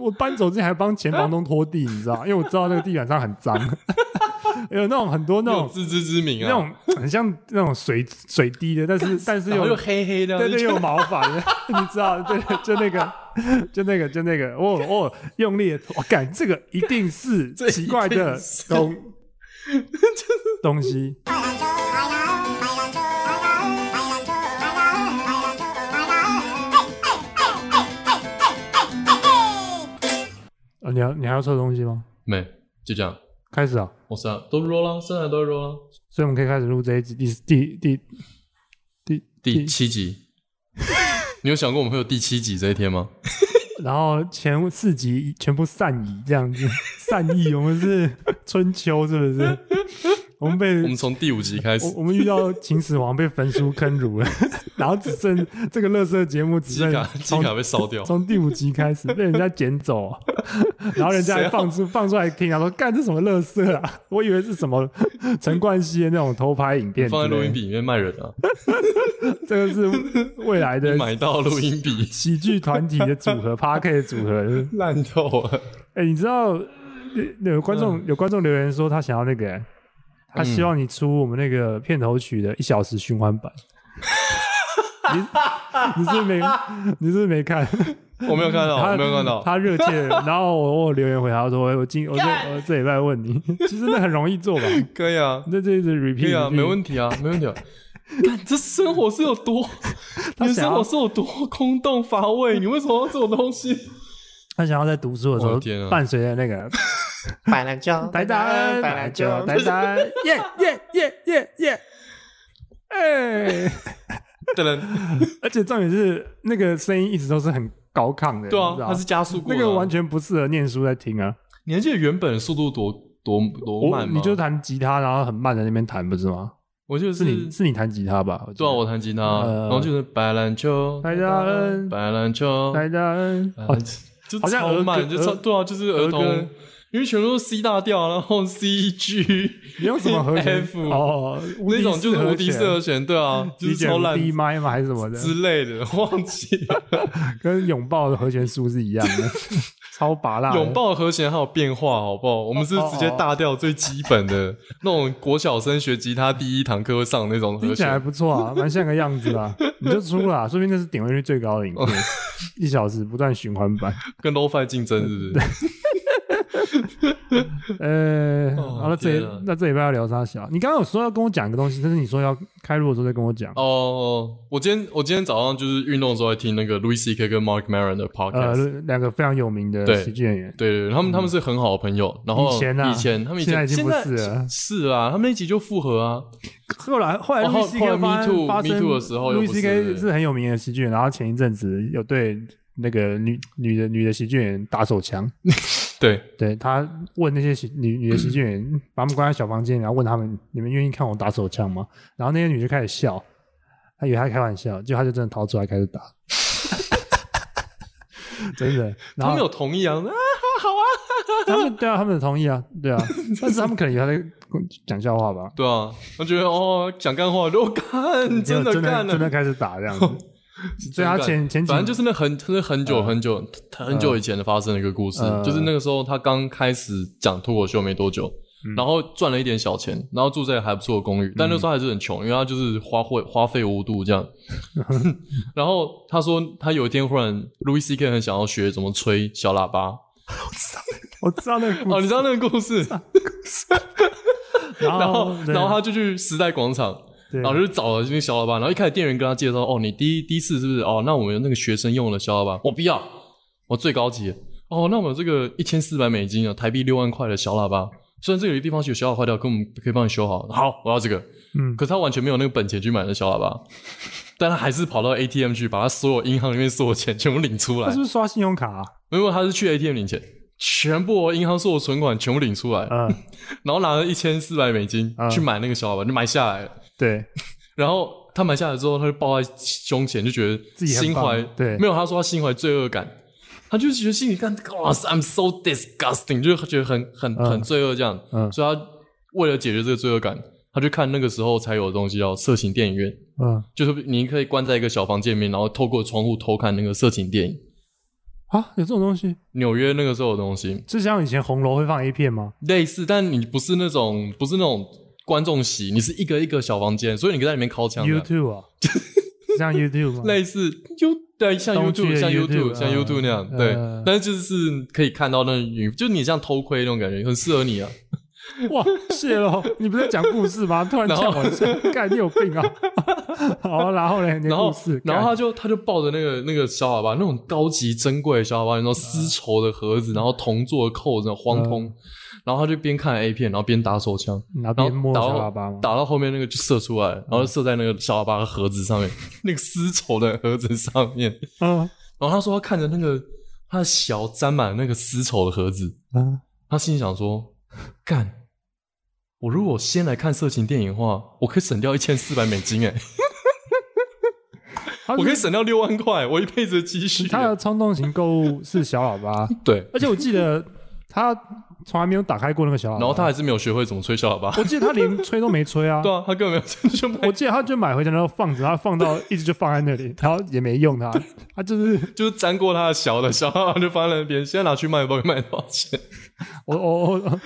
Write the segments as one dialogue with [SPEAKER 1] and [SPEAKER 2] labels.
[SPEAKER 1] 我搬走之前还帮前房东拖地，你知道吗？因为我知道那个地板上很脏，有那种很多那
[SPEAKER 2] 有
[SPEAKER 1] 种
[SPEAKER 2] 自知之明啊，
[SPEAKER 1] 那种很像那种水水滴的，但是但是
[SPEAKER 2] 然后
[SPEAKER 1] 又
[SPEAKER 2] 又黑黑的，
[SPEAKER 1] 对
[SPEAKER 2] 就
[SPEAKER 1] 对，又有毛发， 你知道？对，就那个，就那个，就那个，我我用力地，我感这个一定是
[SPEAKER 2] 这一定
[SPEAKER 1] 奇怪的
[SPEAKER 2] 是
[SPEAKER 1] 东东西。啊，你要你还要测东西吗？
[SPEAKER 2] 没就这样。
[SPEAKER 1] 开始啊，
[SPEAKER 2] 我是啊，都 roll 了，剩下都 roll 了。
[SPEAKER 1] 所以我们可以开始录这一集第第第第
[SPEAKER 2] 第 七集，你有想过我们会有第七集这一天吗？
[SPEAKER 1] 然后前四集全部善意这样子， 善意，我们是春秋是不是？我们被
[SPEAKER 2] 我们从第五集开始
[SPEAKER 1] 我，我们遇到秦始皇被焚书坑儒了， 然后只剩这个乐色节目只
[SPEAKER 2] 机
[SPEAKER 1] 剩
[SPEAKER 2] 卡机
[SPEAKER 1] 从
[SPEAKER 2] 卡被烧掉，
[SPEAKER 1] 从第五集开始被人家捡 走、然后人家
[SPEAKER 2] 谁
[SPEAKER 1] 还
[SPEAKER 2] 要
[SPEAKER 1] 放出放出来听，他说干这什么乐色啊？我以为是什么陈冠希的那种偷拍影片之类
[SPEAKER 2] 放
[SPEAKER 1] 的，
[SPEAKER 2] 在录音笔里面卖人啊，
[SPEAKER 1] 这个是未来 的
[SPEAKER 2] 买到录音笔
[SPEAKER 1] 喜剧团体的组 合 p a r k 的组合。
[SPEAKER 2] 烂透了。
[SPEAKER 1] 哎、你知道有有观众、
[SPEAKER 2] 嗯
[SPEAKER 1] 有观众留言说他想要那个、欸他希望你出我们那个片头曲的一小时循环版。 你你是没你是没看？
[SPEAKER 2] 我没有看到，
[SPEAKER 1] 他
[SPEAKER 2] 我哦没有看到。
[SPEAKER 1] 他热切，然后我我留言回他说，我今我这我这礼拜问你，其实那很容易做吧？
[SPEAKER 2] 可以啊，
[SPEAKER 1] 那这一直 repeat，
[SPEAKER 2] 可以啊，
[SPEAKER 1] repeat
[SPEAKER 2] 没问题啊，没问题啊。看这生活是有多，
[SPEAKER 1] 他
[SPEAKER 2] 你的
[SPEAKER 1] 想
[SPEAKER 2] 生
[SPEAKER 1] 要
[SPEAKER 2] 活是有多空洞乏味？你为什么要这种东 西？
[SPEAKER 1] 他想要在读书的时
[SPEAKER 2] 我
[SPEAKER 1] 候
[SPEAKER 2] 的天啊
[SPEAKER 1] 伴随着那 个
[SPEAKER 3] 摆烂觉，
[SPEAKER 1] 台单
[SPEAKER 3] 摆烂觉，
[SPEAKER 1] 台 单耶耶耶耶耶，哎。
[SPEAKER 2] 对了，
[SPEAKER 1] 而且重点是那个声音一直都是很高亢的，
[SPEAKER 2] 对
[SPEAKER 1] 你
[SPEAKER 2] 啊
[SPEAKER 1] 知，道吗
[SPEAKER 2] 它是加速过
[SPEAKER 1] 那
[SPEAKER 2] 的啊。
[SPEAKER 1] 个完全不适合念书在听啊。
[SPEAKER 2] 你还记得原本的速度多多多
[SPEAKER 1] 我
[SPEAKER 2] 慢哦吗？
[SPEAKER 1] 你就弹吉他，然后很慢在那边弹，不是吗？
[SPEAKER 2] 我就是
[SPEAKER 1] 你是你弹吉他吧？
[SPEAKER 2] 嗯对啊，我弹吉他，
[SPEAKER 1] 呃
[SPEAKER 2] 然后就是白兰球，
[SPEAKER 1] 白兰
[SPEAKER 2] 白兰球，
[SPEAKER 1] 来的
[SPEAKER 2] 白
[SPEAKER 1] 哦
[SPEAKER 2] 兰，球哎就
[SPEAKER 1] 好像
[SPEAKER 2] 超慢，
[SPEAKER 1] 儿歌
[SPEAKER 2] 就超
[SPEAKER 1] 儿
[SPEAKER 2] 对啊，就是儿童
[SPEAKER 1] 儿歌，
[SPEAKER 2] 因为全部都是 C 大调，然后 C E G，
[SPEAKER 1] 你用什么和弦
[SPEAKER 2] F
[SPEAKER 1] 哦，
[SPEAKER 2] 那种就是无敌四
[SPEAKER 1] 色
[SPEAKER 2] 和，弦，对啊，就是
[SPEAKER 1] 理解
[SPEAKER 2] 超烂
[SPEAKER 1] 低麦吗？还是什么的？
[SPEAKER 2] 之类的， 忘记了。
[SPEAKER 1] 跟拥抱的和弦数是一样的， 超拔辣的。
[SPEAKER 2] 拥抱和弦还有变化，好不好？我们是直接大调最基本的那种国小生学吉他第一堂课会上的那种
[SPEAKER 1] 听
[SPEAKER 2] 和
[SPEAKER 1] 起来还
[SPEAKER 2] 弦，
[SPEAKER 1] 不错啊，蛮像个样子啊。你就出了啊，说不定那是点阅率最高的影片，
[SPEAKER 2] 哦
[SPEAKER 1] 一小时不断循环版。
[SPEAKER 2] 跟 lofi 竞争是不是？
[SPEAKER 1] 呃，
[SPEAKER 2] 哦
[SPEAKER 1] 好了，这
[SPEAKER 2] 天啊
[SPEAKER 1] 那这礼拜要聊啥小？你刚刚有说要跟我讲一个东西，但是你说要开录的时候再跟我讲。
[SPEAKER 2] 哦，我今天我今天早上就是运动的时候在听那个 Louis C K 跟 Mark Maron 的 podcast，
[SPEAKER 1] 呃，两个非常有名的
[SPEAKER 2] 对
[SPEAKER 1] 喜剧演员，
[SPEAKER 2] 对对，对他们他们是很好的朋友，然后
[SPEAKER 1] 嗯以前啊
[SPEAKER 2] 以前他们以
[SPEAKER 1] 现在
[SPEAKER 2] 前
[SPEAKER 1] 已经不是
[SPEAKER 2] 现
[SPEAKER 1] 了
[SPEAKER 2] 在是啊，他们那集就复合啊，
[SPEAKER 1] 后来后来
[SPEAKER 2] 哦后
[SPEAKER 1] Louis
[SPEAKER 2] 后来
[SPEAKER 1] CK 发
[SPEAKER 2] Me Too-
[SPEAKER 1] 发
[SPEAKER 2] Me
[SPEAKER 1] 生
[SPEAKER 2] Too 的时候又
[SPEAKER 1] Louis
[SPEAKER 2] 不是对对
[SPEAKER 1] CK
[SPEAKER 2] 对
[SPEAKER 1] 是很有名的喜剧演员，然后前一阵子有对那个女女的女的喜剧演员打手枪，
[SPEAKER 2] 对，
[SPEAKER 1] 对他问那些喜女女的喜剧演员，嗯把他们关在小房间，然后问他们你们愿意看我打手枪吗？然后那些女就开始笑，他以为他开玩笑，结果他就真的逃出来开始打， 真的。然
[SPEAKER 2] 他
[SPEAKER 1] 后
[SPEAKER 2] 们有同意啊，啊
[SPEAKER 1] 他们对啊，他们同意啊， 对啊，但是他们可能以为他在讲笑话吧，
[SPEAKER 2] 对啊，我觉得哦讲干话，我干
[SPEAKER 1] 没
[SPEAKER 2] 真
[SPEAKER 1] 有
[SPEAKER 2] 的
[SPEAKER 1] 真
[SPEAKER 2] 干
[SPEAKER 1] 真的
[SPEAKER 2] 了，
[SPEAKER 1] 开始打这样子。 所以他前前几嗯
[SPEAKER 2] 反正就是那很真的很久很久很久以前的发生的一个故事
[SPEAKER 1] 呃，
[SPEAKER 2] 就是那个时候他刚开始讲脱口秀没多久。
[SPEAKER 1] 嗯
[SPEAKER 2] 然后赚了一点小钱，然后住在还不错的公寓，但那时候还是很穷，因为他就是花费花费无度 这样。然后他说，他有一天忽然，Louis C K 很想要学怎么吹小喇叭，
[SPEAKER 1] 我知道那个故
[SPEAKER 2] 哦，
[SPEAKER 1] 事，
[SPEAKER 2] 你知道那个故事，
[SPEAKER 1] 然
[SPEAKER 2] 然后
[SPEAKER 1] 哦对
[SPEAKER 2] 然后他就去时代广场，
[SPEAKER 1] 对
[SPEAKER 2] 然后就找了这个小老板，然后一开始店员跟他介绍，哦，你第一第一次是不是？哦，那我们有那个学生用的小老板，我不要，我最高级的。哦，那我们这个一千四百美金啊，台币六万块的小喇叭，虽然这个有地方有小喇叭坏掉，可我们可以帮你修好。好，我要这个。
[SPEAKER 1] 嗯
[SPEAKER 2] 可是他完全没有那个本钱去买那小喇叭，但他还是跑到 ATM 去，把他所有银行里面所有钱全部领出来
[SPEAKER 1] 他是。不是刷信用卡啊？
[SPEAKER 2] 没有，他是去 ATM 领钱，全部银行所有存款全部领出来，
[SPEAKER 1] 嗯，
[SPEAKER 2] 然后拿了一千四百美金
[SPEAKER 1] 嗯
[SPEAKER 2] 去买那个小喇叭，就买下来了。
[SPEAKER 1] 对，
[SPEAKER 2] 然后他买下来之后，他就抱在胸前，就觉得
[SPEAKER 1] 自己很
[SPEAKER 2] 心怀
[SPEAKER 1] 棒对
[SPEAKER 2] 没有他说他心怀罪恶感，他就觉得心里干哇塞，I'm so disgusting，就是觉得很很、
[SPEAKER 1] 嗯
[SPEAKER 2] 很罪恶这样，
[SPEAKER 1] 嗯
[SPEAKER 2] 所以他为了解决这个罪恶感，他去看那个时候才有的东西叫色情电影院，
[SPEAKER 1] 嗯，
[SPEAKER 2] 就是你可以关在一个小房间里面，然后透过窗户偷看那个色情电影，
[SPEAKER 1] 啊，有这种东西？
[SPEAKER 2] 纽约那个时候有东西
[SPEAKER 1] 是像以前红楼会放 A 片吗？
[SPEAKER 2] 类似，但你不是那种不是那种观众席，你是一个一个小房间，所以你可以在里面敲枪的，
[SPEAKER 1] YouTube 啊， 是像 YouTube 吗？
[SPEAKER 2] 类似就对，像
[SPEAKER 1] 东区
[SPEAKER 2] YouTube
[SPEAKER 1] 的
[SPEAKER 2] 像
[SPEAKER 1] YouTube，
[SPEAKER 2] YouTube 像
[SPEAKER 1] 嗯
[SPEAKER 2] YouTube 那样，
[SPEAKER 1] 嗯
[SPEAKER 2] 对
[SPEAKER 1] 嗯，
[SPEAKER 2] 但是就是可以看到那女，就你像偷窥那种感觉，很适合你啊。
[SPEAKER 1] 哇，谢喽！你不是在讲故事 吗？突然
[SPEAKER 2] 然
[SPEAKER 1] 讲
[SPEAKER 2] 后
[SPEAKER 1] 我一下， 干你有病啊！好，然后嘞，你的
[SPEAKER 2] 然后
[SPEAKER 1] 故事，，
[SPEAKER 2] 然后
[SPEAKER 1] 干
[SPEAKER 2] 他就他就抱着那个那个小喇叭，那种高级珍贵的小喇叭，
[SPEAKER 1] 嗯
[SPEAKER 2] 然后丝绸的盒子，然后铜做的扣子，然后黄铜，然后他就边看 A 片，然后边打手枪，
[SPEAKER 1] 拿
[SPEAKER 2] 然
[SPEAKER 1] 边
[SPEAKER 2] 后
[SPEAKER 1] 摸
[SPEAKER 2] 打
[SPEAKER 1] 小
[SPEAKER 2] 到
[SPEAKER 1] 喇叭吗？
[SPEAKER 2] 打到后面那个就射出来，然
[SPEAKER 1] 嗯
[SPEAKER 2] 后射在那个小喇叭的盒子上面， 那个丝绸的盒子上面。
[SPEAKER 1] 嗯
[SPEAKER 2] 然后他说他看着那个他的小沾满那个丝绸的盒子，
[SPEAKER 1] 嗯，
[SPEAKER 2] 他心里想说：干，我如果先来看色情电影的话，我可以省掉一千四百美金哎、
[SPEAKER 1] 他
[SPEAKER 2] 我可以省掉六万块，我一辈子的积蓄。欸
[SPEAKER 1] 他的冲动型购物是小喇 叭，
[SPEAKER 2] 对，
[SPEAKER 1] 而且我记得他从来没有打开过那个小喇叭，
[SPEAKER 2] 然后他还是没有学会怎么吹小喇叭。
[SPEAKER 1] 我记得他连吹都没吹啊
[SPEAKER 2] 对。啊，他根本没有真就
[SPEAKER 1] 我记得他就买回家，然后放着，他放到一直就放在那里，然后也没用它，他就是
[SPEAKER 2] 就是沾过他的小的小喇叭就放在那边，现在拿去卖，不知道可以卖多少 钱。
[SPEAKER 1] 我我我，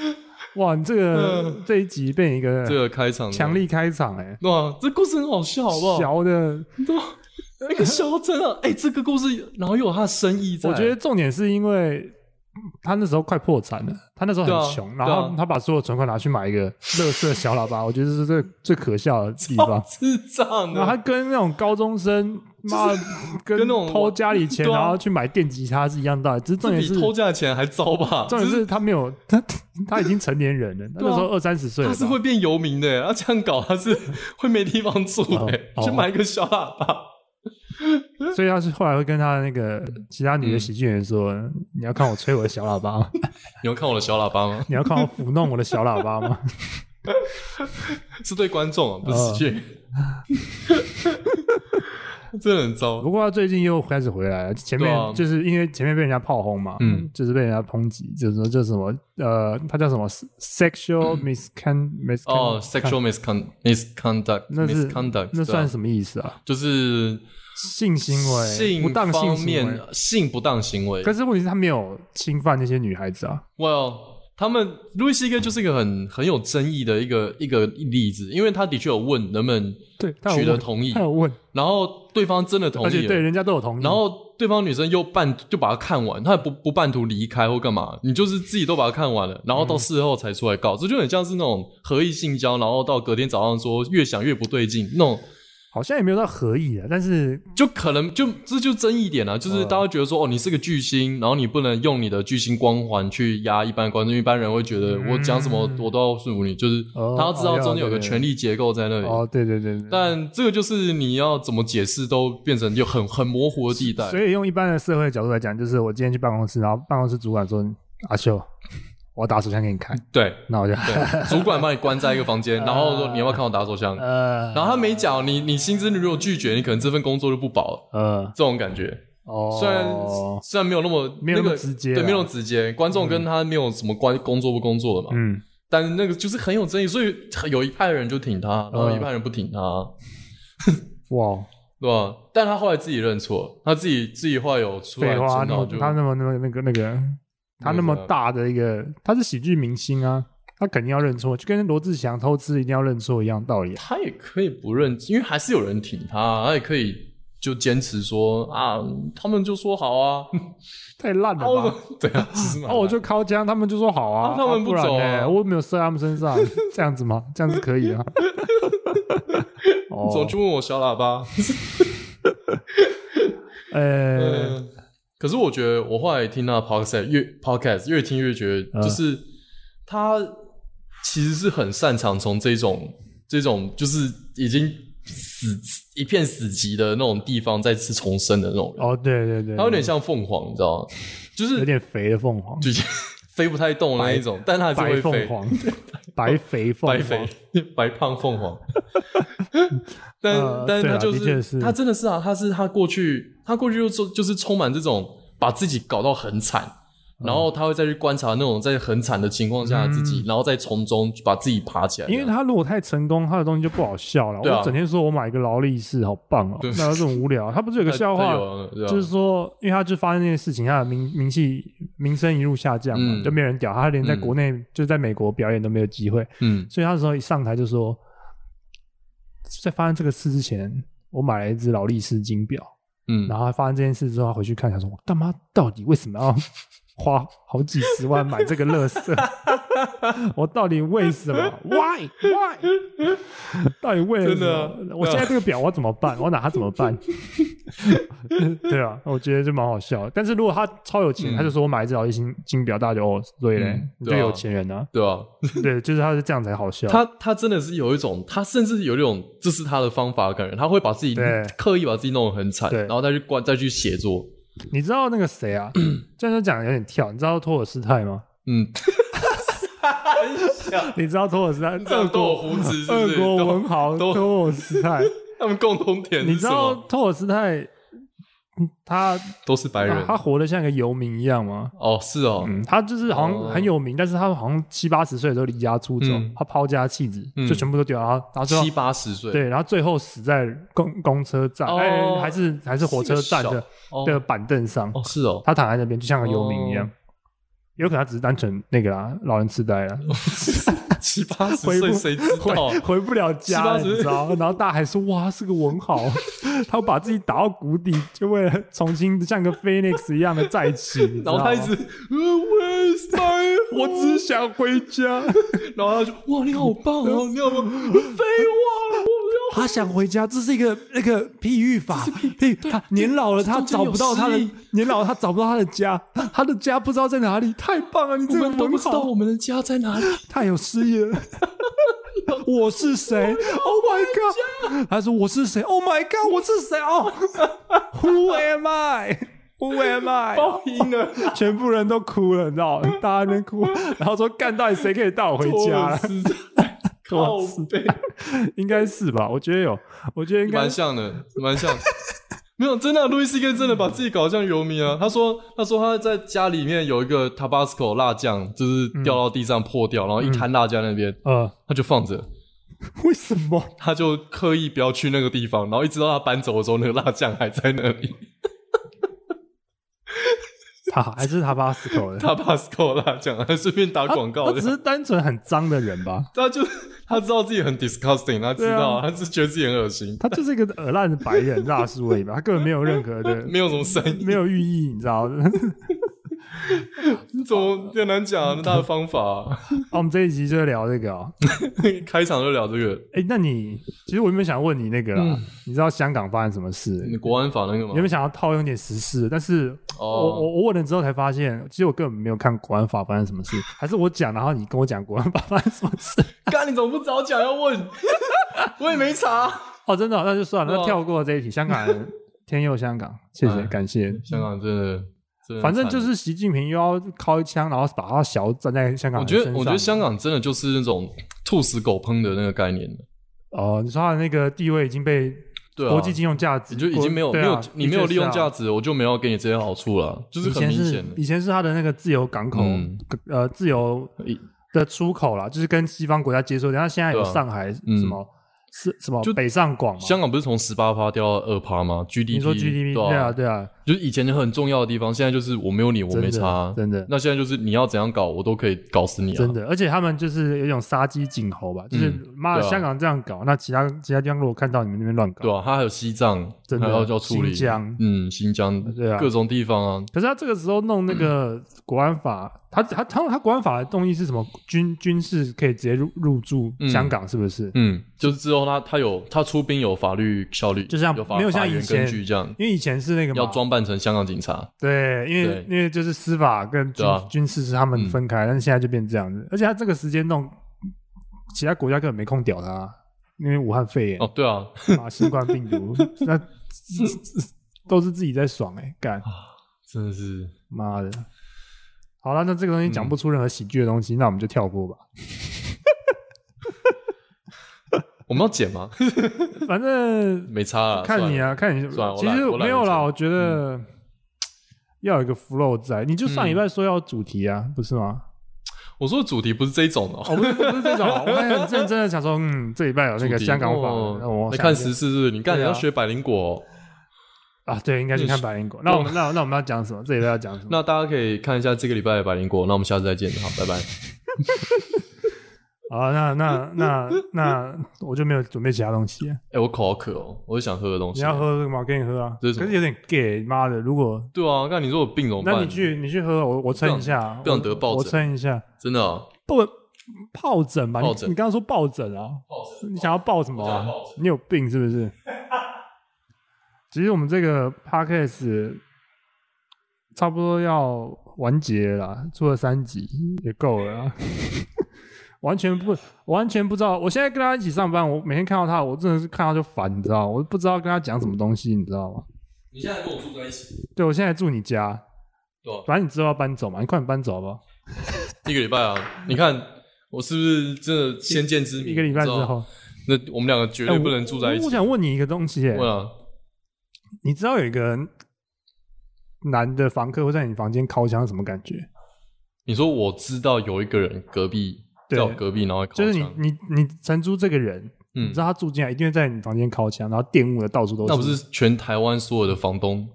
[SPEAKER 1] 哇！你这
[SPEAKER 2] 嗯
[SPEAKER 1] 个这一集变一个
[SPEAKER 2] 这个开场的
[SPEAKER 1] 强，力开场哎，
[SPEAKER 2] 对啊，这故事很好笑，好不好？
[SPEAKER 1] 小的
[SPEAKER 2] 对啊那个肖真的，哎、这个故事然后又有他的深意在。
[SPEAKER 1] 我觉得重点是因为他那时候快破产了，他那时候
[SPEAKER 2] 对啊
[SPEAKER 1] 很穷，然
[SPEAKER 2] 对
[SPEAKER 1] 后
[SPEAKER 2] 啊
[SPEAKER 1] 他把所有存款拿去买一个乐色小喇叭，我觉得这是 最最可笑的地方。
[SPEAKER 2] 智障啊
[SPEAKER 1] 然后他
[SPEAKER 2] 的，
[SPEAKER 1] 跟那种高中生，妈跟
[SPEAKER 2] 跟那种
[SPEAKER 1] 偷家里钱
[SPEAKER 2] 对啊
[SPEAKER 1] 然后去买电吉他是一样道理，只是重
[SPEAKER 2] 这
[SPEAKER 1] 点
[SPEAKER 2] 比
[SPEAKER 1] 是
[SPEAKER 2] 偷家的钱还糟吧？
[SPEAKER 1] 重点是他没有他他已经成年人了，他那
[SPEAKER 2] 对啊
[SPEAKER 1] 时候二三十岁了
[SPEAKER 2] 他
[SPEAKER 1] 吧，
[SPEAKER 2] 是会变游民的，欸他这样搞 他是会没地方住的，欸
[SPEAKER 1] 哦
[SPEAKER 2] 去买一个小喇叭。
[SPEAKER 1] 所以他是后来会跟他那个
[SPEAKER 2] 嗯
[SPEAKER 1] 其他女的喜剧演员说：“你要看我吹我的小喇叭 吗？
[SPEAKER 2] 你有看我的小喇叭吗？
[SPEAKER 1] 你要看我抚弄我的小喇叭 吗
[SPEAKER 2] 是对观众啊，不
[SPEAKER 1] 哦
[SPEAKER 2] 是 去。真的很？”糟。
[SPEAKER 1] 不过他最近又开始回来了，前面、
[SPEAKER 2] 对啊
[SPEAKER 1] 就是因为前面被人家炮轰嘛，
[SPEAKER 2] 嗯，
[SPEAKER 1] 就是被人家抨击，就是说这是什么呃，他叫什么 sexual miscon mis
[SPEAKER 2] 嗯哦、s e x u a l miscon misconduct
[SPEAKER 1] 那是
[SPEAKER 2] misconduct，
[SPEAKER 1] 那算
[SPEAKER 2] 对啊
[SPEAKER 1] 什么意思啊？
[SPEAKER 2] 就是
[SPEAKER 1] 性行为
[SPEAKER 2] 性
[SPEAKER 1] 不当性
[SPEAKER 2] 方
[SPEAKER 1] 行为
[SPEAKER 2] 面。性不当行为
[SPEAKER 1] 可。是问题是，他没有侵犯那些女孩子啊，
[SPEAKER 2] Well，他们路易斯 K 就是一个很很有争议的一个一个例子，因为他的确有问能不能
[SPEAKER 1] 对，他
[SPEAKER 2] 取
[SPEAKER 1] 有
[SPEAKER 2] 得
[SPEAKER 1] 问，
[SPEAKER 2] 同意
[SPEAKER 1] 他，有问，
[SPEAKER 2] 然后对方真的同
[SPEAKER 1] 而且
[SPEAKER 2] 意
[SPEAKER 1] 对
[SPEAKER 2] 了，
[SPEAKER 1] 人家都有同意，
[SPEAKER 2] 然后对方女生又半就把它看完，她也不不半途离开或干嘛，你就是自己都把它看完了，然后
[SPEAKER 1] 嗯
[SPEAKER 2] 到事后才出来告，这就很像是那种合意性交，然后到隔天早上说越想越不对劲那种。
[SPEAKER 1] 好像也没有到合意啊，但是
[SPEAKER 2] 就可能就这就争议点啊，就是
[SPEAKER 1] 嗯
[SPEAKER 2] 大家会觉得说，哦，你是个巨星，然后你不能用你的巨星光环去压一般观众，因为一般人会觉得
[SPEAKER 1] 嗯
[SPEAKER 2] 我讲什么我都要说服你，就是
[SPEAKER 1] 哦
[SPEAKER 2] 他要知道中间有
[SPEAKER 1] 哦了
[SPEAKER 2] 个
[SPEAKER 1] 解
[SPEAKER 2] 权力结构在那里。
[SPEAKER 1] 哦，对对对对，
[SPEAKER 2] 但这个就是你要怎么解释都变成就很很模糊的地带
[SPEAKER 1] 所。以用一般的社会角度来讲，就是我今天去办公室，然后办公室主管说：“阿秀，我要打手枪给你看。
[SPEAKER 2] 对”
[SPEAKER 1] 那我就
[SPEAKER 2] 嗯 对，主管把你关在一个房间，然后说你要不要看我打手枪，
[SPEAKER 1] 呃
[SPEAKER 2] 然后他没讲你，你薪资如果拒绝，你可能这份工作就不保了，
[SPEAKER 1] 呃
[SPEAKER 2] 这种感觉。
[SPEAKER 1] 哦，
[SPEAKER 2] 虽然、虽然没有那么
[SPEAKER 1] 没有那么
[SPEAKER 2] 个
[SPEAKER 1] 直接啦啊
[SPEAKER 2] 对，没有那么直接，观众跟他没有什么关工作不工作的嘛，
[SPEAKER 1] 嗯，
[SPEAKER 2] 但是那个就是很有争议，所以有一派人就挺
[SPEAKER 1] 嗯
[SPEAKER 2] 他，然后一派人不挺他，
[SPEAKER 1] 哇，
[SPEAKER 2] 对吧？但他后来自己认错，他自己自己后来有出来
[SPEAKER 1] 废话，
[SPEAKER 2] 检
[SPEAKER 1] 那
[SPEAKER 2] 讨，
[SPEAKER 1] 么
[SPEAKER 2] 就
[SPEAKER 1] 他那么那么那个那个，他那么大的一个，他是喜剧明星啊，他肯定要认错，就跟罗志祥偷吃一定要认错一样道理啊。
[SPEAKER 2] 他也可以不认，因为还是有人挺他，他也可以。就坚持说啊，他们就说好啊，
[SPEAKER 1] 太烂
[SPEAKER 2] 啊我
[SPEAKER 1] 了吧！
[SPEAKER 2] 怎么对啊，是 吗？
[SPEAKER 1] 哦，我就靠枪，他们就说好啊，
[SPEAKER 2] 啊他们
[SPEAKER 1] 啊
[SPEAKER 2] 不
[SPEAKER 1] 不然
[SPEAKER 2] 走啊
[SPEAKER 1] 呢我又没有射他们身上，这样子吗？这样子可 以啊。哦
[SPEAKER 2] 你，总去问我小喇叭，
[SPEAKER 1] 呃，
[SPEAKER 2] 嗯，可是我觉得我后来听他的 podcast 越 podcast 越听越觉得，
[SPEAKER 1] 嗯
[SPEAKER 2] 就是他其实是很擅长从这种这种就是已经死一片死寂的那种地方再次重生的那种人，
[SPEAKER 1] 哦，对对对，
[SPEAKER 2] 他有点像凤凰，你知道吗？就是
[SPEAKER 1] 有点肥的凤凰，
[SPEAKER 2] 就 飞不太动的那一种，但他还
[SPEAKER 1] 白
[SPEAKER 2] 是会
[SPEAKER 1] 凤
[SPEAKER 2] 飞。
[SPEAKER 1] 凰， 白肥凤凰，
[SPEAKER 2] 白肥 白胖 凤凰，但、
[SPEAKER 1] 呃
[SPEAKER 2] 但是
[SPEAKER 1] 对
[SPEAKER 2] 他
[SPEAKER 1] 啊
[SPEAKER 2] 就
[SPEAKER 1] 的确
[SPEAKER 2] 是
[SPEAKER 1] 是
[SPEAKER 2] 他真的是啊，他是他过去他过去就就是充满这种把自己搞到很惨，然
[SPEAKER 1] 嗯
[SPEAKER 2] 后他会再去观察那种在很惨的情况下的自己，然后再从中把自己爬起来。
[SPEAKER 1] 因为他如果太成功，他的东西就不好笑了。
[SPEAKER 2] 对啊
[SPEAKER 1] 我整天说我买一个劳力士好棒哦、
[SPEAKER 2] 对
[SPEAKER 1] 那这种无聊。他不是有
[SPEAKER 2] 这
[SPEAKER 1] 个笑话，
[SPEAKER 2] 啊
[SPEAKER 1] 就是是说，因为他就发生那些事情，他的名名气名声一路下降嘛，
[SPEAKER 2] 嗯
[SPEAKER 1] 就没人屌他，他连在国内、就在美国表演都没有机会，
[SPEAKER 2] 嗯
[SPEAKER 1] 所以他那时候一上台就说，在发生这个事之前，我买了一只劳力士金表，
[SPEAKER 2] 嗯
[SPEAKER 1] 然后他发生这件事之后，他回去看，想说，我他妈到底为什么要花好几十万买这个乐色？ 我到底为什么？Why why？到底为了
[SPEAKER 2] 真
[SPEAKER 1] 什
[SPEAKER 2] 的啊
[SPEAKER 1] 么？我现在这个表我怎么办？我拿它怎么 办？对啊，我觉得就蛮好笑的。但是如果他超有钱，
[SPEAKER 2] 嗯
[SPEAKER 1] 他就说我买一只劳力士金表，大家就哦，对嘞
[SPEAKER 2] 嗯，
[SPEAKER 1] 你就
[SPEAKER 2] 对啊
[SPEAKER 1] 有钱人啊。
[SPEAKER 2] 对啊，
[SPEAKER 1] 对，就是他是这样才好笑。
[SPEAKER 2] 他他真的是有一种，他甚至有一种这是他的方法感觉，他会把自己
[SPEAKER 1] 对
[SPEAKER 2] 刻意把自己弄得很惨，
[SPEAKER 1] 对
[SPEAKER 2] 然后再去观再去写作。
[SPEAKER 1] 你知道那个谁 啊？这样就讲有点跳。你知道托尔斯泰吗？
[SPEAKER 2] 嗯，
[SPEAKER 1] 你知道托尔斯泰？
[SPEAKER 2] 这
[SPEAKER 1] 俄
[SPEAKER 2] 样都有
[SPEAKER 1] 国
[SPEAKER 2] 胡子是不
[SPEAKER 1] 俄
[SPEAKER 2] 是？
[SPEAKER 1] 国
[SPEAKER 2] 都
[SPEAKER 1] 文豪
[SPEAKER 2] 都
[SPEAKER 1] 托尔斯 泰，
[SPEAKER 2] 他们共同点
[SPEAKER 1] 你
[SPEAKER 2] 是
[SPEAKER 1] 知
[SPEAKER 2] 什
[SPEAKER 1] 道
[SPEAKER 2] 么？
[SPEAKER 1] 托尔斯泰嗯他
[SPEAKER 2] 都是白人。
[SPEAKER 1] 他活得像个游民一样吗？
[SPEAKER 2] 哦，是哦，
[SPEAKER 1] 嗯，他就是好像
[SPEAKER 2] 哦
[SPEAKER 1] 很有名，但是他好像七八十岁的时候离家出走，
[SPEAKER 2] 嗯
[SPEAKER 1] 他抛家弃子，
[SPEAKER 2] 嗯
[SPEAKER 1] 就全部都丢了，然后最后
[SPEAKER 2] 七八十岁，
[SPEAKER 1] 对，然后最后死在公公车站，
[SPEAKER 2] 哦
[SPEAKER 1] 哎，还是还是火车站
[SPEAKER 2] 是个
[SPEAKER 1] 的
[SPEAKER 2] 哦，
[SPEAKER 1] 的板凳上，
[SPEAKER 2] 哦，是 哦，
[SPEAKER 1] 他躺在那边就像个游民一样
[SPEAKER 2] 哦。
[SPEAKER 1] 有可能他只是单纯那个啦，老人痴呆了，
[SPEAKER 2] 七八十
[SPEAKER 1] 回
[SPEAKER 2] 岁
[SPEAKER 1] 不
[SPEAKER 2] 谁知
[SPEAKER 1] 回
[SPEAKER 2] 道？
[SPEAKER 1] 回不了家了，
[SPEAKER 2] 18
[SPEAKER 1] 你知道？然后大家还说哇，是个文 豪，他把自己打到谷底，就为了重新像个 phoenix 一样的再起。你知
[SPEAKER 2] 然
[SPEAKER 1] 道
[SPEAKER 2] 后
[SPEAKER 1] 吗
[SPEAKER 2] 他一直，呃 我是白人
[SPEAKER 1] 我只想回家，
[SPEAKER 2] 然后他就，哇，你好棒哦，
[SPEAKER 1] 嗯
[SPEAKER 2] 你好棒，飞我，我
[SPEAKER 1] 他想回家，这是一个那个譬喻法，譬喻他年老了，他
[SPEAKER 2] 中间
[SPEAKER 1] 找不到他的
[SPEAKER 2] 有诗意
[SPEAKER 1] 年老了，他找不到他的家，他的家不知道在哪里，太棒了，你这
[SPEAKER 2] 要，
[SPEAKER 1] 个
[SPEAKER 2] 我们都
[SPEAKER 1] 文
[SPEAKER 2] 不知道
[SPEAKER 1] 豪
[SPEAKER 2] 我们的家在哪里。
[SPEAKER 1] 太有诗 意了。我是谁？Oh my god！他说我是谁？Oh my god！我是谁？ 哦、w h o am I？Who am I？
[SPEAKER 2] 爆音 了，
[SPEAKER 1] 全部人都哭了，你知道吗？大家在那边哭，然后说干到底谁可以带 我回家了？
[SPEAKER 2] 靠
[SPEAKER 1] 托尔斯
[SPEAKER 2] 背，
[SPEAKER 1] 应该是吧？我觉得有，我觉得应该
[SPEAKER 2] 蛮像的， 蛮像。没有，真的、啊，路易斯 K 真的把自己搞得像游民啊！他说，他说他在家里面有一个 Tabasco 辣酱，就是
[SPEAKER 1] 嗯
[SPEAKER 2] 掉到地上破掉，然后一摊辣椒那边，
[SPEAKER 1] 呃，
[SPEAKER 2] 他就放着，
[SPEAKER 1] 为什么？
[SPEAKER 2] 他就刻意不要去那个地方，然后一直到他搬走的时候，那个辣酱还在那里。
[SPEAKER 1] 他还是他巴斯口的，
[SPEAKER 2] Tabasco 辣酱，还顺便打广告
[SPEAKER 1] 啊他只
[SPEAKER 2] 的。
[SPEAKER 1] 是单纯很脏的人吧？
[SPEAKER 2] 他就他知道自己很 disgusting，他知道、
[SPEAKER 1] 对啊
[SPEAKER 2] 他是觉得自己很恶心，
[SPEAKER 1] 他就是一个耳烂的白人大叔而已吧？他根 本没有任何的
[SPEAKER 2] 没有什么声音，
[SPEAKER 1] 没有寓意，你知道吗？
[SPEAKER 2] 怎么很难讲、啊、他的方法啊、
[SPEAKER 1] 好，我们这一集就聊这个哦。
[SPEAKER 2] 开场就聊这个
[SPEAKER 1] 哎、那你其实我原本想问你那个啦，你知道香港发生什么事？
[SPEAKER 2] 嗯国安法那个
[SPEAKER 1] 原
[SPEAKER 2] 吗？
[SPEAKER 1] 本想要套用点时事，但是我、
[SPEAKER 2] 哦
[SPEAKER 1] 我我问了之后才发现，其实我根本没有看国安法发生什么事，还是我讲，然后你跟我讲国安法发生什么事？
[SPEAKER 2] 干，你怎么不早讲要问？ 我也没查。
[SPEAKER 1] 哦，真的哦、那就算了，
[SPEAKER 2] 对啊
[SPEAKER 1] 那跳过这一题。香港 人天佑香港，谢谢，
[SPEAKER 2] 哎
[SPEAKER 1] 感谢。
[SPEAKER 2] 香港真的，真的很惨
[SPEAKER 1] 反正就是习近平又要敲一枪，然后把他小站在香港
[SPEAKER 2] 我
[SPEAKER 1] 人
[SPEAKER 2] 觉
[SPEAKER 1] 身
[SPEAKER 2] 得
[SPEAKER 1] 上。
[SPEAKER 2] 我觉得香港真的就是那种兔死狗烹的那个概念了，
[SPEAKER 1] 哦，你说他的那个地位已经被
[SPEAKER 2] 对啊，
[SPEAKER 1] 国际金融价值，
[SPEAKER 2] 你就已经没有
[SPEAKER 1] 国
[SPEAKER 2] 没
[SPEAKER 1] 对啊
[SPEAKER 2] 有你没有利用
[SPEAKER 1] 值。的确是啊
[SPEAKER 2] 价值，我就没有给你这些好处了，就是
[SPEAKER 1] 以
[SPEAKER 2] 很
[SPEAKER 1] 前
[SPEAKER 2] 明
[SPEAKER 1] 是
[SPEAKER 2] 显的
[SPEAKER 1] 以前是它的那个自由港口，
[SPEAKER 2] 嗯
[SPEAKER 1] 呃，自由
[SPEAKER 2] 一
[SPEAKER 1] 的出口啦，就是跟西方国家接触。然后现在有
[SPEAKER 2] 对啊
[SPEAKER 1] 上海
[SPEAKER 2] 嗯
[SPEAKER 1] 什么是、什么
[SPEAKER 2] 就
[SPEAKER 1] 北上广嘛？
[SPEAKER 2] 香港不是从十八趴掉到二趴吗？GDP，
[SPEAKER 1] 你说 GDP
[SPEAKER 2] 对
[SPEAKER 1] 对啊对啊，
[SPEAKER 2] 就是以前很重要的地方，现在就是我没有你，我
[SPEAKER 1] 真
[SPEAKER 2] 没
[SPEAKER 1] 的
[SPEAKER 2] 差啊。
[SPEAKER 1] 真的
[SPEAKER 2] 那现在就是你要怎样搞，我都可以搞死你啊！
[SPEAKER 1] 真的，而且他们就是有一种杀鸡儆猴吧，就是
[SPEAKER 2] 嗯
[SPEAKER 1] 妈的、
[SPEAKER 2] 对啊
[SPEAKER 1] 香港这样搞，那其他其他地方如果看到你们那边乱搞，
[SPEAKER 2] 对啊，他还有西藏，
[SPEAKER 1] 真的
[SPEAKER 2] 还要要处理
[SPEAKER 1] 新疆
[SPEAKER 2] 嗯，新疆，
[SPEAKER 1] 对啊
[SPEAKER 2] 各种地方啊，
[SPEAKER 1] 可是他这个时候弄那
[SPEAKER 2] 嗯
[SPEAKER 1] 个国安法，他他他他国安法的动议是什么？军军事可以直接入入驻
[SPEAKER 2] 嗯
[SPEAKER 1] 香港，是不是？
[SPEAKER 2] 嗯，就是之后他他有他出兵有法律效力，
[SPEAKER 1] 就像
[SPEAKER 2] 有法
[SPEAKER 1] 没有像
[SPEAKER 2] 法源
[SPEAKER 1] 以前
[SPEAKER 2] 根据这样，
[SPEAKER 1] 因为以前是那个嘛
[SPEAKER 2] 要装扮成香港警察，
[SPEAKER 1] 对，因为
[SPEAKER 2] 对
[SPEAKER 1] 因为就是司法跟军、
[SPEAKER 2] 对啊
[SPEAKER 1] 军事是他们分开，但是现在就变这样子，而且他这个时间弄，其他国家根本没空屌他，因为武汉肺炎、
[SPEAKER 2] 哦，对啊，
[SPEAKER 1] 啊，新冠病毒， 那都是自己在爽哎、干
[SPEAKER 2] 真的是
[SPEAKER 1] 妈的！好了，那这个东西
[SPEAKER 2] 嗯
[SPEAKER 1] 讲不出任何喜剧的东西，那我们就跳过吧。
[SPEAKER 2] 我们要剪吗？
[SPEAKER 1] 反正
[SPEAKER 2] 没差啊，
[SPEAKER 1] 看你
[SPEAKER 2] 算了，
[SPEAKER 1] 啊，看你
[SPEAKER 2] 算了我
[SPEAKER 1] 其
[SPEAKER 2] 懒嗯
[SPEAKER 1] 实
[SPEAKER 2] 我懒
[SPEAKER 1] 没
[SPEAKER 2] 得
[SPEAKER 1] 有啦，
[SPEAKER 2] 讲
[SPEAKER 1] 我觉得要有一个 flow 在。你就
[SPEAKER 2] 嗯
[SPEAKER 1] 上礼拜说要主题啊，不是吗？
[SPEAKER 2] 我说的主题不是这一种的、
[SPEAKER 1] 哦，不是不是这种， 我还很认真的想说，嗯，这礼拜有那个
[SPEAKER 2] 主题
[SPEAKER 1] 香港法，
[SPEAKER 2] 哦
[SPEAKER 1] 那我
[SPEAKER 2] 你
[SPEAKER 1] 想
[SPEAKER 2] 看
[SPEAKER 1] 一下
[SPEAKER 2] 时事是不是？你干你
[SPEAKER 1] 对啊
[SPEAKER 2] 要学百灵果哦、
[SPEAKER 1] 啊，对，应该去看百灵果。那我们那那我们要讲什么？这礼拜要讲什么？
[SPEAKER 2] 那大家可以看一下这个礼拜的百灵果。那我们下次再见，好，拜拜。
[SPEAKER 1] 啊，那那那那我就没有准备其他东西。
[SPEAKER 2] 哎、我口好渴哦，我就想喝个东西。
[SPEAKER 1] 你要？喝这个吗？我给你喝啊。
[SPEAKER 2] 这
[SPEAKER 1] 可
[SPEAKER 2] 是什么
[SPEAKER 1] 是有点 gay，妈的！如果
[SPEAKER 2] 对啊，干你说我病怎么办？
[SPEAKER 1] 那你去你去喝，我我蹭一下，啊
[SPEAKER 2] 不想不想得
[SPEAKER 1] 我
[SPEAKER 2] 疱疹
[SPEAKER 1] 我蹭一下。
[SPEAKER 2] 真的、哦？
[SPEAKER 1] 不，疱疹吧？你
[SPEAKER 2] 疱疹
[SPEAKER 1] 你刚刚说疱疹啊？你想要抱什么
[SPEAKER 2] 我
[SPEAKER 1] 啊
[SPEAKER 2] 想要抱？
[SPEAKER 1] 你有病是不 是？其实我们这个 podcast 差不多要完结了啦，做了三集也够了 啊。完全不完全不知道，我现在跟他一起上班，我每天看到他，我真的是看到就烦，你知道吗？我不知道跟他讲什么东西，你知道吗？
[SPEAKER 2] 你现在跟我住在一起，
[SPEAKER 1] 对我现在住你家，
[SPEAKER 2] 对啊吧、
[SPEAKER 1] 反正你之后要搬走嘛，你快点搬走吧。
[SPEAKER 2] 一个礼拜啊，你看我是不是真的先见之明？
[SPEAKER 1] 一个礼拜之
[SPEAKER 2] 你知道，
[SPEAKER 1] 后，
[SPEAKER 2] 那我们两个绝
[SPEAKER 1] 哎
[SPEAKER 2] 对
[SPEAKER 1] 我
[SPEAKER 2] 不能住在一起
[SPEAKER 1] 我。想问你一个东西、欸，
[SPEAKER 2] 问啊，
[SPEAKER 1] 你知道有一个男的房客会在你房间敲枪是什么感觉？
[SPEAKER 2] 你说我知道有一个人隔壁
[SPEAKER 1] 对
[SPEAKER 2] 在我隔壁，然后会烤
[SPEAKER 1] 就是你
[SPEAKER 2] 箱
[SPEAKER 1] 你你承租这个人，你
[SPEAKER 2] 嗯
[SPEAKER 1] 知，道他住进来一定会在你房间敲枪，然后玷污的到处都是。
[SPEAKER 2] 那不是全台湾所有的房东，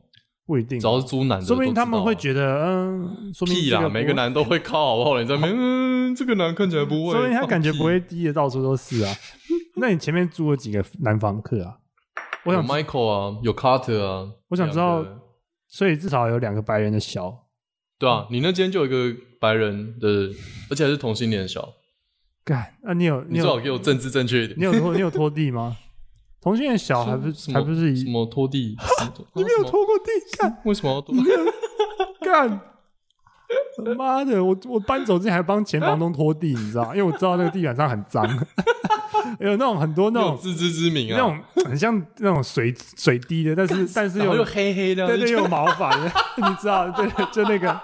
[SPEAKER 1] 不一定
[SPEAKER 2] 只，要是租男的，
[SPEAKER 1] 说不定他们会觉得，嗯，说
[SPEAKER 2] 得
[SPEAKER 1] 不定
[SPEAKER 2] 啊屁
[SPEAKER 1] 这
[SPEAKER 2] 啦，
[SPEAKER 1] 个
[SPEAKER 2] 每
[SPEAKER 1] 不
[SPEAKER 2] 个，男都会靠，好不好？你在那边，嗯，这个男看起来不会，
[SPEAKER 1] 说不定他感觉不
[SPEAKER 2] 放屁。
[SPEAKER 1] 会低的到处都是啊。 那你前面租了几个男房客啊？我
[SPEAKER 2] 有
[SPEAKER 1] 想，
[SPEAKER 2] Michael 啊，有 Carter 啊，
[SPEAKER 1] 我想知道
[SPEAKER 2] 两个
[SPEAKER 1] 所以至少有两个白人的小，
[SPEAKER 2] 对啊，你那间就有一个白人的，而且还是同性恋小，
[SPEAKER 1] 干，那你有
[SPEAKER 2] 你最好
[SPEAKER 1] 有
[SPEAKER 2] 给我政治正确一点
[SPEAKER 1] 你。有拖你有拖地吗？同性恋小哦还不
[SPEAKER 2] 什
[SPEAKER 1] 是
[SPEAKER 2] 么
[SPEAKER 1] 还不是一
[SPEAKER 2] 什么拖地？
[SPEAKER 1] 你
[SPEAKER 2] 你
[SPEAKER 1] 没有？拖过地，干
[SPEAKER 2] 为什么要拖？
[SPEAKER 1] 干！妈的，我我搬走之前还帮前房东拖地，你知道吗？因为我知道那个地板上很脏， 有那种很多那
[SPEAKER 2] 那种
[SPEAKER 1] 种
[SPEAKER 2] 自知之明
[SPEAKER 1] 那
[SPEAKER 2] 啊，
[SPEAKER 1] 种很像那种水水滴的，但是但是
[SPEAKER 2] 然后
[SPEAKER 1] 又
[SPEAKER 2] 又黑黑的，
[SPEAKER 1] 对对又有毛发的， 你知道？对，就那个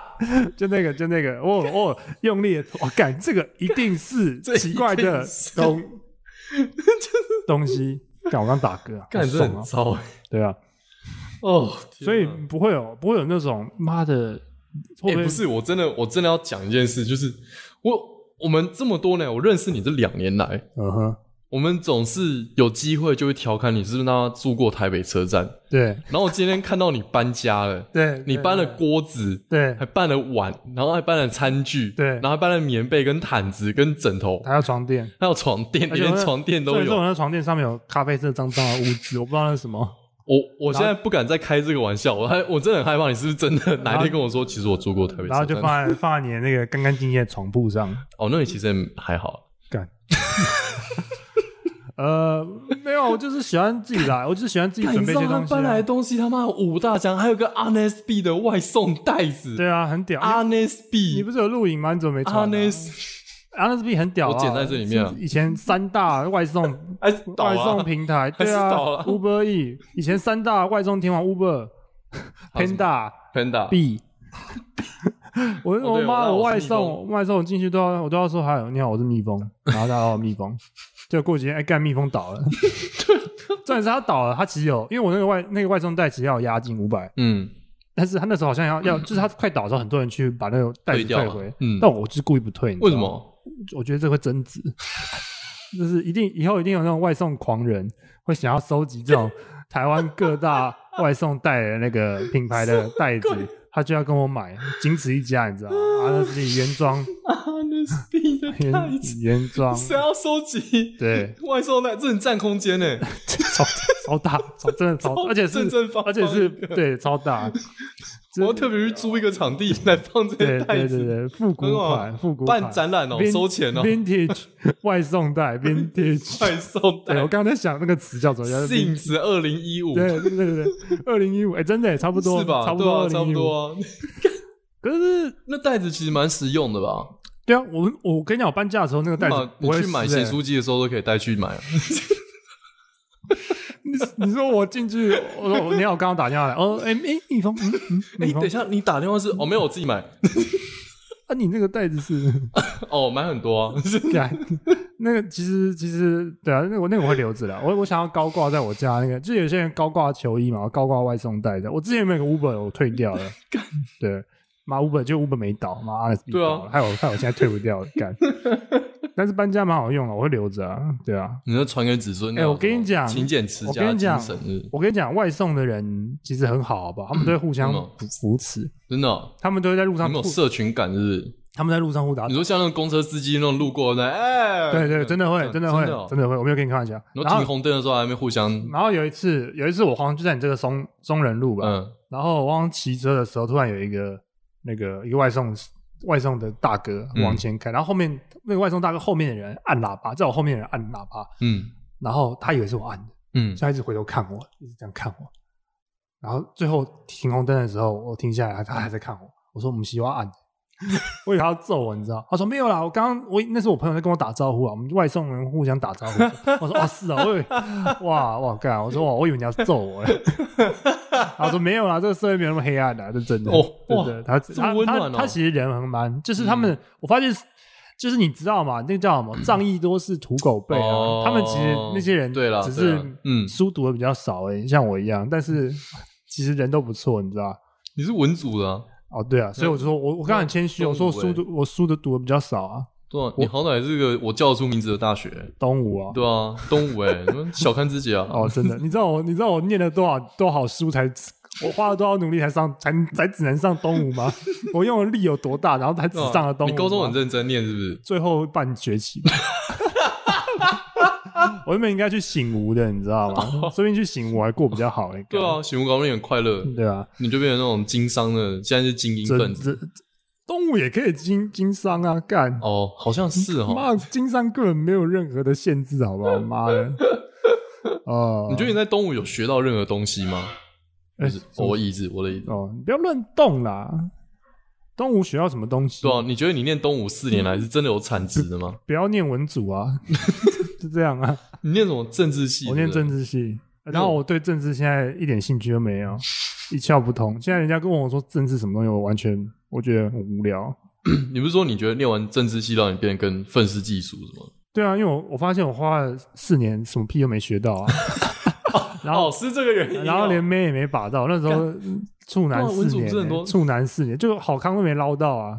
[SPEAKER 1] 就那个就那个，我我用力地拖，我干这个一定是
[SPEAKER 2] 这一
[SPEAKER 1] 奇怪的
[SPEAKER 2] 定是
[SPEAKER 1] 东东西。干，我刚打嗝啊，
[SPEAKER 2] 干
[SPEAKER 1] 好
[SPEAKER 2] 这
[SPEAKER 1] 爽啊
[SPEAKER 2] 很，糟欸
[SPEAKER 1] 对啊，
[SPEAKER 2] 哦。天
[SPEAKER 1] 所以
[SPEAKER 2] 哪
[SPEAKER 1] 不会有不会有那种妈的，会
[SPEAKER 2] 也、
[SPEAKER 1] 会
[SPEAKER 2] 欸不是，我真的，我真的要讲一件事，就是我我们这么多年，我认识你这两年来，
[SPEAKER 1] 嗯哼，
[SPEAKER 2] 我们总是有机会就会调侃你是不是那住过台北车站，
[SPEAKER 1] 对，
[SPEAKER 2] 然后我今天看到你搬家了
[SPEAKER 1] 对，
[SPEAKER 2] 你
[SPEAKER 1] 对
[SPEAKER 2] 搬了锅子，
[SPEAKER 1] 对，
[SPEAKER 2] 还搬了碗，然后还搬了餐具，
[SPEAKER 1] 对
[SPEAKER 2] 然后还搬了棉被跟毯子跟枕头，
[SPEAKER 1] 还有床垫，
[SPEAKER 2] 还有床垫，
[SPEAKER 1] 而且
[SPEAKER 2] 连
[SPEAKER 1] 我那
[SPEAKER 2] 床垫都
[SPEAKER 1] 所以
[SPEAKER 2] 有。
[SPEAKER 1] 我那床垫上面有咖啡色脏脏的污渍，我不知道那是什 么。
[SPEAKER 2] 我我现在不敢再开这个玩笑，我还我真的很害怕你是不是真的哪一天跟我说，其实我住过台北
[SPEAKER 1] 然后
[SPEAKER 2] 车
[SPEAKER 1] 就
[SPEAKER 2] 站。
[SPEAKER 1] 放在放在你的那个干干净净的床铺上。
[SPEAKER 2] 哦，那你其实也还好，
[SPEAKER 1] 干。 呃，没有，我就是喜欢自己来，我就是喜欢自己准备一些东西、
[SPEAKER 2] 搬来
[SPEAKER 1] 啊
[SPEAKER 2] 的。东西他妈有五大箱，还有个 RNSB 的外送袋子。
[SPEAKER 1] 对啊，很屌。你
[SPEAKER 2] RNSB
[SPEAKER 1] 不是有录影吗？你怎么没传、啊？
[SPEAKER 2] RNS
[SPEAKER 1] 阿那是 B 很屌、啊，
[SPEAKER 2] 我剪在这里面啊
[SPEAKER 1] 是以前三大外送
[SPEAKER 2] 还是 倒
[SPEAKER 1] 啊外送
[SPEAKER 2] 了，
[SPEAKER 1] 平台，
[SPEAKER 2] 还
[SPEAKER 1] 对
[SPEAKER 2] 是
[SPEAKER 1] 啊
[SPEAKER 2] 倒了
[SPEAKER 1] ，Uber E，以前三大外送天王 Uber、
[SPEAKER 2] 还有什么
[SPEAKER 1] Panda、
[SPEAKER 2] Panda
[SPEAKER 1] B。我
[SPEAKER 2] 啊哦对
[SPEAKER 1] 我妈，
[SPEAKER 2] 我
[SPEAKER 1] 我外
[SPEAKER 2] 是蜜蜂
[SPEAKER 1] 送外送，我进去都要我都要说嗨，你好，我是蜜 蜂，然后大家好，蜜蜂。就过几天，哎，干蜜蜂 倒了。重点是他倒了，他其实有，因为我那个外那个外送袋其实要有押金五百，
[SPEAKER 2] 嗯，
[SPEAKER 1] 但是他那时候好像要要，就是他快倒的时候，很多人去把那个袋子
[SPEAKER 2] 退掉
[SPEAKER 1] 退
[SPEAKER 2] 了
[SPEAKER 1] 回，
[SPEAKER 2] 嗯
[SPEAKER 1] 但我就是故意不退，你知
[SPEAKER 2] 为什
[SPEAKER 1] 道吗？
[SPEAKER 2] 么？
[SPEAKER 1] 我觉得这会增值， 就是一定以后一定有那种外送狂人会想要收集这 种台湾各大外送袋的那个品牌的袋子，他就要跟我买，仅此一家，你知道吗？啊，那是你原 装
[SPEAKER 2] RNSB 的
[SPEAKER 1] 原
[SPEAKER 2] 袋子，
[SPEAKER 1] 原装，
[SPEAKER 2] 谁要收集？
[SPEAKER 1] 对，
[SPEAKER 2] 外送袋这很占空 间呢，
[SPEAKER 1] 超超大，超真的超，而且是
[SPEAKER 2] 正正方方
[SPEAKER 1] 而且是
[SPEAKER 2] 一个
[SPEAKER 1] 对超 大，
[SPEAKER 2] 我要特别去租一个场地来放这
[SPEAKER 1] 对
[SPEAKER 2] 些袋
[SPEAKER 1] 对对
[SPEAKER 2] 子，
[SPEAKER 1] 对，复古
[SPEAKER 2] 很好
[SPEAKER 1] 款复古
[SPEAKER 2] 办
[SPEAKER 1] 款
[SPEAKER 2] 展览哦，
[SPEAKER 1] Vin-
[SPEAKER 2] 收钱哦，
[SPEAKER 1] ，vintage 外送袋 vintage，
[SPEAKER 2] 外送
[SPEAKER 1] 对我
[SPEAKER 2] 袋。
[SPEAKER 1] 刚刚在想那个词叫什么，叫
[SPEAKER 2] Since 子二零一五
[SPEAKER 1] 对对对对，二零一五，哎，真的耶差不多，
[SPEAKER 2] 是吧？
[SPEAKER 1] 差不
[SPEAKER 2] 对
[SPEAKER 1] 多，
[SPEAKER 2] 啊，差不。多啊。
[SPEAKER 1] 可是，
[SPEAKER 2] 那袋子其实蛮实用的吧？
[SPEAKER 1] 对啊，我我跟你讲，我搬家的时候那个袋子
[SPEAKER 2] 嘛
[SPEAKER 1] 不
[SPEAKER 2] 你
[SPEAKER 1] 会
[SPEAKER 2] 去买
[SPEAKER 1] 湿耶
[SPEAKER 2] 咸酥鸡的时候都可以带去买啊。
[SPEAKER 1] 你你说我进去，我说我你好，我刚刚 打电话来，哦，哎哎，蜜蜂，嗯嗯，
[SPEAKER 2] 哎、
[SPEAKER 1] 蜜
[SPEAKER 2] 等
[SPEAKER 1] 蜂
[SPEAKER 2] 一，下，你打电话是？哦，没有，我自己买。
[SPEAKER 1] 啊，你那个袋子是
[SPEAKER 2] 哦，买很多啊，
[SPEAKER 1] 干那个其实其实对啊，那个我那个我会留着的。我我想要高挂在我家那个，就有些人高挂球衣嘛，高挂外送袋的。我之前有没有个 Uber 我退 掉了，对，妈 Uber 就 Uber 没倒，妈 r s
[SPEAKER 2] 对啊
[SPEAKER 1] 害我害我现在退不掉了， 干。但是搬家蛮好用的，我会留着啊，对啊。
[SPEAKER 2] 你要传给子孙。哦
[SPEAKER 1] 哎我跟你讲
[SPEAKER 2] 勤俭持
[SPEAKER 1] 我
[SPEAKER 2] 家
[SPEAKER 1] 跟
[SPEAKER 2] 的
[SPEAKER 1] 你讲
[SPEAKER 2] 精神是
[SPEAKER 1] 我跟你讲，外送的人其实很好，好不好？他们都会互相
[SPEAKER 2] 真的哦
[SPEAKER 1] 扶扶持，
[SPEAKER 2] 真的哦，
[SPEAKER 1] 他们都会在路
[SPEAKER 2] 你
[SPEAKER 1] 上
[SPEAKER 2] 们有
[SPEAKER 1] 互，
[SPEAKER 2] 社群感是不是？
[SPEAKER 1] 他们在路上互打
[SPEAKER 2] 你。说像那种公车司机那种路过的，哎，
[SPEAKER 1] 啊对对，真的会，真
[SPEAKER 2] 真
[SPEAKER 1] 的会，
[SPEAKER 2] 哦
[SPEAKER 1] 真的会，我没有跟你开玩笑。
[SPEAKER 2] 然
[SPEAKER 1] 然
[SPEAKER 2] 后
[SPEAKER 1] 后
[SPEAKER 2] 停红灯的时候还没互相，
[SPEAKER 1] 然后有一次，有一次我好像就在你这个松松仁路吧，
[SPEAKER 2] 嗯，
[SPEAKER 1] 然后我好像骑车的时候，突然有一个那个一个外送外送的大哥
[SPEAKER 2] 嗯
[SPEAKER 1] 往前开，然后后面那个外送大哥后面的人按喇叭，在我后面的人按喇叭，
[SPEAKER 2] 嗯
[SPEAKER 1] 然后他以为是我按的，
[SPEAKER 2] 嗯
[SPEAKER 1] 所以他一直回头看我，一直这样看我，然后最后停红灯的时候，我停下来，他还在看我，我说我们希望 按。我以为他要揍我，你知道？他说没有啦，我刚刚我那是我朋友在跟我打招呼啊，我们外送人互相打 招呼。我说哦是啊，我以为哇哇干，我说哇，我以为你要揍 我嘞。他说没有啦，这个社会没有那么黑暗的、这真的。
[SPEAKER 2] 哦
[SPEAKER 1] 对
[SPEAKER 2] 哇
[SPEAKER 1] 对，他
[SPEAKER 2] 这么
[SPEAKER 1] 他
[SPEAKER 2] 温
[SPEAKER 1] 他
[SPEAKER 2] 暖哦嗯
[SPEAKER 1] 他其实人很蛮，就是他们，我发现就是你知道嘛，那个叫什 么仗义多是土狗辈啊，
[SPEAKER 2] 哦
[SPEAKER 1] 他们其实那些人
[SPEAKER 2] 对啦
[SPEAKER 1] 只
[SPEAKER 2] 对
[SPEAKER 1] 是
[SPEAKER 2] 啦嗯
[SPEAKER 1] 书读的比较少而已，像我一样，但 是其实人都不错，你知道吧。
[SPEAKER 2] 你是文组的啊，
[SPEAKER 1] 哦，对啊，所以我就说我我刚刚很谦虚，
[SPEAKER 2] 东
[SPEAKER 1] 我说我
[SPEAKER 2] 吴欸
[SPEAKER 1] 书读我书的读的比较少啊，
[SPEAKER 2] 对啊，你好歹是个我叫得出名字的大学，
[SPEAKER 1] 东吴啊，
[SPEAKER 2] 对啊，东吴哎，你们小看自己啊，
[SPEAKER 1] 哦，真 的，你知道我你知道我念了多少多少书才，我花了多少努力才上才才只能上东吴 吗？我用的力有多大，然后才只
[SPEAKER 2] 对啊
[SPEAKER 1] 上了东吴吗、
[SPEAKER 2] 你高中很认真念是不是？
[SPEAKER 1] 最后半学期。 我原本应该去醒吴的，你知道吗？说不定去醒吴还过比较好嘞。
[SPEAKER 2] 哦对啊，醒悟高中也很快乐，
[SPEAKER 1] 干，对啊，
[SPEAKER 2] 你就变成那种经商的，现在是精英
[SPEAKER 1] 这
[SPEAKER 2] 分子
[SPEAKER 1] 这动物也可以经经商啊，干
[SPEAKER 2] 哦，好像是哦。
[SPEAKER 1] 妈经商根本没有任何的限制，好不 好？妈的，哦，
[SPEAKER 2] 你觉得你在东吴有学到任何东西吗？
[SPEAKER 1] 哎
[SPEAKER 2] 就是我的意思，我的意思。
[SPEAKER 1] 哦，你不要乱动啦。东吴学到什么东西？
[SPEAKER 2] 对啊，你觉得你念东吴四年来是真的有产值的吗？
[SPEAKER 1] 不要念文组 啊，就这样啊。
[SPEAKER 2] 你念什么政治系？
[SPEAKER 1] 我念政
[SPEAKER 2] 治，
[SPEAKER 1] 治系，然后我对政治现在一点兴趣都 没有，一窍不通。现在人家跟我说政治什么东西，我完全我觉得很无聊。
[SPEAKER 2] 你不是说你觉得念完政治系让你变得更愤世嫉俗什么？
[SPEAKER 1] 对啊，因为我我发现我花了四年，什么屁都没学到啊，然后
[SPEAKER 2] 哦，是这个原因哦。
[SPEAKER 1] 然后连妹也没把到。那时候处男
[SPEAKER 2] 哇文
[SPEAKER 1] 四
[SPEAKER 2] 组
[SPEAKER 1] 年
[SPEAKER 2] 真的
[SPEAKER 1] 欸，
[SPEAKER 2] 多
[SPEAKER 1] 处男四年，就好康都没捞到啊，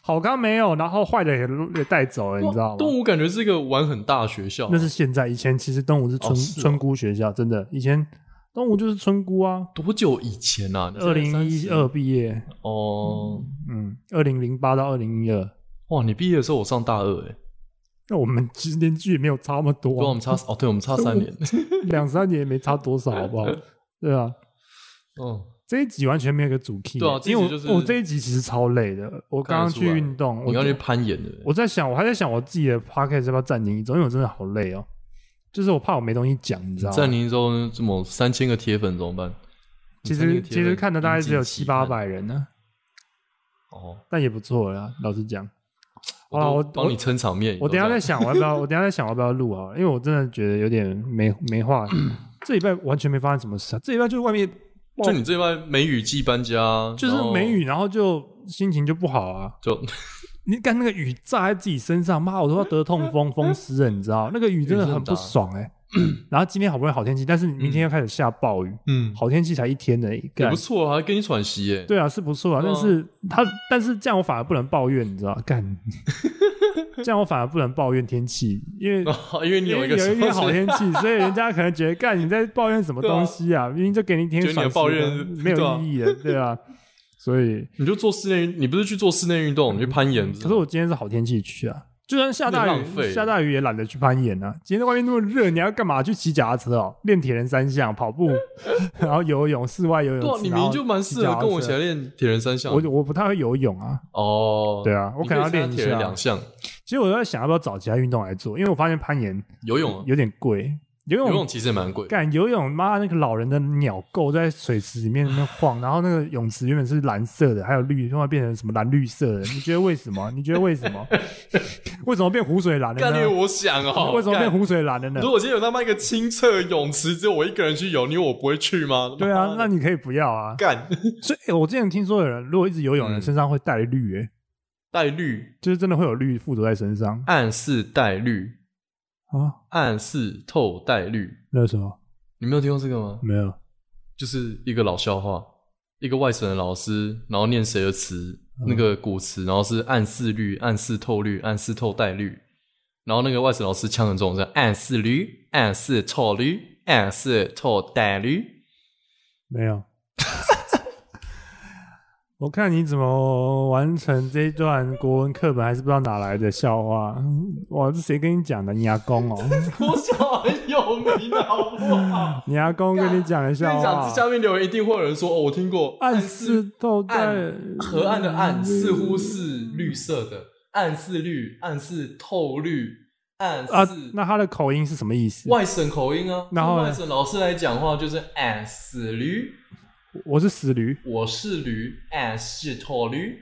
[SPEAKER 1] 好康没有，然后坏的也也带走了，你知道吗？
[SPEAKER 2] 啊东吴感觉是一个玩很大的学校
[SPEAKER 1] 那，是现在，以前其实东吴是村、
[SPEAKER 2] 哦是哦
[SPEAKER 1] 村姑学校，真的，以前东吴就是村姑啊。
[SPEAKER 2] 多久以前啊？你现
[SPEAKER 1] 二
[SPEAKER 2] 在
[SPEAKER 1] 零一
[SPEAKER 2] 30
[SPEAKER 1] 二毕业，
[SPEAKER 2] 哦，
[SPEAKER 1] 嗯，二零零八到二零一二，
[SPEAKER 2] 哇！你毕业的时候我上大二哎，
[SPEAKER 1] 那我们其实年纪也没有差那么
[SPEAKER 2] 不过我
[SPEAKER 1] 多啊，
[SPEAKER 2] 们差哦，对我们差三年。
[SPEAKER 1] 两三年也没差多少，好 不好？对啊，
[SPEAKER 2] 嗯，
[SPEAKER 1] 这一集完全没有一个主 key，
[SPEAKER 2] 对啊
[SPEAKER 1] 因为我、
[SPEAKER 2] 这一集就是
[SPEAKER 1] 我这一集其实超累的，我刚刚去
[SPEAKER 2] 看得出来
[SPEAKER 1] 运动，
[SPEAKER 2] 你
[SPEAKER 1] 我
[SPEAKER 2] 要去攀岩的，
[SPEAKER 1] 我在想，我还在想我自己的 podcast 要不要暂停一周，因为我真的好累哦，就是我怕我没东西讲，你知道吗？
[SPEAKER 2] 暂停之后这么三千个铁粉怎么办？
[SPEAKER 1] 其
[SPEAKER 2] 你暂
[SPEAKER 1] 实
[SPEAKER 2] 停铁
[SPEAKER 1] 其
[SPEAKER 2] 粉
[SPEAKER 1] 实看的大概只有
[SPEAKER 2] 引进
[SPEAKER 1] 七
[SPEAKER 2] 期盼
[SPEAKER 1] 八百人呢、
[SPEAKER 2] 哦，
[SPEAKER 1] 但也不错了啦，老实讲。好啦
[SPEAKER 2] 我
[SPEAKER 1] 我
[SPEAKER 2] 都帮你撑场面。
[SPEAKER 1] 我
[SPEAKER 2] 你
[SPEAKER 1] 等一下
[SPEAKER 2] 都这
[SPEAKER 1] 再
[SPEAKER 2] 样
[SPEAKER 1] 想，我要不要？我等一下再想，我要不要录啊？因为我真的觉得有点没没 话。这礼拜完全没发生什么事啊！这礼拜就是外面
[SPEAKER 2] 就你这边梅雨季搬家，
[SPEAKER 1] 就是
[SPEAKER 2] 然后
[SPEAKER 1] 梅雨，然后就心情就不好啊。
[SPEAKER 2] 就
[SPEAKER 1] 你看那个雨炸在自己身上，妈，我都要得痛风风湿了，你知道？那个雨真的很不爽哎、然后今天好不容易好天气，但是明天又开始下暴雨。
[SPEAKER 2] 嗯，
[SPEAKER 1] 好天气才一天而已，
[SPEAKER 2] 也
[SPEAKER 1] 干
[SPEAKER 2] 不错啊，还跟你喘息耶。
[SPEAKER 1] 对啊，是不错啊，
[SPEAKER 2] 对啊
[SPEAKER 1] 但是他，但是这样我反而不能抱怨，你知道？ 干，这样我反而不能抱怨天气，因为
[SPEAKER 2] 啊因为你
[SPEAKER 1] 因
[SPEAKER 2] 哦有
[SPEAKER 1] 为
[SPEAKER 2] 一个
[SPEAKER 1] 有一天
[SPEAKER 2] 小
[SPEAKER 1] 好天气，所以人家可能觉得，干你在抱怨什么东西啊？明明就给你一天
[SPEAKER 2] 觉得你
[SPEAKER 1] 爽
[SPEAKER 2] 的
[SPEAKER 1] 时
[SPEAKER 2] 抱怨
[SPEAKER 1] 光
[SPEAKER 2] 是
[SPEAKER 1] 没
[SPEAKER 2] 对
[SPEAKER 1] 有
[SPEAKER 2] 啊
[SPEAKER 1] 意义的，对啊。所 以，
[SPEAKER 2] 你就做室内运，你不是去做室内运动，你去攀岩。不
[SPEAKER 1] 可是我今天是好天气去啊，就算下
[SPEAKER 2] 有
[SPEAKER 1] 大
[SPEAKER 2] 点
[SPEAKER 1] 雨
[SPEAKER 2] 浪费，
[SPEAKER 1] 下大雨也懒得去攀岩啊。今天在外面那么热，你要干嘛？去骑脚踏车哦，练铁人三项、跑步， 然后游泳，室外游泳
[SPEAKER 2] 对啊，
[SPEAKER 1] 池。
[SPEAKER 2] 你明
[SPEAKER 1] 然
[SPEAKER 2] 明
[SPEAKER 1] 后
[SPEAKER 2] 就蛮适
[SPEAKER 1] 骑脚
[SPEAKER 2] 合
[SPEAKER 1] 踏
[SPEAKER 2] 跟我一
[SPEAKER 1] 车
[SPEAKER 2] 起来练铁人三项。
[SPEAKER 1] 我我不太会游泳啊，
[SPEAKER 2] 哦，
[SPEAKER 1] 对啊，我
[SPEAKER 2] 你
[SPEAKER 1] 可能要
[SPEAKER 2] 以参加
[SPEAKER 1] 练一
[SPEAKER 2] 铁人
[SPEAKER 1] 下
[SPEAKER 2] 两。项，
[SPEAKER 1] 其实我在想要不要找其他运动来做，因为我发现攀岩
[SPEAKER 2] 游泳啊，
[SPEAKER 1] 有点贵，游
[SPEAKER 2] 游
[SPEAKER 1] 泳
[SPEAKER 2] 泳其实也蛮贵。
[SPEAKER 1] 嗯干游泳，妈那个老人的鸟够在水池里面那边晃，然后那个泳池原本是蓝色的，还有绿，后来变成什么蓝绿色的？你觉得为什么？你觉得为什么？ 为什么变湖水蓝了
[SPEAKER 2] 干你以为
[SPEAKER 1] 呢？
[SPEAKER 2] 我想哦，
[SPEAKER 1] 为什么
[SPEAKER 2] 干
[SPEAKER 1] 变湖水蓝了呢
[SPEAKER 2] 如？果今天有他妈一个清澈泳池，只有我一个人去游，你以为我不会去吗？
[SPEAKER 1] 对
[SPEAKER 2] 妈
[SPEAKER 1] 啊，
[SPEAKER 2] 的
[SPEAKER 1] 那你可以不要啊。
[SPEAKER 2] 干，
[SPEAKER 1] 所以、欸我之前听说有人如果一直游泳的人
[SPEAKER 2] 嗯
[SPEAKER 1] 身上会带绿、欸，
[SPEAKER 2] 戴绿，
[SPEAKER 1] 就是真的会有绿附着在身上
[SPEAKER 2] 暗示戴绿，
[SPEAKER 1] 啊？
[SPEAKER 2] 暗示透戴绿。
[SPEAKER 1] 那是什么？
[SPEAKER 2] 你没有听过这个吗？
[SPEAKER 1] 没有，
[SPEAKER 2] 就是一个老笑话，一个外省的老师，然后念谁的词，
[SPEAKER 1] 嗯
[SPEAKER 2] 那个古词，然后是暗示绿、暗示透绿、暗示透带绿，然后那个外省老师腔很重，是暗示绿、暗示透绿、暗示透带绿。
[SPEAKER 1] 没有。 我看你怎么完成这一段国文课本，还是不知道哪来的笑话。哇，这谁跟你讲的？你阿公 哦，
[SPEAKER 2] 国小很有名，好不好？
[SPEAKER 1] 你阿公跟你讲的
[SPEAKER 2] 跟
[SPEAKER 1] 笑
[SPEAKER 2] 你
[SPEAKER 1] 话
[SPEAKER 2] 讲，。下面留言一定会有人说：“哦，我听过
[SPEAKER 1] 暗示豆在
[SPEAKER 2] 暗河岸的岸似乎是绿色的，暗示绿，暗示透绿，暗示、
[SPEAKER 1] 啊，那他的口音是什么意思？
[SPEAKER 2] 外省口音啊。
[SPEAKER 1] 然后呢
[SPEAKER 2] 外省老师来讲话就是俺是驴，
[SPEAKER 1] 我是死驴，
[SPEAKER 2] 我是驴，俺是头驴，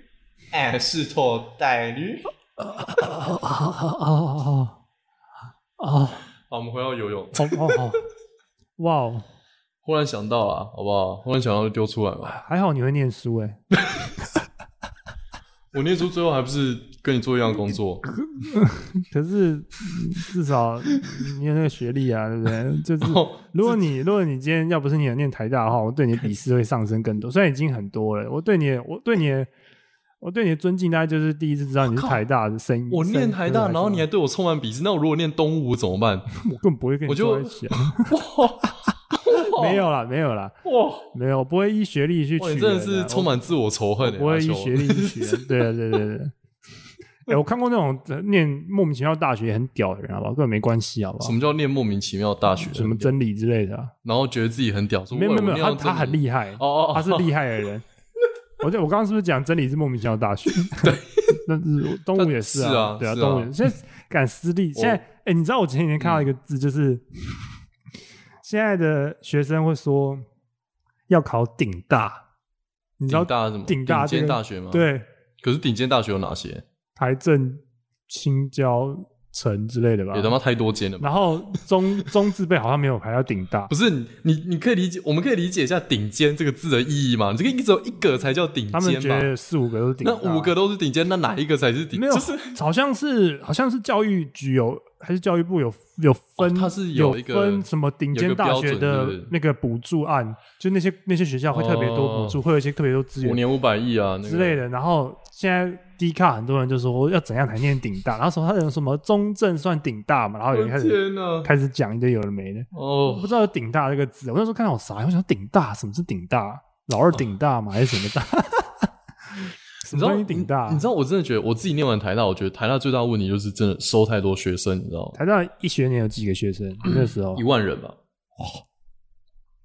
[SPEAKER 2] 俺是头带驴。哦
[SPEAKER 1] 哦哦哦
[SPEAKER 2] 好，我们回到游泳。
[SPEAKER 1] 哦 哦！哇哦，
[SPEAKER 2] 忽然想到了，好不好？忽然想到就丢出来嘛。
[SPEAKER 1] 还好你会念书哎，
[SPEAKER 2] 我念书最后还不是跟你做一样工作？
[SPEAKER 1] 可是嗯至少你有那个学历啊，对不 对？就是
[SPEAKER 2] 哦
[SPEAKER 1] 如果你如果你今天要不是你有念台大的话，我对你的鄙视会上升更
[SPEAKER 2] 哦
[SPEAKER 1] 多。虽然已经很多了，我对你的我对你的我对你的尊敬，大概就是第一次知道你是
[SPEAKER 2] 靠
[SPEAKER 1] 台大的生
[SPEAKER 2] 我念台大，然后你还
[SPEAKER 1] 还
[SPEAKER 2] 对我充满鄙视。那我如果念东吴怎么办？
[SPEAKER 1] 我更不会跟你
[SPEAKER 2] 我就
[SPEAKER 1] 坐在一起啊。 没有啦，没有啦，
[SPEAKER 2] 哇！
[SPEAKER 1] 没有，我不会依学历去取
[SPEAKER 2] 哇，
[SPEAKER 1] 人啊。
[SPEAKER 2] 你真的是充满自我仇恨、欸。
[SPEAKER 1] 我会
[SPEAKER 2] 阿
[SPEAKER 1] 以
[SPEAKER 2] 修
[SPEAKER 1] 学历去学，对啊，对对对。哎、我看过那种呃念莫名其妙大学也很屌的人，好不好？根本没关系，好不好
[SPEAKER 2] 什？么叫念莫名其妙大学？
[SPEAKER 1] 什么真理之类的啊、
[SPEAKER 2] 然后觉得自己很屌，说
[SPEAKER 1] 没有
[SPEAKER 2] 喂
[SPEAKER 1] 没有没
[SPEAKER 2] 我
[SPEAKER 1] 有，
[SPEAKER 2] 念
[SPEAKER 1] 他
[SPEAKER 2] 到
[SPEAKER 1] 他
[SPEAKER 2] 真
[SPEAKER 1] 很厉害，
[SPEAKER 2] 哦哦哦
[SPEAKER 1] 他是 厉害的人。我就我刚刚是不是讲真理是莫名其妙大学？对， 那是东吴也是
[SPEAKER 2] 是
[SPEAKER 1] 啊
[SPEAKER 2] 啊，
[SPEAKER 1] 对
[SPEAKER 2] 是啊
[SPEAKER 1] 东吴也是现在敢私立，现在哎、你知道我前几天看到一个字，就是、现在的学生会说要考顶大，你知道
[SPEAKER 2] 顶大是什么？
[SPEAKER 1] 顶大这
[SPEAKER 2] 尖
[SPEAKER 1] 个
[SPEAKER 2] 大学吗？。
[SPEAKER 1] 对
[SPEAKER 2] 可是顶尖大学有哪些？
[SPEAKER 1] 台政、青交、城之类的吧
[SPEAKER 2] 也。他妈太多间了吧？
[SPEAKER 1] 然后中中字辈好像没有排到顶大
[SPEAKER 2] 不，是你你你可以理解，我们可以理解一下“顶尖”这个字的意义吗？你这个只有一个才叫顶
[SPEAKER 1] 他们
[SPEAKER 2] 尖
[SPEAKER 1] 觉
[SPEAKER 2] 吧？
[SPEAKER 1] 得四五个都是顶
[SPEAKER 2] 那
[SPEAKER 1] 大。
[SPEAKER 2] 五个都是顶尖，那哪一个才是顶？
[SPEAKER 1] 没有
[SPEAKER 2] 就是，
[SPEAKER 1] 好像是好像是教育局有还是教育部有有分，
[SPEAKER 2] 哦它是
[SPEAKER 1] 有
[SPEAKER 2] 有一个
[SPEAKER 1] 分什么顶尖大学
[SPEAKER 2] 有一个标
[SPEAKER 1] 的
[SPEAKER 2] 准是不是
[SPEAKER 1] 那个补助案，就那些那些学校会特别多补
[SPEAKER 2] 哦
[SPEAKER 1] 助，会有一些特别多资
[SPEAKER 2] 五
[SPEAKER 1] 源
[SPEAKER 2] 年五百亿啊、那个
[SPEAKER 1] 之类的。然后现在低卡很多人就说要怎样才念顶大，然后什么他有什么中正算顶大嘛，然后有
[SPEAKER 2] 我
[SPEAKER 1] 人
[SPEAKER 2] 的
[SPEAKER 1] 开始
[SPEAKER 2] 天哪！
[SPEAKER 1] 开始讲一堆有的没的。我
[SPEAKER 2] 哦，
[SPEAKER 1] 不知道有“顶大”这个字，我那时候看到我傻眼，我想顶大什么是顶大？老二顶大吗？还是什么大？ 什
[SPEAKER 2] 哦你
[SPEAKER 1] 么
[SPEAKER 2] 知道
[SPEAKER 1] 东西顶大？啊
[SPEAKER 2] 你？你知道我真的觉得我自己念完台大，我觉得台大最大的问题就是真的收太多学生，你知道吗？
[SPEAKER 1] 台大一学年有几个学生？那时候
[SPEAKER 2] 一万人吧。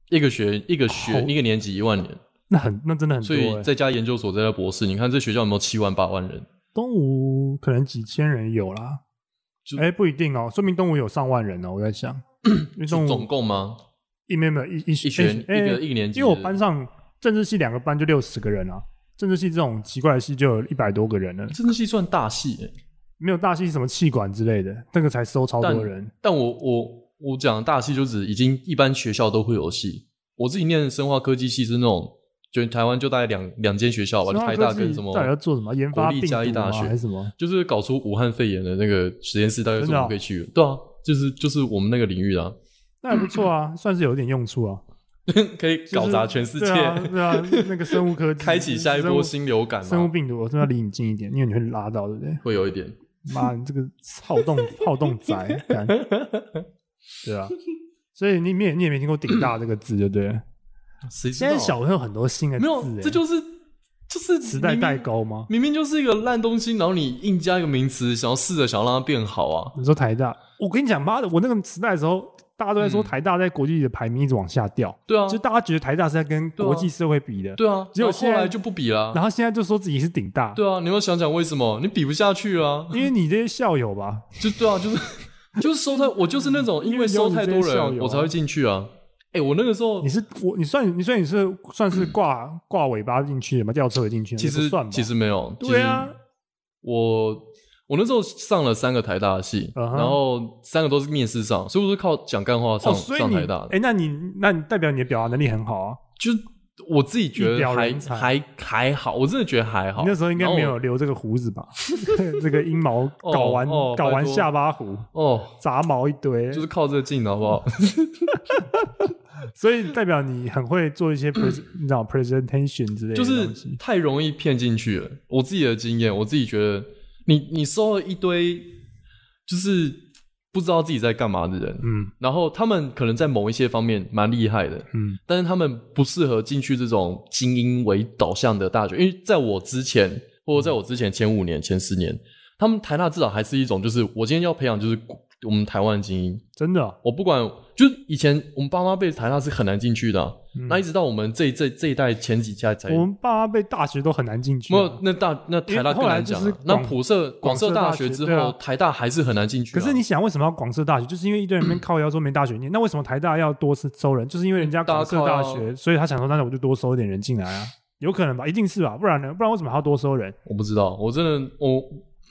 [SPEAKER 2] 一个学一个
[SPEAKER 1] 好
[SPEAKER 2] 学一个年级一万人，
[SPEAKER 1] 那很那真的很多、
[SPEAKER 2] 所以
[SPEAKER 1] 欸。
[SPEAKER 2] 再加研究所，再加博士，你看这学校有没有七万八万人？
[SPEAKER 1] 东吴可能几千人有啦，
[SPEAKER 2] 就
[SPEAKER 1] 哎、不一定哦，说明东吴有上万人哦。我在 想，因为东
[SPEAKER 2] 是
[SPEAKER 1] 吴
[SPEAKER 2] 总共吗？
[SPEAKER 1] 一没有没有一一一
[SPEAKER 2] 一学一个一个年
[SPEAKER 1] 哎
[SPEAKER 2] 级
[SPEAKER 1] 因为我
[SPEAKER 2] 的
[SPEAKER 1] 班上政治系两个班就六十个人啊，政治系这种奇怪的系就有一百多个人了，
[SPEAKER 2] 政治系算大系、欸，
[SPEAKER 1] 没有大系什么气管之类的，那个才收超多
[SPEAKER 2] 但
[SPEAKER 1] 人。
[SPEAKER 2] 但我我我讲的大系就指已经一般学校都会有系。我自己念生化科技系是那种，就台湾就大概两两间学校吧，就
[SPEAKER 1] 生化
[SPEAKER 2] 台
[SPEAKER 1] 科
[SPEAKER 2] 大
[SPEAKER 1] 技
[SPEAKER 2] 跟什么
[SPEAKER 1] 到底要做什么研发
[SPEAKER 2] 国立嘉义
[SPEAKER 1] 病毒吗
[SPEAKER 2] 大学
[SPEAKER 1] 还是什么？
[SPEAKER 2] 就是搞出武汉肺炎的那个实验室，大概是
[SPEAKER 1] 真的
[SPEAKER 2] 我
[SPEAKER 1] 哦
[SPEAKER 2] 们可以去的。对啊，就是就是我们那个领域啊，
[SPEAKER 1] 那还不错啊，算是有一点用处啊。
[SPEAKER 2] 可以
[SPEAKER 1] 就是
[SPEAKER 2] 搞砸全世界，
[SPEAKER 1] 对啊，对啊，那个生物科技
[SPEAKER 2] 开启下一波新流感
[SPEAKER 1] 生物
[SPEAKER 2] 嘛，
[SPEAKER 1] 病毒，我真的要离你近一点，因为你会拉到，对不对？
[SPEAKER 2] 会有一点。
[SPEAKER 1] 妈，你这个好动好动宅， 干对啊。所以你没你也没听过“顶大”这个字，对不对？
[SPEAKER 2] 谁知
[SPEAKER 1] 现
[SPEAKER 2] 道
[SPEAKER 1] 在小朋友很多新的字、
[SPEAKER 2] 没
[SPEAKER 1] 欸
[SPEAKER 2] 有，这就是就是
[SPEAKER 1] 时代
[SPEAKER 2] 明明
[SPEAKER 1] 代沟吗？
[SPEAKER 2] 明明就是一个烂东西，然后你硬加一个名词，想要试着想要让它变好啊。
[SPEAKER 1] 你说台大，我跟你讲，妈的，我那个时代的时候，大家都在说
[SPEAKER 2] 嗯
[SPEAKER 1] 台大在国际的排名一直往下掉，
[SPEAKER 2] 对啊，
[SPEAKER 1] 就大家觉得台大是在跟
[SPEAKER 2] 对啊
[SPEAKER 1] 国际社会比的，
[SPEAKER 2] 对啊，
[SPEAKER 1] 结果
[SPEAKER 2] 然后
[SPEAKER 1] 现
[SPEAKER 2] 后
[SPEAKER 1] 在
[SPEAKER 2] 来就不比了啊、
[SPEAKER 1] 然后现在就说自己是顶大，
[SPEAKER 2] 对啊，你要想想为什么你比不下去啊？
[SPEAKER 1] 因为你这些校友吧，
[SPEAKER 2] 就对啊，就是就是收太，我就是那种因为收太多
[SPEAKER 1] 因为有你这些校友
[SPEAKER 2] 人，
[SPEAKER 1] 啊
[SPEAKER 2] 我才会进去啊。哎、我那个时候
[SPEAKER 1] 你是我，你算你算你是算是挂挂尾巴进去的吗？吊车尾进去的？
[SPEAKER 2] 其
[SPEAKER 1] 也
[SPEAKER 2] 实
[SPEAKER 1] 不算吧
[SPEAKER 2] 其实没有，
[SPEAKER 1] 对啊
[SPEAKER 2] 其实我我那时候上了三个台大的戏
[SPEAKER 1] 嗯哼
[SPEAKER 2] 然后三个都是面试上，所以我是靠讲干话上、
[SPEAKER 1] 哦，所以
[SPEAKER 2] 上
[SPEAKER 1] 你
[SPEAKER 2] 台大的。
[SPEAKER 1] 哎、那你那你代表你的表达能力很好啊，
[SPEAKER 2] 就我自己觉
[SPEAKER 1] 一表
[SPEAKER 2] 得还
[SPEAKER 1] 人才
[SPEAKER 2] 还还好，我真的觉得还好。
[SPEAKER 1] 你那时候应该
[SPEAKER 2] 然后
[SPEAKER 1] 没有留这个胡子吧？ 这个阴毛搞完
[SPEAKER 2] 哦哦
[SPEAKER 1] 搞
[SPEAKER 2] 拜
[SPEAKER 1] 完
[SPEAKER 2] 托
[SPEAKER 1] 下巴胡，
[SPEAKER 2] 哦，
[SPEAKER 1] 杂毛一堆，
[SPEAKER 2] 就是靠这个近好不好？
[SPEAKER 1] 所以代表你很会做一些 pres，你知道 presentation 之类的
[SPEAKER 2] 就
[SPEAKER 1] 东西，
[SPEAKER 2] 是太容易骗进去了。我自己的经验，我自己觉得你你收了一堆，就是不知道自己在干嘛的人，
[SPEAKER 1] 嗯
[SPEAKER 2] 然后他们可能在某一些方面蛮厉害的，
[SPEAKER 1] 嗯
[SPEAKER 2] 但是他们不适合进去这种精英为导向的大学，因为在我之前，或者在我之前前五年、前十年，他们台大至少还是一种，就是我今天要培养就是我们台湾的精英，
[SPEAKER 1] 真的哦
[SPEAKER 2] 我不管，就是以前我们爸妈被台大是很难进去的啊、那一直到我们这这这一代前几家才。
[SPEAKER 1] 嗯我们爸妈被大学都很难进去
[SPEAKER 2] 没
[SPEAKER 1] 啊、
[SPEAKER 2] 有，那大那台大更难讲、
[SPEAKER 1] 因为后来就是。
[SPEAKER 2] 啊那
[SPEAKER 1] 广
[SPEAKER 2] 普社广社
[SPEAKER 1] 广社大
[SPEAKER 2] 大
[SPEAKER 1] 学
[SPEAKER 2] 学之
[SPEAKER 1] 对啊
[SPEAKER 2] 后，台大还是很难进去啊。
[SPEAKER 1] 可是你想，为什么要广设大学？就是因为一堆人 靠腰说没大学念，那为什么台大要多次收人？就是因为人家
[SPEAKER 2] 大家
[SPEAKER 1] 广设大
[SPEAKER 2] 靠
[SPEAKER 1] 学，所以他想说，那我就多收一点人进来啊，有可能吧？一定是吧？不然呢？不然为什么还要多收人？
[SPEAKER 2] 我不知道，我真的我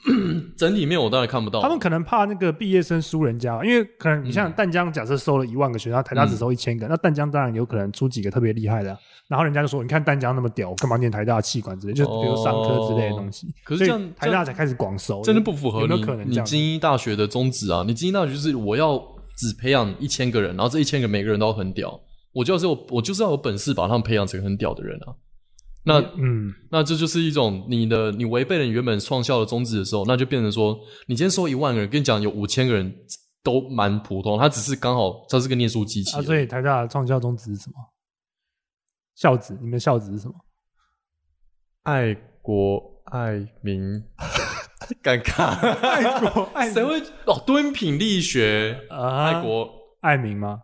[SPEAKER 2] 整体面我当然看不到。
[SPEAKER 1] 他们可能怕那个毕业生输人家，因为可能你像
[SPEAKER 2] 哦嗯
[SPEAKER 1] 淡江，假设收了一万个学生，台大只收一千个，那淡江当然有可能出几个特别厉害的啊、然后人家就说：“你看淡江那么屌，我干嘛念台大气管之类？”就比如商科之类的东西。
[SPEAKER 2] 哦可是这样
[SPEAKER 1] 所以台大才开始广收，
[SPEAKER 2] 真的不符合
[SPEAKER 1] 有没
[SPEAKER 2] 你
[SPEAKER 1] 有可能这
[SPEAKER 2] 你
[SPEAKER 1] 样？
[SPEAKER 2] 精英大学的宗旨啊！你精英大学就是我要只培养一千个人，然后这一千个每个人都要很屌，我就是有我就是要有本事把他们培养成很屌的人啊！那
[SPEAKER 1] 嗯，
[SPEAKER 2] 那这就是一种你的你违背了你原本创校的宗旨的时候，那就变成说你今天收一万个人，跟你讲有五千个人都蛮普通，他只是刚好他是个念书机器
[SPEAKER 1] 啊，
[SPEAKER 2] 而已，
[SPEAKER 1] 所以台大的创校宗旨是什么？校址，你们的校址是什么？
[SPEAKER 2] 爱国爱民， 尴尬，
[SPEAKER 1] 爱国 爱
[SPEAKER 2] 谁会哦？敦品力学，
[SPEAKER 1] 啊
[SPEAKER 2] 爱国
[SPEAKER 1] 爱民吗？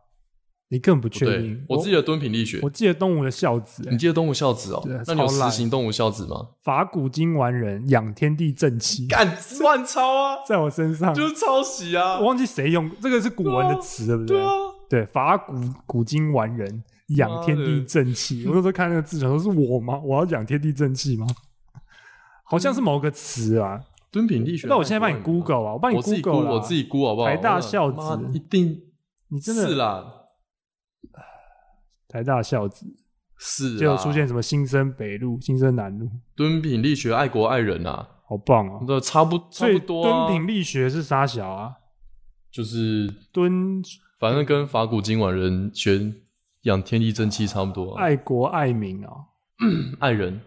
[SPEAKER 1] 你更不确
[SPEAKER 2] 对
[SPEAKER 1] 定。，
[SPEAKER 2] 我记得敦品力学
[SPEAKER 1] 我，记得东吴的校址、
[SPEAKER 2] 你
[SPEAKER 1] 欸，
[SPEAKER 2] 记得东吴孝子哦
[SPEAKER 1] 对？
[SPEAKER 2] 那你有
[SPEAKER 1] 超烂
[SPEAKER 2] 实行东吴孝子吗？
[SPEAKER 1] 法古今完人，养天地正气，
[SPEAKER 2] 敢乱抄啊，
[SPEAKER 1] 在我身上。
[SPEAKER 2] 就是抄袭啊
[SPEAKER 1] 我！忘记谁用这个是古文的词，对不
[SPEAKER 2] 对
[SPEAKER 1] 对？
[SPEAKER 2] 啊，
[SPEAKER 1] 对，法古古今完人，养天地正气。我那时候看那个字，想说是我吗？我要养天地正气吗？
[SPEAKER 2] 嗯
[SPEAKER 1] 好像是某个词啊。
[SPEAKER 2] 敦品力学，
[SPEAKER 1] 那我现在帮你 Google 啊，我帮你
[SPEAKER 2] 我自己
[SPEAKER 1] Google 啦
[SPEAKER 2] 我自己估好不好？
[SPEAKER 1] 台大孝子
[SPEAKER 2] 妈一定
[SPEAKER 1] 你真
[SPEAKER 2] 是
[SPEAKER 1] 的
[SPEAKER 2] 啦，
[SPEAKER 1] 台大校址，
[SPEAKER 2] 是啊
[SPEAKER 1] 就
[SPEAKER 2] 啦
[SPEAKER 1] 有出现什么新生北路、新生南路，
[SPEAKER 2] 敦品力学爱国爱人啊，
[SPEAKER 1] 好棒哦！
[SPEAKER 2] 那差不差
[SPEAKER 1] 所以
[SPEAKER 2] 不多啊
[SPEAKER 1] 敦品力学是啥小啊？
[SPEAKER 2] 就是
[SPEAKER 1] 敦
[SPEAKER 2] 反正跟法古今晚人学养天地正气差不多啊，
[SPEAKER 1] 爱国爱民哦，
[SPEAKER 2] 爱人。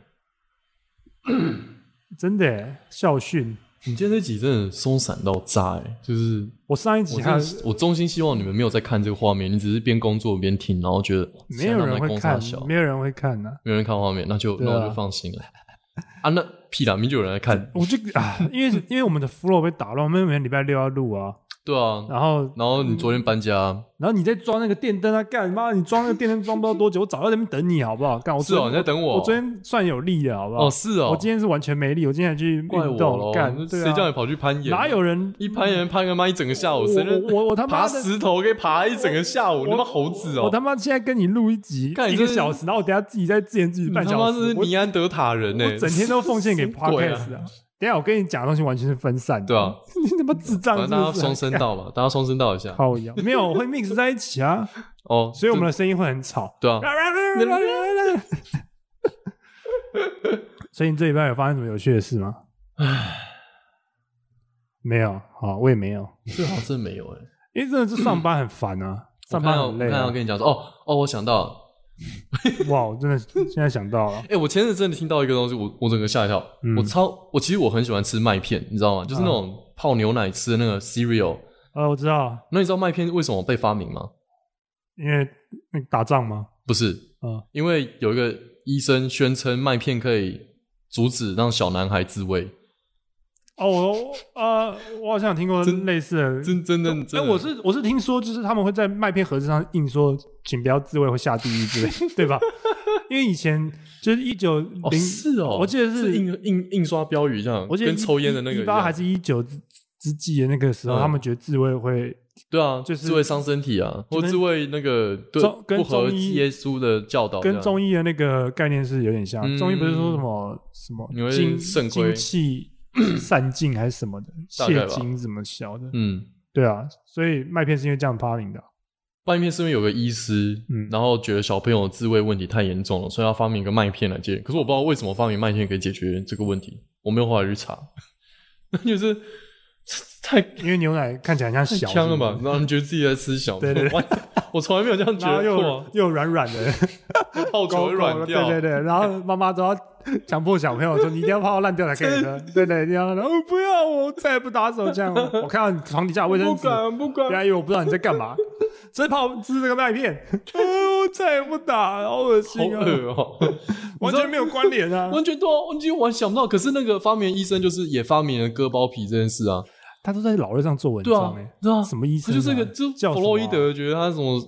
[SPEAKER 1] 真的耶校训。
[SPEAKER 2] 你今天这集真的松散到炸哎、就是
[SPEAKER 1] 我上一集
[SPEAKER 2] 我
[SPEAKER 1] 还
[SPEAKER 2] 真的我衷心希望你们没有在看这个画面，你只是边工作边听，然后觉得
[SPEAKER 1] 没有人会看，
[SPEAKER 2] 小，
[SPEAKER 1] 没有人会看啊呢、
[SPEAKER 2] 没有人看画面，那就、
[SPEAKER 1] 对啊
[SPEAKER 2] 那我就放心了。啊，那屁啦，明明就有人来看，
[SPEAKER 1] 我就啊，因为因为我们的 flow 被打乱，我们每天礼拜六要录啊，
[SPEAKER 2] 对啊。
[SPEAKER 1] 然后
[SPEAKER 2] 然后你昨天搬家，
[SPEAKER 1] 然后你在装那个电灯啊，干妈，你装那个电灯装不到多久，我早就在那边等你好不好？干，我
[SPEAKER 2] 是
[SPEAKER 1] 昨
[SPEAKER 2] 哦，
[SPEAKER 1] 天
[SPEAKER 2] 你在等
[SPEAKER 1] 我
[SPEAKER 2] 我。
[SPEAKER 1] 昨天算有力的好不好？
[SPEAKER 2] 哦，是哦，
[SPEAKER 1] 我今天是完全没力，我今天还去运
[SPEAKER 2] 怪我
[SPEAKER 1] 动，
[SPEAKER 2] 喽，
[SPEAKER 1] 干，对啊
[SPEAKER 2] 谁叫你跑去攀岩？
[SPEAKER 1] 哪有人？
[SPEAKER 2] 一攀岩攀个妈一整个下午，
[SPEAKER 1] 我
[SPEAKER 2] 谁能
[SPEAKER 1] 我我我他妈
[SPEAKER 2] 爬
[SPEAKER 1] 的
[SPEAKER 2] 石头可以爬一整个下午？你他妈猴子哦！
[SPEAKER 1] 我他妈现在跟你录一集
[SPEAKER 2] 干
[SPEAKER 1] 一
[SPEAKER 2] 你
[SPEAKER 1] 个
[SPEAKER 2] 真是
[SPEAKER 1] 小时，然后我等一下自己再自言自语
[SPEAKER 2] 你
[SPEAKER 1] 半
[SPEAKER 2] 他
[SPEAKER 1] 小
[SPEAKER 2] 妈
[SPEAKER 1] 时，
[SPEAKER 2] 是
[SPEAKER 1] 我
[SPEAKER 2] 尼安德塔人呢
[SPEAKER 1] 我！整天都奉献给
[SPEAKER 2] 什么鬼啊
[SPEAKER 1] podcast 啊。等一下我跟你讲的东西完全是分散的，
[SPEAKER 2] 对啊，
[SPEAKER 1] 你他妈智障是
[SPEAKER 2] 反正大家
[SPEAKER 1] 不
[SPEAKER 2] 双
[SPEAKER 1] 是？哎
[SPEAKER 2] 声道嘛，大家双声道一下。
[SPEAKER 1] 靠一样，没有我会 mix 在一起啊，
[SPEAKER 2] 哦，
[SPEAKER 1] 所以我们
[SPEAKER 2] 就
[SPEAKER 1] 的声音会很吵。
[SPEAKER 2] 对啊，
[SPEAKER 1] 所以你这礼拜有发生什么有趣的事吗？没有，好，我也没有，
[SPEAKER 2] 最好真的没有哎。
[SPEAKER 1] 因为真的是上班很烦啊，
[SPEAKER 2] 我
[SPEAKER 1] 上
[SPEAKER 2] 看
[SPEAKER 1] 班
[SPEAKER 2] 到
[SPEAKER 1] 很累
[SPEAKER 2] 我看到
[SPEAKER 1] 啊
[SPEAKER 2] 跟。你讲说，哦哦，我想到了，
[SPEAKER 1] 哇，我真的现在想到了，
[SPEAKER 2] 哎，我前阵子真的听到一个东西，我我整个吓一跳
[SPEAKER 1] 嗯。啊
[SPEAKER 2] 我超我其实我很喜欢吃麦片，你知道吗？就是那种泡牛奶吃的那个 cereal。
[SPEAKER 1] 呃，我知道，
[SPEAKER 2] 那你知道麦片为什么被发明吗？
[SPEAKER 1] 因为那个打仗吗？
[SPEAKER 2] 不是，
[SPEAKER 1] 嗯，
[SPEAKER 2] 因为有一个医生宣称麦片可以阻止让小男孩自慰，
[SPEAKER 1] 哦，我呃，我好像有听过
[SPEAKER 2] 真
[SPEAKER 1] 类似的。
[SPEAKER 2] 真真的
[SPEAKER 1] 哎、
[SPEAKER 2] 真的，
[SPEAKER 1] 我是我是听说，就是他们会在麦片盒子上印说“请不要自慰或下地狱”之 类，对吧？因为以前就是一九
[SPEAKER 2] 哦
[SPEAKER 1] 零，
[SPEAKER 2] 是哦，
[SPEAKER 1] 我记得是
[SPEAKER 2] 是印印印刷标语这样，
[SPEAKER 1] 我记得
[SPEAKER 2] 跟抽烟的那个
[SPEAKER 1] 一
[SPEAKER 2] 一
[SPEAKER 1] 八
[SPEAKER 2] 样
[SPEAKER 1] 还是一九之之际的那个时候，
[SPEAKER 2] 嗯
[SPEAKER 1] 他们觉得自慰会
[SPEAKER 2] 对啊，
[SPEAKER 1] 就是
[SPEAKER 2] 自慰伤身体啊，
[SPEAKER 1] 就
[SPEAKER 2] 或
[SPEAKER 1] 跟
[SPEAKER 2] 自慰那个对
[SPEAKER 1] 中跟
[SPEAKER 2] 不合
[SPEAKER 1] 中医
[SPEAKER 2] 耶稣的教导这样，
[SPEAKER 1] 跟中医的那个概念是有点像。
[SPEAKER 2] 嗯
[SPEAKER 1] 中医不是说什么什么
[SPEAKER 2] 你会
[SPEAKER 1] 精
[SPEAKER 2] 肾
[SPEAKER 1] 精
[SPEAKER 2] 亏
[SPEAKER 1] 气散尽还是什么的，
[SPEAKER 2] 大概
[SPEAKER 1] 泻
[SPEAKER 2] 吧
[SPEAKER 1] 精怎么消的？
[SPEAKER 2] 嗯
[SPEAKER 1] 对啊，所以麦片是因为这样发明的。
[SPEAKER 2] 半片是因为有个医师，
[SPEAKER 1] 嗯
[SPEAKER 2] 然后觉得小朋友自慰问题太严重了，所以要发明一个麦片来解。可是我不知道为什么发明麦片可以解决这个问题，我没有后来去查， 那就是太
[SPEAKER 1] 因为牛奶看起来很像
[SPEAKER 2] 太
[SPEAKER 1] 小
[SPEAKER 2] 呛了吧？
[SPEAKER 1] 是
[SPEAKER 2] 然后你觉得自己在吃小，
[SPEAKER 1] 对 对对
[SPEAKER 2] 我我从来没有这样
[SPEAKER 1] 不是然
[SPEAKER 2] 觉
[SPEAKER 1] 后又
[SPEAKER 2] 得啊过，
[SPEAKER 1] 又软软的，
[SPEAKER 2] 泡球会软掉，
[SPEAKER 1] 对对对，然后妈妈都要强迫小朋友说你一定要泡到烂掉才可以喝，对对，一定要，然后哦不要，我再也不打手枪了，我看到你床底下有卫生
[SPEAKER 2] 不
[SPEAKER 1] 纸，
[SPEAKER 2] 敢不
[SPEAKER 1] 不
[SPEAKER 2] 敢，
[SPEAKER 1] 要以为我不知道你在干嘛，吃泡吃这个麦片，哦我再也不打了，好恶
[SPEAKER 2] 好
[SPEAKER 1] 心啊，
[SPEAKER 2] 恶哦、
[SPEAKER 1] 完全没有关联啊，
[SPEAKER 2] 完全对啊，完全我想不到。可是那个发明医生就是也发明了割包皮这件事啊，
[SPEAKER 1] 他都在老二上做文
[SPEAKER 2] 对啊
[SPEAKER 1] 章哎，，
[SPEAKER 2] 对啊，
[SPEAKER 1] 什么医
[SPEAKER 2] 他
[SPEAKER 1] 生啊？
[SPEAKER 2] 就是个就
[SPEAKER 1] 叫
[SPEAKER 2] 弗
[SPEAKER 1] 什么
[SPEAKER 2] 洛
[SPEAKER 1] 啊
[SPEAKER 2] 伊德觉得他什么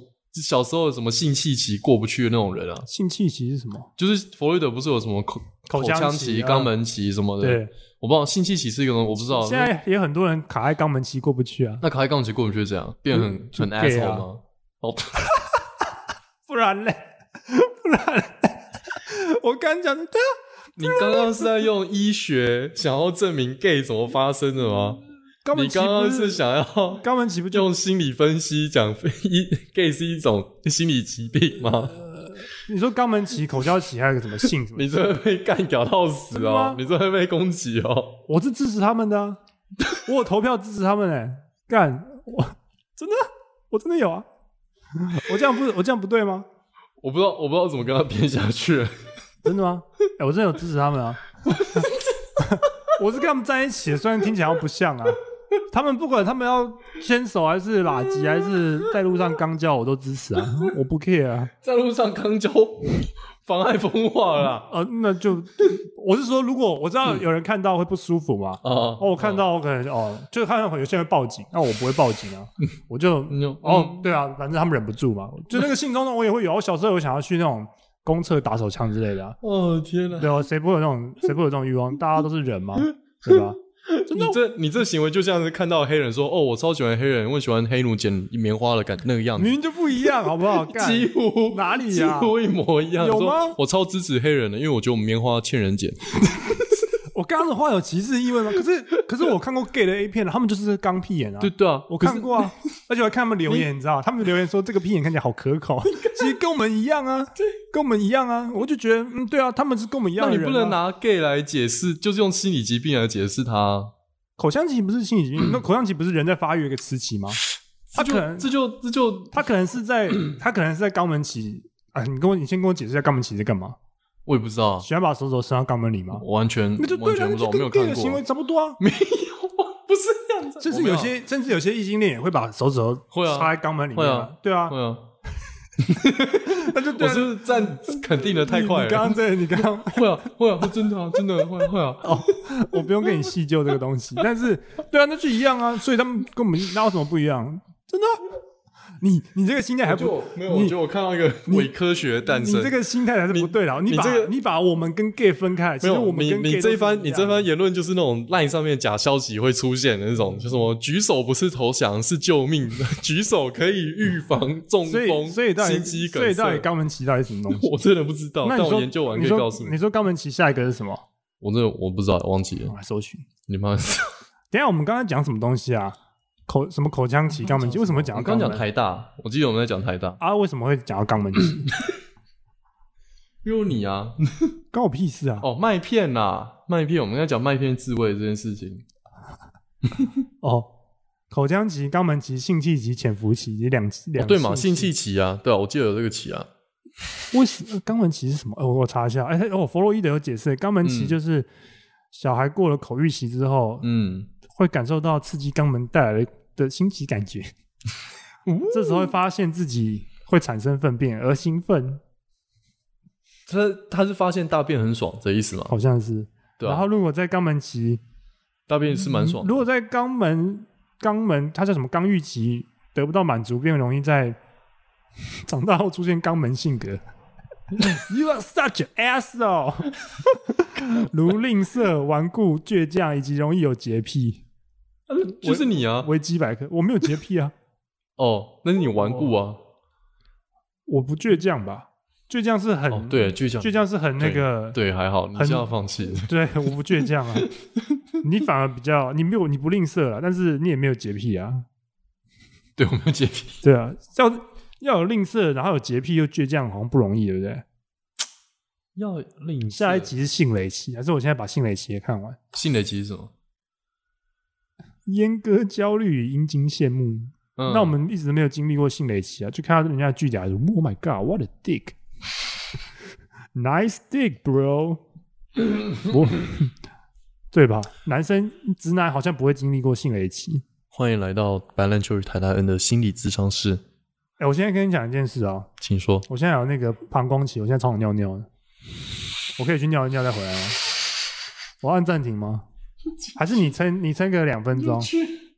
[SPEAKER 2] 小时候什么性器期过不去的那种人啊，
[SPEAKER 1] 性气息是什么？
[SPEAKER 2] 就是弗洛伊德不是有什么口
[SPEAKER 1] 口腔
[SPEAKER 2] 腔
[SPEAKER 1] 期
[SPEAKER 2] 期、
[SPEAKER 1] 啊
[SPEAKER 2] 肛门期什么的，
[SPEAKER 1] 对，
[SPEAKER 2] 我不知道性器期是一个东西，我不知道。
[SPEAKER 1] 现在也很多人卡在肛门期过不去啊，
[SPEAKER 2] 那卡开肛期过不去是怎样？变得很、
[SPEAKER 1] 嗯就
[SPEAKER 2] 很
[SPEAKER 1] gay 啊
[SPEAKER 2] asshole 吗？哦，
[SPEAKER 1] 不然嘞，不然嘞，我刚讲对啊，
[SPEAKER 2] 你刚刚是在用医学想要证明 gay 怎么发生的吗？
[SPEAKER 1] 肛门
[SPEAKER 2] 你
[SPEAKER 1] 期
[SPEAKER 2] 刚
[SPEAKER 1] 不
[SPEAKER 2] 刚是想要
[SPEAKER 1] 肛门期不就
[SPEAKER 2] 用心理分析讲 一 gay 是一种心理疾病 吗？
[SPEAKER 1] 你说肛门期、口交期，还有个什么性什么？
[SPEAKER 2] 你这会被干掉到死
[SPEAKER 1] 真的吗
[SPEAKER 2] 哦！你这会被攻击哦！
[SPEAKER 1] 我是支持他们的、啊，我有投票支持他们哎、干我真的我真的有啊，我这样不我这样不对吗？
[SPEAKER 2] 我不知道，我不知道怎么跟他编下去 了。
[SPEAKER 1] 真的吗？哎、我真的有支持他们啊，我是跟他们在一起的，虽然听起来好像不像啊。他们不管他们要牵手还是拉鸡还是在路上刚交，我都支持啊，我不 care 啊。
[SPEAKER 2] 在路上康交妨碍风化了
[SPEAKER 1] 呃，那就我是说，如果我知道有人看到会不舒服嘛，
[SPEAKER 2] 啊！哦
[SPEAKER 1] 哦，我看，到我可能哦，就看到有些人会报警，那我不会报警啊，
[SPEAKER 2] 嗯
[SPEAKER 1] 我就
[SPEAKER 2] 你就
[SPEAKER 1] 哦，对啊，反正他们忍不住嘛，就那个性冲动我也会有，我小时候有想要去那种公厕打手枪之类的、啊，
[SPEAKER 2] 哦 天哪！
[SPEAKER 1] 对啊，谁不会有那种谁不会有这种欲望？大家都是人嘛，对吧？
[SPEAKER 2] 你
[SPEAKER 1] 哦
[SPEAKER 2] 这你这行为就像是看到黑人说：“哦，我超喜欢黑人，我喜欢黑奴剪棉花的感那个样
[SPEAKER 1] 明
[SPEAKER 2] 子。
[SPEAKER 1] 明就不一样，好不好？”干
[SPEAKER 2] 几乎
[SPEAKER 1] 哪里
[SPEAKER 2] 几
[SPEAKER 1] 呀、
[SPEAKER 2] 乎一模一样。
[SPEAKER 1] 有
[SPEAKER 2] 说
[SPEAKER 1] 吗
[SPEAKER 2] 我超支持黑人的，因为我觉得我们棉花欠人剪。
[SPEAKER 1] 我刚刚的话有歧视意味吗？可是可是我看过 gay 的 A 片了，他们就是刚屁眼啊。
[SPEAKER 2] 对对啊，
[SPEAKER 1] 我
[SPEAKER 2] 可是
[SPEAKER 1] 看过啊，而且我还看他们留言，你知道，他们留言说这个屁眼看起来好可口，其实跟我们一样啊，跟我们一样啊，我就觉得，嗯，对啊，他们是跟我们一样
[SPEAKER 2] 那
[SPEAKER 1] 的
[SPEAKER 2] 你
[SPEAKER 1] 人、啊。
[SPEAKER 2] 不能拿 gay 来解释，就是用心理疾病来解释它啊。
[SPEAKER 1] 口腔期不是心理疾病，那口腔期不是人在发育一个时期吗？他
[SPEAKER 2] 嗯这
[SPEAKER 1] 可能
[SPEAKER 2] 就嗯这就这就
[SPEAKER 1] 他可能是在他可能是在肛门期啊，你跟我你先跟我解释一下肛门期是干嘛？
[SPEAKER 2] 我也不知道，
[SPEAKER 1] 喜欢把手指头伸到肛门里吗？
[SPEAKER 2] 我完全
[SPEAKER 1] 那就对
[SPEAKER 2] 完
[SPEAKER 1] 啊，
[SPEAKER 2] 全
[SPEAKER 1] 那
[SPEAKER 2] 不知
[SPEAKER 1] 就
[SPEAKER 2] 道，我没有
[SPEAKER 1] 跟 gay
[SPEAKER 2] 看
[SPEAKER 1] 的行为
[SPEAKER 2] 过。
[SPEAKER 1] 差不多啊。
[SPEAKER 2] 没有，不是这样子。
[SPEAKER 1] 甚至
[SPEAKER 2] 我没啊
[SPEAKER 1] 有些，甚至有些异性恋也会把手指头
[SPEAKER 2] 会啊
[SPEAKER 1] 插在肛门里面、
[SPEAKER 2] 会啊
[SPEAKER 1] 对啊，
[SPEAKER 2] 会啊，
[SPEAKER 1] 那就对
[SPEAKER 2] 我
[SPEAKER 1] 啊。
[SPEAKER 2] 是不是站肯定的太
[SPEAKER 1] 你
[SPEAKER 2] 快
[SPEAKER 1] 你刚
[SPEAKER 2] 了？
[SPEAKER 1] 刚在，你刚刚
[SPEAKER 2] 会啊，会啊，真的啊，真的会啊会啊。
[SPEAKER 1] 哦我不用跟你细究这个东西，但是对啊，那就一样啊，所以他们跟我们哪有什么不一样？真的啊、你你这个心态还不
[SPEAKER 2] 就，没有，我
[SPEAKER 1] 你
[SPEAKER 2] 觉得我看到一个伪科学的诞
[SPEAKER 1] 你
[SPEAKER 2] 生
[SPEAKER 1] 这。个心态还是不对的。你
[SPEAKER 2] 你
[SPEAKER 1] 把
[SPEAKER 2] 这个
[SPEAKER 1] 你把我们跟 gay 分开，其
[SPEAKER 2] 没
[SPEAKER 1] 实
[SPEAKER 2] 有
[SPEAKER 1] 我，们
[SPEAKER 2] 你
[SPEAKER 1] 跟 gay
[SPEAKER 2] 你这一
[SPEAKER 1] 都
[SPEAKER 2] 番
[SPEAKER 1] 是
[SPEAKER 2] 你
[SPEAKER 1] 样
[SPEAKER 2] 这番言论就是那种 LINE 上面假消息会出现的那种，就什么举手不是投降是救命，举手可以预防中
[SPEAKER 1] 所
[SPEAKER 2] 风、
[SPEAKER 1] 以所以到
[SPEAKER 2] 心
[SPEAKER 1] 底
[SPEAKER 2] 肌
[SPEAKER 1] 所
[SPEAKER 2] 梗
[SPEAKER 1] 以到底
[SPEAKER 2] 塞。
[SPEAKER 1] 肛门期到底什么 东西？
[SPEAKER 2] 我真的不知道，
[SPEAKER 1] 那
[SPEAKER 2] 但
[SPEAKER 1] 你说
[SPEAKER 2] 我研究完
[SPEAKER 1] 你
[SPEAKER 2] 可以
[SPEAKER 1] 说
[SPEAKER 2] 告诉
[SPEAKER 1] 你
[SPEAKER 2] 你。
[SPEAKER 1] 说肛门期下一个是什么？
[SPEAKER 2] 我真的我不知道，忘记了
[SPEAKER 1] 我。来搜寻。
[SPEAKER 2] 你妈！
[SPEAKER 1] 等一下我们刚才讲什么东西啊？口什么口腔期、肛门期？为什么会讲
[SPEAKER 2] 我
[SPEAKER 1] 到
[SPEAKER 2] 刚
[SPEAKER 1] 肛
[SPEAKER 2] 讲
[SPEAKER 1] 门
[SPEAKER 2] 台大，我记得我们在讲台大，
[SPEAKER 1] 啊？为什么会讲到肛门 期？
[SPEAKER 2] 因为你啊，
[SPEAKER 1] 关我屁事啊！
[SPEAKER 2] 哦，麦片呐、麦片，我们在讲麦片自慰这件事情。
[SPEAKER 1] 哦，口腔期、肛门期、性器期、潜伏期这两
[SPEAKER 2] 哦，
[SPEAKER 1] 两
[SPEAKER 2] 对嘛，
[SPEAKER 1] 性
[SPEAKER 2] 性器期啊，对啊，我记得有这个期啊。
[SPEAKER 1] 为什么肛门期是什么？呃，我我查一下。哎、哦，弗洛伊德有解释，肛门期
[SPEAKER 2] 嗯
[SPEAKER 1] 就是小孩过了口欲期之后，
[SPEAKER 2] 嗯，
[SPEAKER 1] 会感受到刺激肛门带来的的新奇感觉，
[SPEAKER 2] 哦
[SPEAKER 1] 这时候会发现自己会产生粪便而兴奋，
[SPEAKER 2] 他他是发现大便很爽这意思嘛？
[SPEAKER 1] 好像是。
[SPEAKER 2] 对啊，
[SPEAKER 1] 然后如果在肛门期，
[SPEAKER 2] 大便是蛮爽的。
[SPEAKER 1] 如果在肛门肛门，它叫什么肛欲期得不到满足，便容易在长大后出现肛门性格。You are such an asshole，如吝啬、顽固、倔强，以及容易有洁癖。
[SPEAKER 2] 就是你啊，
[SPEAKER 1] 维基百科，我没有洁癖啊，
[SPEAKER 2] 哦，那是你顽固啊。
[SPEAKER 1] 我不倔强吧？倔强是很、
[SPEAKER 2] 哦，对，就讲
[SPEAKER 1] 倔强是很那个，
[SPEAKER 2] 对还好，你
[SPEAKER 1] 很
[SPEAKER 2] 是要放弃。
[SPEAKER 1] 对我不倔强啊。你反而比较，你没有，啊你不吝啬了，但是你也没有洁癖啊，
[SPEAKER 2] 对，我没有洁癖。
[SPEAKER 1] 对啊，要要有吝啬，然后有洁癖又倔强，好像不容易，对不对？
[SPEAKER 2] 要 另
[SPEAKER 1] 下一集是性雷奇，还是我现在把性雷奇也看完？
[SPEAKER 2] 性雷奇是什么？
[SPEAKER 1] 阉割焦虑与阴茎羡慕。
[SPEAKER 2] 嗯，
[SPEAKER 1] 那我们一直没有经历过性雷奇啊，就看到人家的剧甲就 Oh my God, what a dick, nice dick, bro 我。对吧？男生直男好像不会经历过性雷期。
[SPEAKER 2] 欢迎来到白兰球与台台恩的心理咨商室，
[SPEAKER 1] 哎、我现在跟你讲一件事啊、
[SPEAKER 2] 请说。
[SPEAKER 1] 我现在有那个膀胱期，我现在超想尿尿的，我可以去尿一尿再回来吗？我按暂停吗？还是你撑你撑个两分钟？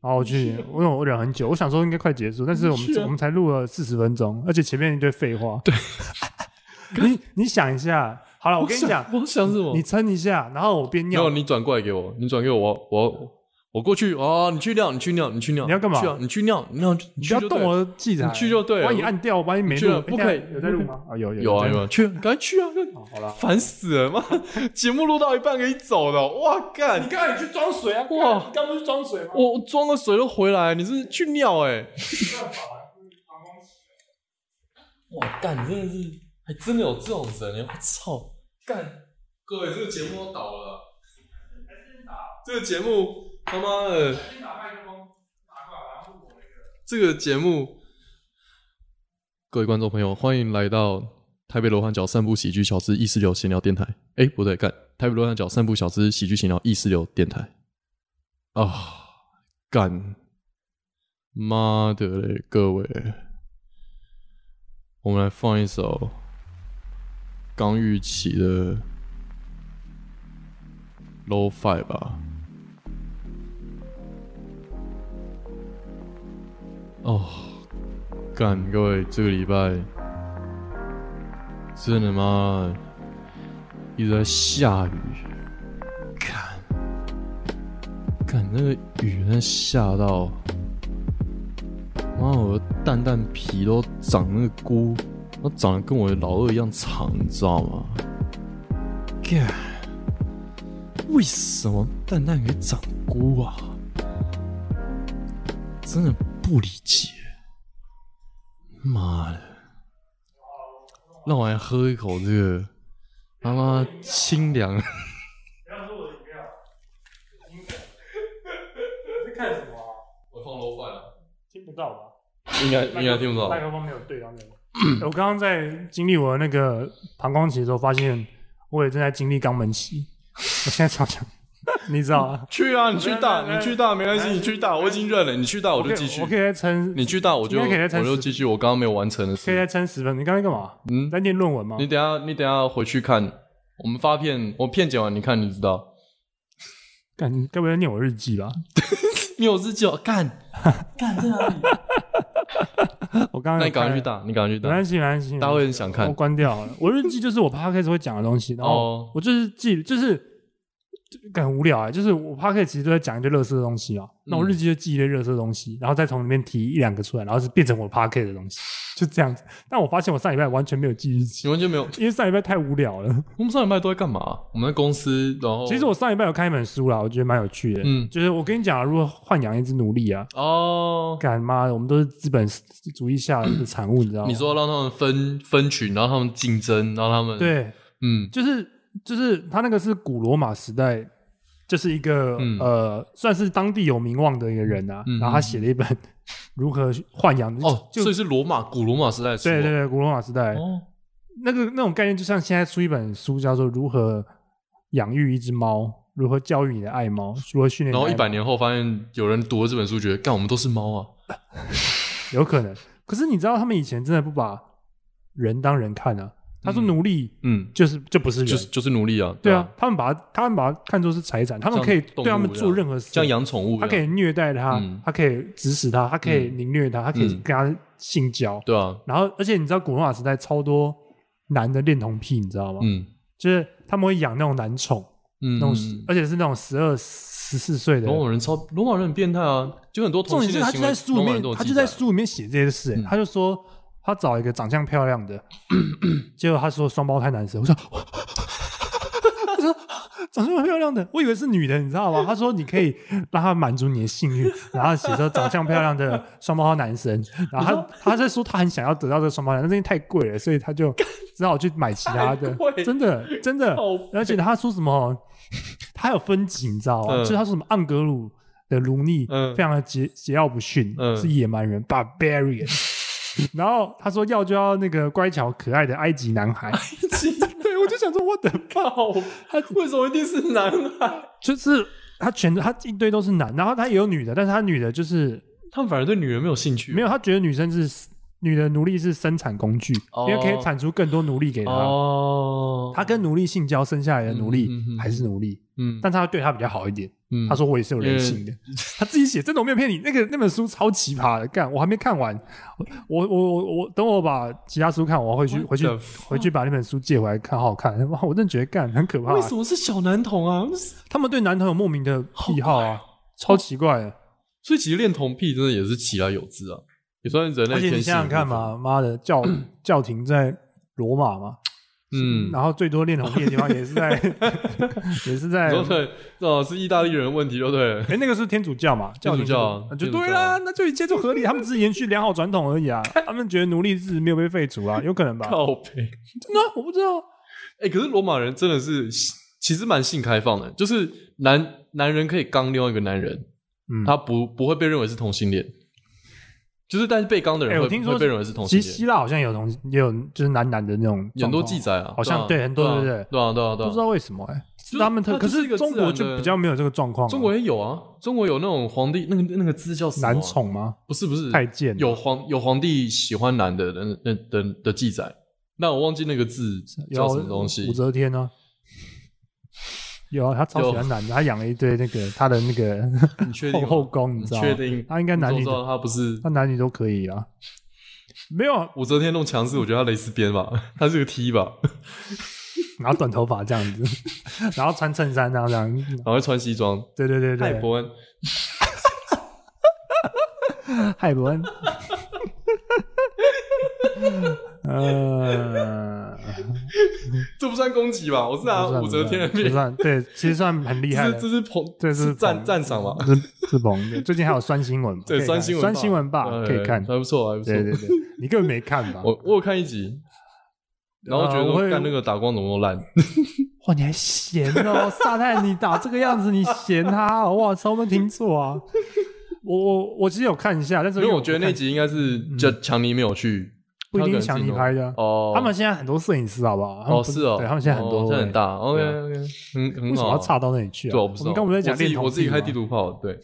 [SPEAKER 1] 好，我去，啊我我忍很久，我想说应该快结束，但是我们、我们才录了四十分钟，而且前面一堆废 话。对，你你想一下，好了，我跟你讲，
[SPEAKER 2] 我想什么？
[SPEAKER 1] 你撑一下，然后我边
[SPEAKER 2] 没有，
[SPEAKER 1] 尿，
[SPEAKER 2] 你转过来给我，你转给我，我我我过去哦，你去尿，你去尿，你去尿，
[SPEAKER 1] 你要干嘛
[SPEAKER 2] 去啊，你去尿，你尿，你
[SPEAKER 1] 你不
[SPEAKER 2] 去
[SPEAKER 1] 要
[SPEAKER 2] 就对
[SPEAKER 1] 动我的器材，
[SPEAKER 2] 你去就对了
[SPEAKER 1] 万一按掉，万一没
[SPEAKER 2] 你去
[SPEAKER 1] 录
[SPEAKER 2] 了，不
[SPEAKER 1] 哎
[SPEAKER 2] 可以
[SPEAKER 1] 等一下有在录吗？啊，有有
[SPEAKER 2] 有啊
[SPEAKER 1] 在录
[SPEAKER 2] 有啊，去，赶快去啊！
[SPEAKER 1] 好好了，
[SPEAKER 2] 烦死了，妈！节目录到一半给你走了，哇干！
[SPEAKER 1] 刚才去装水啊
[SPEAKER 2] 哇
[SPEAKER 1] 刚不是装水吗
[SPEAKER 2] 我我装了水都回来，你是去尿哎、哇干！你真的是还真的有这种人，欸我操！干！各位，这个节目要倒了，啊这个节目他妈的，这个节目，各位观众朋友，欢迎来到台北罗汉脚散步喜剧小吃意识流闲聊电台。哎、不对，干！台北罗汉脚散步小吃喜剧闲聊意识流电台。啊，干！妈的嘞，各位，我们来放一首刚玉琪的《Low Five》吧。哦，干！各位，这个礼拜真的妈一直在下雨，干！看那个雨，那下到，妈，我的蛋蛋皮都长那个菇，都长得跟我的老二一样长，你知道吗？干，为什么蛋蛋可以长菇啊？真的不理解。妈的，让我来喝一口这个他妈清凉。
[SPEAKER 1] 在看什么啊？
[SPEAKER 2] 我放楼饭了，
[SPEAKER 1] 听不到吧？
[SPEAKER 2] 应该应该听不到。
[SPEAKER 1] 麦克风没有对到那个。哎我刚刚在经历我的那个膀胱期的时候，发现我也正在经历肛门期。 我现在超想，你知道啊？
[SPEAKER 2] 去啊，你去
[SPEAKER 1] 来
[SPEAKER 2] 大，
[SPEAKER 1] 来
[SPEAKER 2] 你去大，没关系，你去大，我已经认了，你去 大我就继续
[SPEAKER 1] 我。可以再撑，
[SPEAKER 2] 你去大我就
[SPEAKER 1] 应
[SPEAKER 2] 我
[SPEAKER 1] 该可以再参
[SPEAKER 2] 就继续，我刚刚没有完成
[SPEAKER 1] 可
[SPEAKER 2] 的
[SPEAKER 1] 以
[SPEAKER 2] 事。
[SPEAKER 1] 再撑十分钟。你刚才干嘛？
[SPEAKER 2] 嗯，
[SPEAKER 1] 在念论文吗？
[SPEAKER 2] 你等一下你等一下回去看，我们发片，我片剪完你看，你知道。
[SPEAKER 1] 干，你该不会在念我日记 吧？
[SPEAKER 2] 你有自己有干，
[SPEAKER 1] 我刚刚
[SPEAKER 2] 那
[SPEAKER 1] 有
[SPEAKER 2] 你赶快
[SPEAKER 1] 开，
[SPEAKER 2] 去大，你赶快去
[SPEAKER 1] 没
[SPEAKER 2] 大，
[SPEAKER 1] 关系，没关系。
[SPEAKER 2] 大家会很想
[SPEAKER 1] 我
[SPEAKER 2] 看。
[SPEAKER 1] 关掉了。我日记就是我 podcast 会讲的东西，然后
[SPEAKER 2] 哦
[SPEAKER 1] 我就是记，就是就很无聊啊、就是我 podcast 其实都在讲一堆乐色的东西嘛，那我
[SPEAKER 2] 嗯
[SPEAKER 1] 日记就记一堆乐色的东西，然后再从里面提一两个出来，然后是变成我 podcast 的东西，就这样子。但我发现我上礼拜完全没有记日记
[SPEAKER 2] 你。完全没有，
[SPEAKER 1] 因为上礼拜太无聊了。
[SPEAKER 2] 我们上礼拜都在干嘛？我们在公司，然后
[SPEAKER 1] 其实我上礼拜有看一本书啦，我觉得蛮有趣的。
[SPEAKER 2] 嗯
[SPEAKER 1] 就是我跟你讲啊，如何豢养一只奴隶啊，
[SPEAKER 2] 哦，
[SPEAKER 1] 干妈的，我们都是资本主义下的产物，你知道吗？
[SPEAKER 2] 你说让他们分分群，然后他们竞争，然后他们，
[SPEAKER 1] 对，
[SPEAKER 2] 嗯
[SPEAKER 1] 就是就是他那个是古罗马时代，就是一个、
[SPEAKER 2] 嗯
[SPEAKER 1] 呃，算是当地有名望的一个人啊。
[SPEAKER 2] 嗯
[SPEAKER 1] 然后他写了一本 如何豢养的
[SPEAKER 2] 哦，
[SPEAKER 1] 就
[SPEAKER 2] 所以是罗马古罗马时代的书
[SPEAKER 1] 对对对，古罗马时代、
[SPEAKER 2] 哦，
[SPEAKER 1] 那个那种概念，就像现在出一本书叫做《如何养育一只猫》，如何教育你的爱猫，如何训练你
[SPEAKER 2] 然
[SPEAKER 1] 的爱猫。
[SPEAKER 2] 后一百年后发现有人读了这本书，觉得干我们都是猫啊，
[SPEAKER 1] 有可能，可是你知道他们以前真的不把人当人看啊，他说
[SPEAKER 2] 嗯
[SPEAKER 1] 奴隶
[SPEAKER 2] 嗯，
[SPEAKER 1] 就是、就不是人。
[SPEAKER 2] 就是就是奴隶啊，
[SPEAKER 1] 对啊，，他们把它他们把它看作是财产，他们
[SPEAKER 2] 像
[SPEAKER 1] 可以
[SPEAKER 2] 动
[SPEAKER 1] 对他们
[SPEAKER 2] 物这
[SPEAKER 1] 做
[SPEAKER 2] 样
[SPEAKER 1] 任何事，
[SPEAKER 2] 像养宠物一样，
[SPEAKER 1] 他可以虐待他，
[SPEAKER 2] 嗯
[SPEAKER 1] 他可以指使他，他可以凌虐他，他可以
[SPEAKER 2] 嗯
[SPEAKER 1] 跟他性交。
[SPEAKER 2] 对啊，
[SPEAKER 1] 然后，而且你知道古罗马时代超多男的恋童癖，你知道吗？
[SPEAKER 2] 嗯
[SPEAKER 1] 就是他们会养那种男宠，那
[SPEAKER 2] 嗯，
[SPEAKER 1] 种、
[SPEAKER 2] 嗯
[SPEAKER 1] 而且是那种十二、十四岁的。
[SPEAKER 2] 罗马人超罗马人很变态啊，就很多
[SPEAKER 1] 重
[SPEAKER 2] 同
[SPEAKER 1] 点
[SPEAKER 2] 性
[SPEAKER 1] 是他
[SPEAKER 2] 恋
[SPEAKER 1] 就
[SPEAKER 2] 行为
[SPEAKER 1] 在书里
[SPEAKER 2] 罗马
[SPEAKER 1] 面
[SPEAKER 2] 人都，有
[SPEAKER 1] 他
[SPEAKER 2] 记
[SPEAKER 1] 就在
[SPEAKER 2] 载
[SPEAKER 1] 书里面写这些事、欸
[SPEAKER 2] 嗯
[SPEAKER 1] 他就说他找一个长相漂 亮的，结果他说双胞胎男生，我说。我说长这么漂亮的，我以为是女的，你知道吗？他说你可以让他满足你的性欲，然后写说长相漂亮的双胞胎男生，然后他他在说他很想要得到这个双胞胎，但是因为太贵了，所以他就只好去买其他的
[SPEAKER 2] 太贵，
[SPEAKER 1] 真的真的
[SPEAKER 2] 好贵，
[SPEAKER 1] 而且他说什么，他还有分级，你知道吗？
[SPEAKER 2] 嗯
[SPEAKER 1] 就是他说什么盎格鲁。的奴隶、
[SPEAKER 2] 嗯
[SPEAKER 1] 非常的桀桀骜不驯，
[SPEAKER 2] 嗯
[SPEAKER 1] 是野蛮人 （barbarian）。然后他说要就要那个乖巧可爱的埃及男孩，
[SPEAKER 2] 哎
[SPEAKER 1] 对我就想说 what the
[SPEAKER 2] 靠，
[SPEAKER 1] 他
[SPEAKER 2] 为什么一定是男孩？
[SPEAKER 1] 就是他全他一堆都是男，然后他也有女的，但是他女的就是
[SPEAKER 2] 他们反而对女人没有兴趣。
[SPEAKER 1] 没有，他觉得女生是女的奴隶是生产工具，
[SPEAKER 2] 哦
[SPEAKER 1] 因为可以产出更多奴隶给他。
[SPEAKER 2] 哦，
[SPEAKER 1] 他跟奴隶性交生下来的奴隶
[SPEAKER 2] 嗯嗯嗯
[SPEAKER 1] 还是奴隶，
[SPEAKER 2] 嗯
[SPEAKER 1] 但他对他比较好一点。
[SPEAKER 2] 嗯
[SPEAKER 1] 他说我也是有人性的， 他自己写，真的我没有骗你。那个那本书超奇葩的，干我还没看完，我我我我等我把其他书看完，我会去
[SPEAKER 2] What
[SPEAKER 1] 回去
[SPEAKER 2] the
[SPEAKER 1] 回去啊把那本书借回来看，好好看。 哇，我真的觉得干很可怕
[SPEAKER 2] 为。什么是小男 童啊？
[SPEAKER 1] 他们对男童有莫名的癖好啊，超奇怪的。
[SPEAKER 2] 所以其实恋童癖真的也是起来有之啊，也算是人类
[SPEAKER 1] 而且
[SPEAKER 2] 天性。
[SPEAKER 1] 你想想看，嘛，妈的 教教廷在罗马嘛，
[SPEAKER 2] 嗯，
[SPEAKER 1] 然后最多恋童癖的地方也是在 也是在
[SPEAKER 2] 你。说对，哦，是意大利人的问题，就对了。
[SPEAKER 1] 哎，那个是天主教嘛？
[SPEAKER 2] 天主
[SPEAKER 1] 廷
[SPEAKER 2] 教啊
[SPEAKER 1] 是就
[SPEAKER 2] 天主
[SPEAKER 1] 对
[SPEAKER 2] 教
[SPEAKER 1] 啦
[SPEAKER 2] 啊，
[SPEAKER 1] 那就一切就 合理。他们只是延续良好传统而已啊。他们觉得奴隶制没有被废除啊，有可能吧？
[SPEAKER 2] 靠背，
[SPEAKER 1] 真的啊，我不知道。
[SPEAKER 2] 哎、可是罗马人真的是其实蛮性开放的，就是男男人可以刚另外一个男人，
[SPEAKER 1] 嗯
[SPEAKER 2] 他不不会被认为是同性恋，就是但是被刚的人
[SPEAKER 1] 哎
[SPEAKER 2] 会,、
[SPEAKER 1] 我听说
[SPEAKER 2] 会被认为是同性
[SPEAKER 1] 其实
[SPEAKER 2] 恋，
[SPEAKER 1] 希腊好像有同也有就是男男的那种
[SPEAKER 2] 很
[SPEAKER 1] 状
[SPEAKER 2] 多
[SPEAKER 1] 况
[SPEAKER 2] 记载啊，
[SPEAKER 1] 哦好像
[SPEAKER 2] 对
[SPEAKER 1] 对很多
[SPEAKER 2] 对
[SPEAKER 1] 对
[SPEAKER 2] 啊
[SPEAKER 1] 对
[SPEAKER 2] 对啊对啊对啊
[SPEAKER 1] 不知道为什么哎，
[SPEAKER 2] 是
[SPEAKER 1] 他们特
[SPEAKER 2] 它就
[SPEAKER 1] 可
[SPEAKER 2] 是一个
[SPEAKER 1] 是中
[SPEAKER 2] 自然的
[SPEAKER 1] 国就比较没有这个状况啊。
[SPEAKER 2] 中国也有啊，中国有那种皇帝，那个那个字叫什么啊、
[SPEAKER 1] 男宠吗？
[SPEAKER 2] 不是不是
[SPEAKER 1] 太监啊
[SPEAKER 2] 有皇有皇帝喜欢男的的的的的记载，那我忘记那个字
[SPEAKER 1] 有啊
[SPEAKER 2] 叫什么东西
[SPEAKER 1] 武。则天呢、有啊，他超喜欢男的，他养了一堆那个他的那个
[SPEAKER 2] 你确定
[SPEAKER 1] 后 后
[SPEAKER 2] 吗？
[SPEAKER 1] 宫，
[SPEAKER 2] 你
[SPEAKER 1] 你知道
[SPEAKER 2] 确
[SPEAKER 1] 吗？
[SPEAKER 2] 定？
[SPEAKER 1] 他应该男女
[SPEAKER 2] 知道
[SPEAKER 1] 都
[SPEAKER 2] 他不是
[SPEAKER 1] 他男女都可以啊。没有啊，
[SPEAKER 2] 武则天弄强势，我觉得她蕾丝边吧， 她是个 T 吧，
[SPEAKER 1] 然后短头发这样子， 然后穿衬衫啊这样，
[SPEAKER 2] 然后穿西装。
[SPEAKER 1] 对对对
[SPEAKER 2] 泰
[SPEAKER 1] 对，
[SPEAKER 2] 伯恩，
[SPEAKER 1] 海伯恩。呃，
[SPEAKER 2] 这不算攻击吧？我是拿
[SPEAKER 1] 不算
[SPEAKER 2] 武则天的
[SPEAKER 1] 不
[SPEAKER 2] 命，
[SPEAKER 1] 算对，其实算很厉
[SPEAKER 2] 这
[SPEAKER 1] 害
[SPEAKER 2] 是
[SPEAKER 1] 的
[SPEAKER 2] 这，是捧，
[SPEAKER 1] 这是
[SPEAKER 2] 赞
[SPEAKER 1] 捧
[SPEAKER 2] 赞赏吧？
[SPEAKER 1] 是是捧的。最近还有酸新闻嘛，
[SPEAKER 2] 对，
[SPEAKER 1] 可以看
[SPEAKER 2] 酸新闻吧，
[SPEAKER 1] 酸新闻吧，
[SPEAKER 2] 对
[SPEAKER 1] 啊可以看。
[SPEAKER 2] 还不错，还不错。
[SPEAKER 1] 对对 对，你根本没看吧？
[SPEAKER 2] 我我有看一集，然后觉得
[SPEAKER 1] 呃我
[SPEAKER 2] 说
[SPEAKER 1] 会
[SPEAKER 2] 干那个打光怎么那么烂，
[SPEAKER 1] 哇，你还闲哦，沙太，你打这个样子，你嫌他、哦？哇，超没听错啊！我我我其实有看一下，但是
[SPEAKER 2] 因
[SPEAKER 1] 因
[SPEAKER 2] 为
[SPEAKER 1] 为
[SPEAKER 2] 我觉得那
[SPEAKER 1] 看嗯
[SPEAKER 2] 集应该是叫强尼没有去，
[SPEAKER 1] 不一
[SPEAKER 2] 他可
[SPEAKER 1] 定
[SPEAKER 2] 能
[SPEAKER 1] 是强
[SPEAKER 2] 自己
[SPEAKER 1] 尼
[SPEAKER 2] 弄
[SPEAKER 1] 拍的啊
[SPEAKER 2] 哦。
[SPEAKER 1] 他们现在很多摄影师，好不好？他们
[SPEAKER 2] 哦
[SPEAKER 1] 不
[SPEAKER 2] 是哦，
[SPEAKER 1] 对他们现在很多
[SPEAKER 2] 哦
[SPEAKER 1] 位，
[SPEAKER 2] 现在很大，OK
[SPEAKER 1] 对啊
[SPEAKER 2] OK，很很好。
[SPEAKER 1] 为什么要差到那里去啊？
[SPEAKER 2] 对，我不知道。
[SPEAKER 1] 们刚不是在讲
[SPEAKER 2] 我自
[SPEAKER 1] 恋童
[SPEAKER 2] 己
[SPEAKER 1] 癖吗
[SPEAKER 2] 我自己开地图炮，对，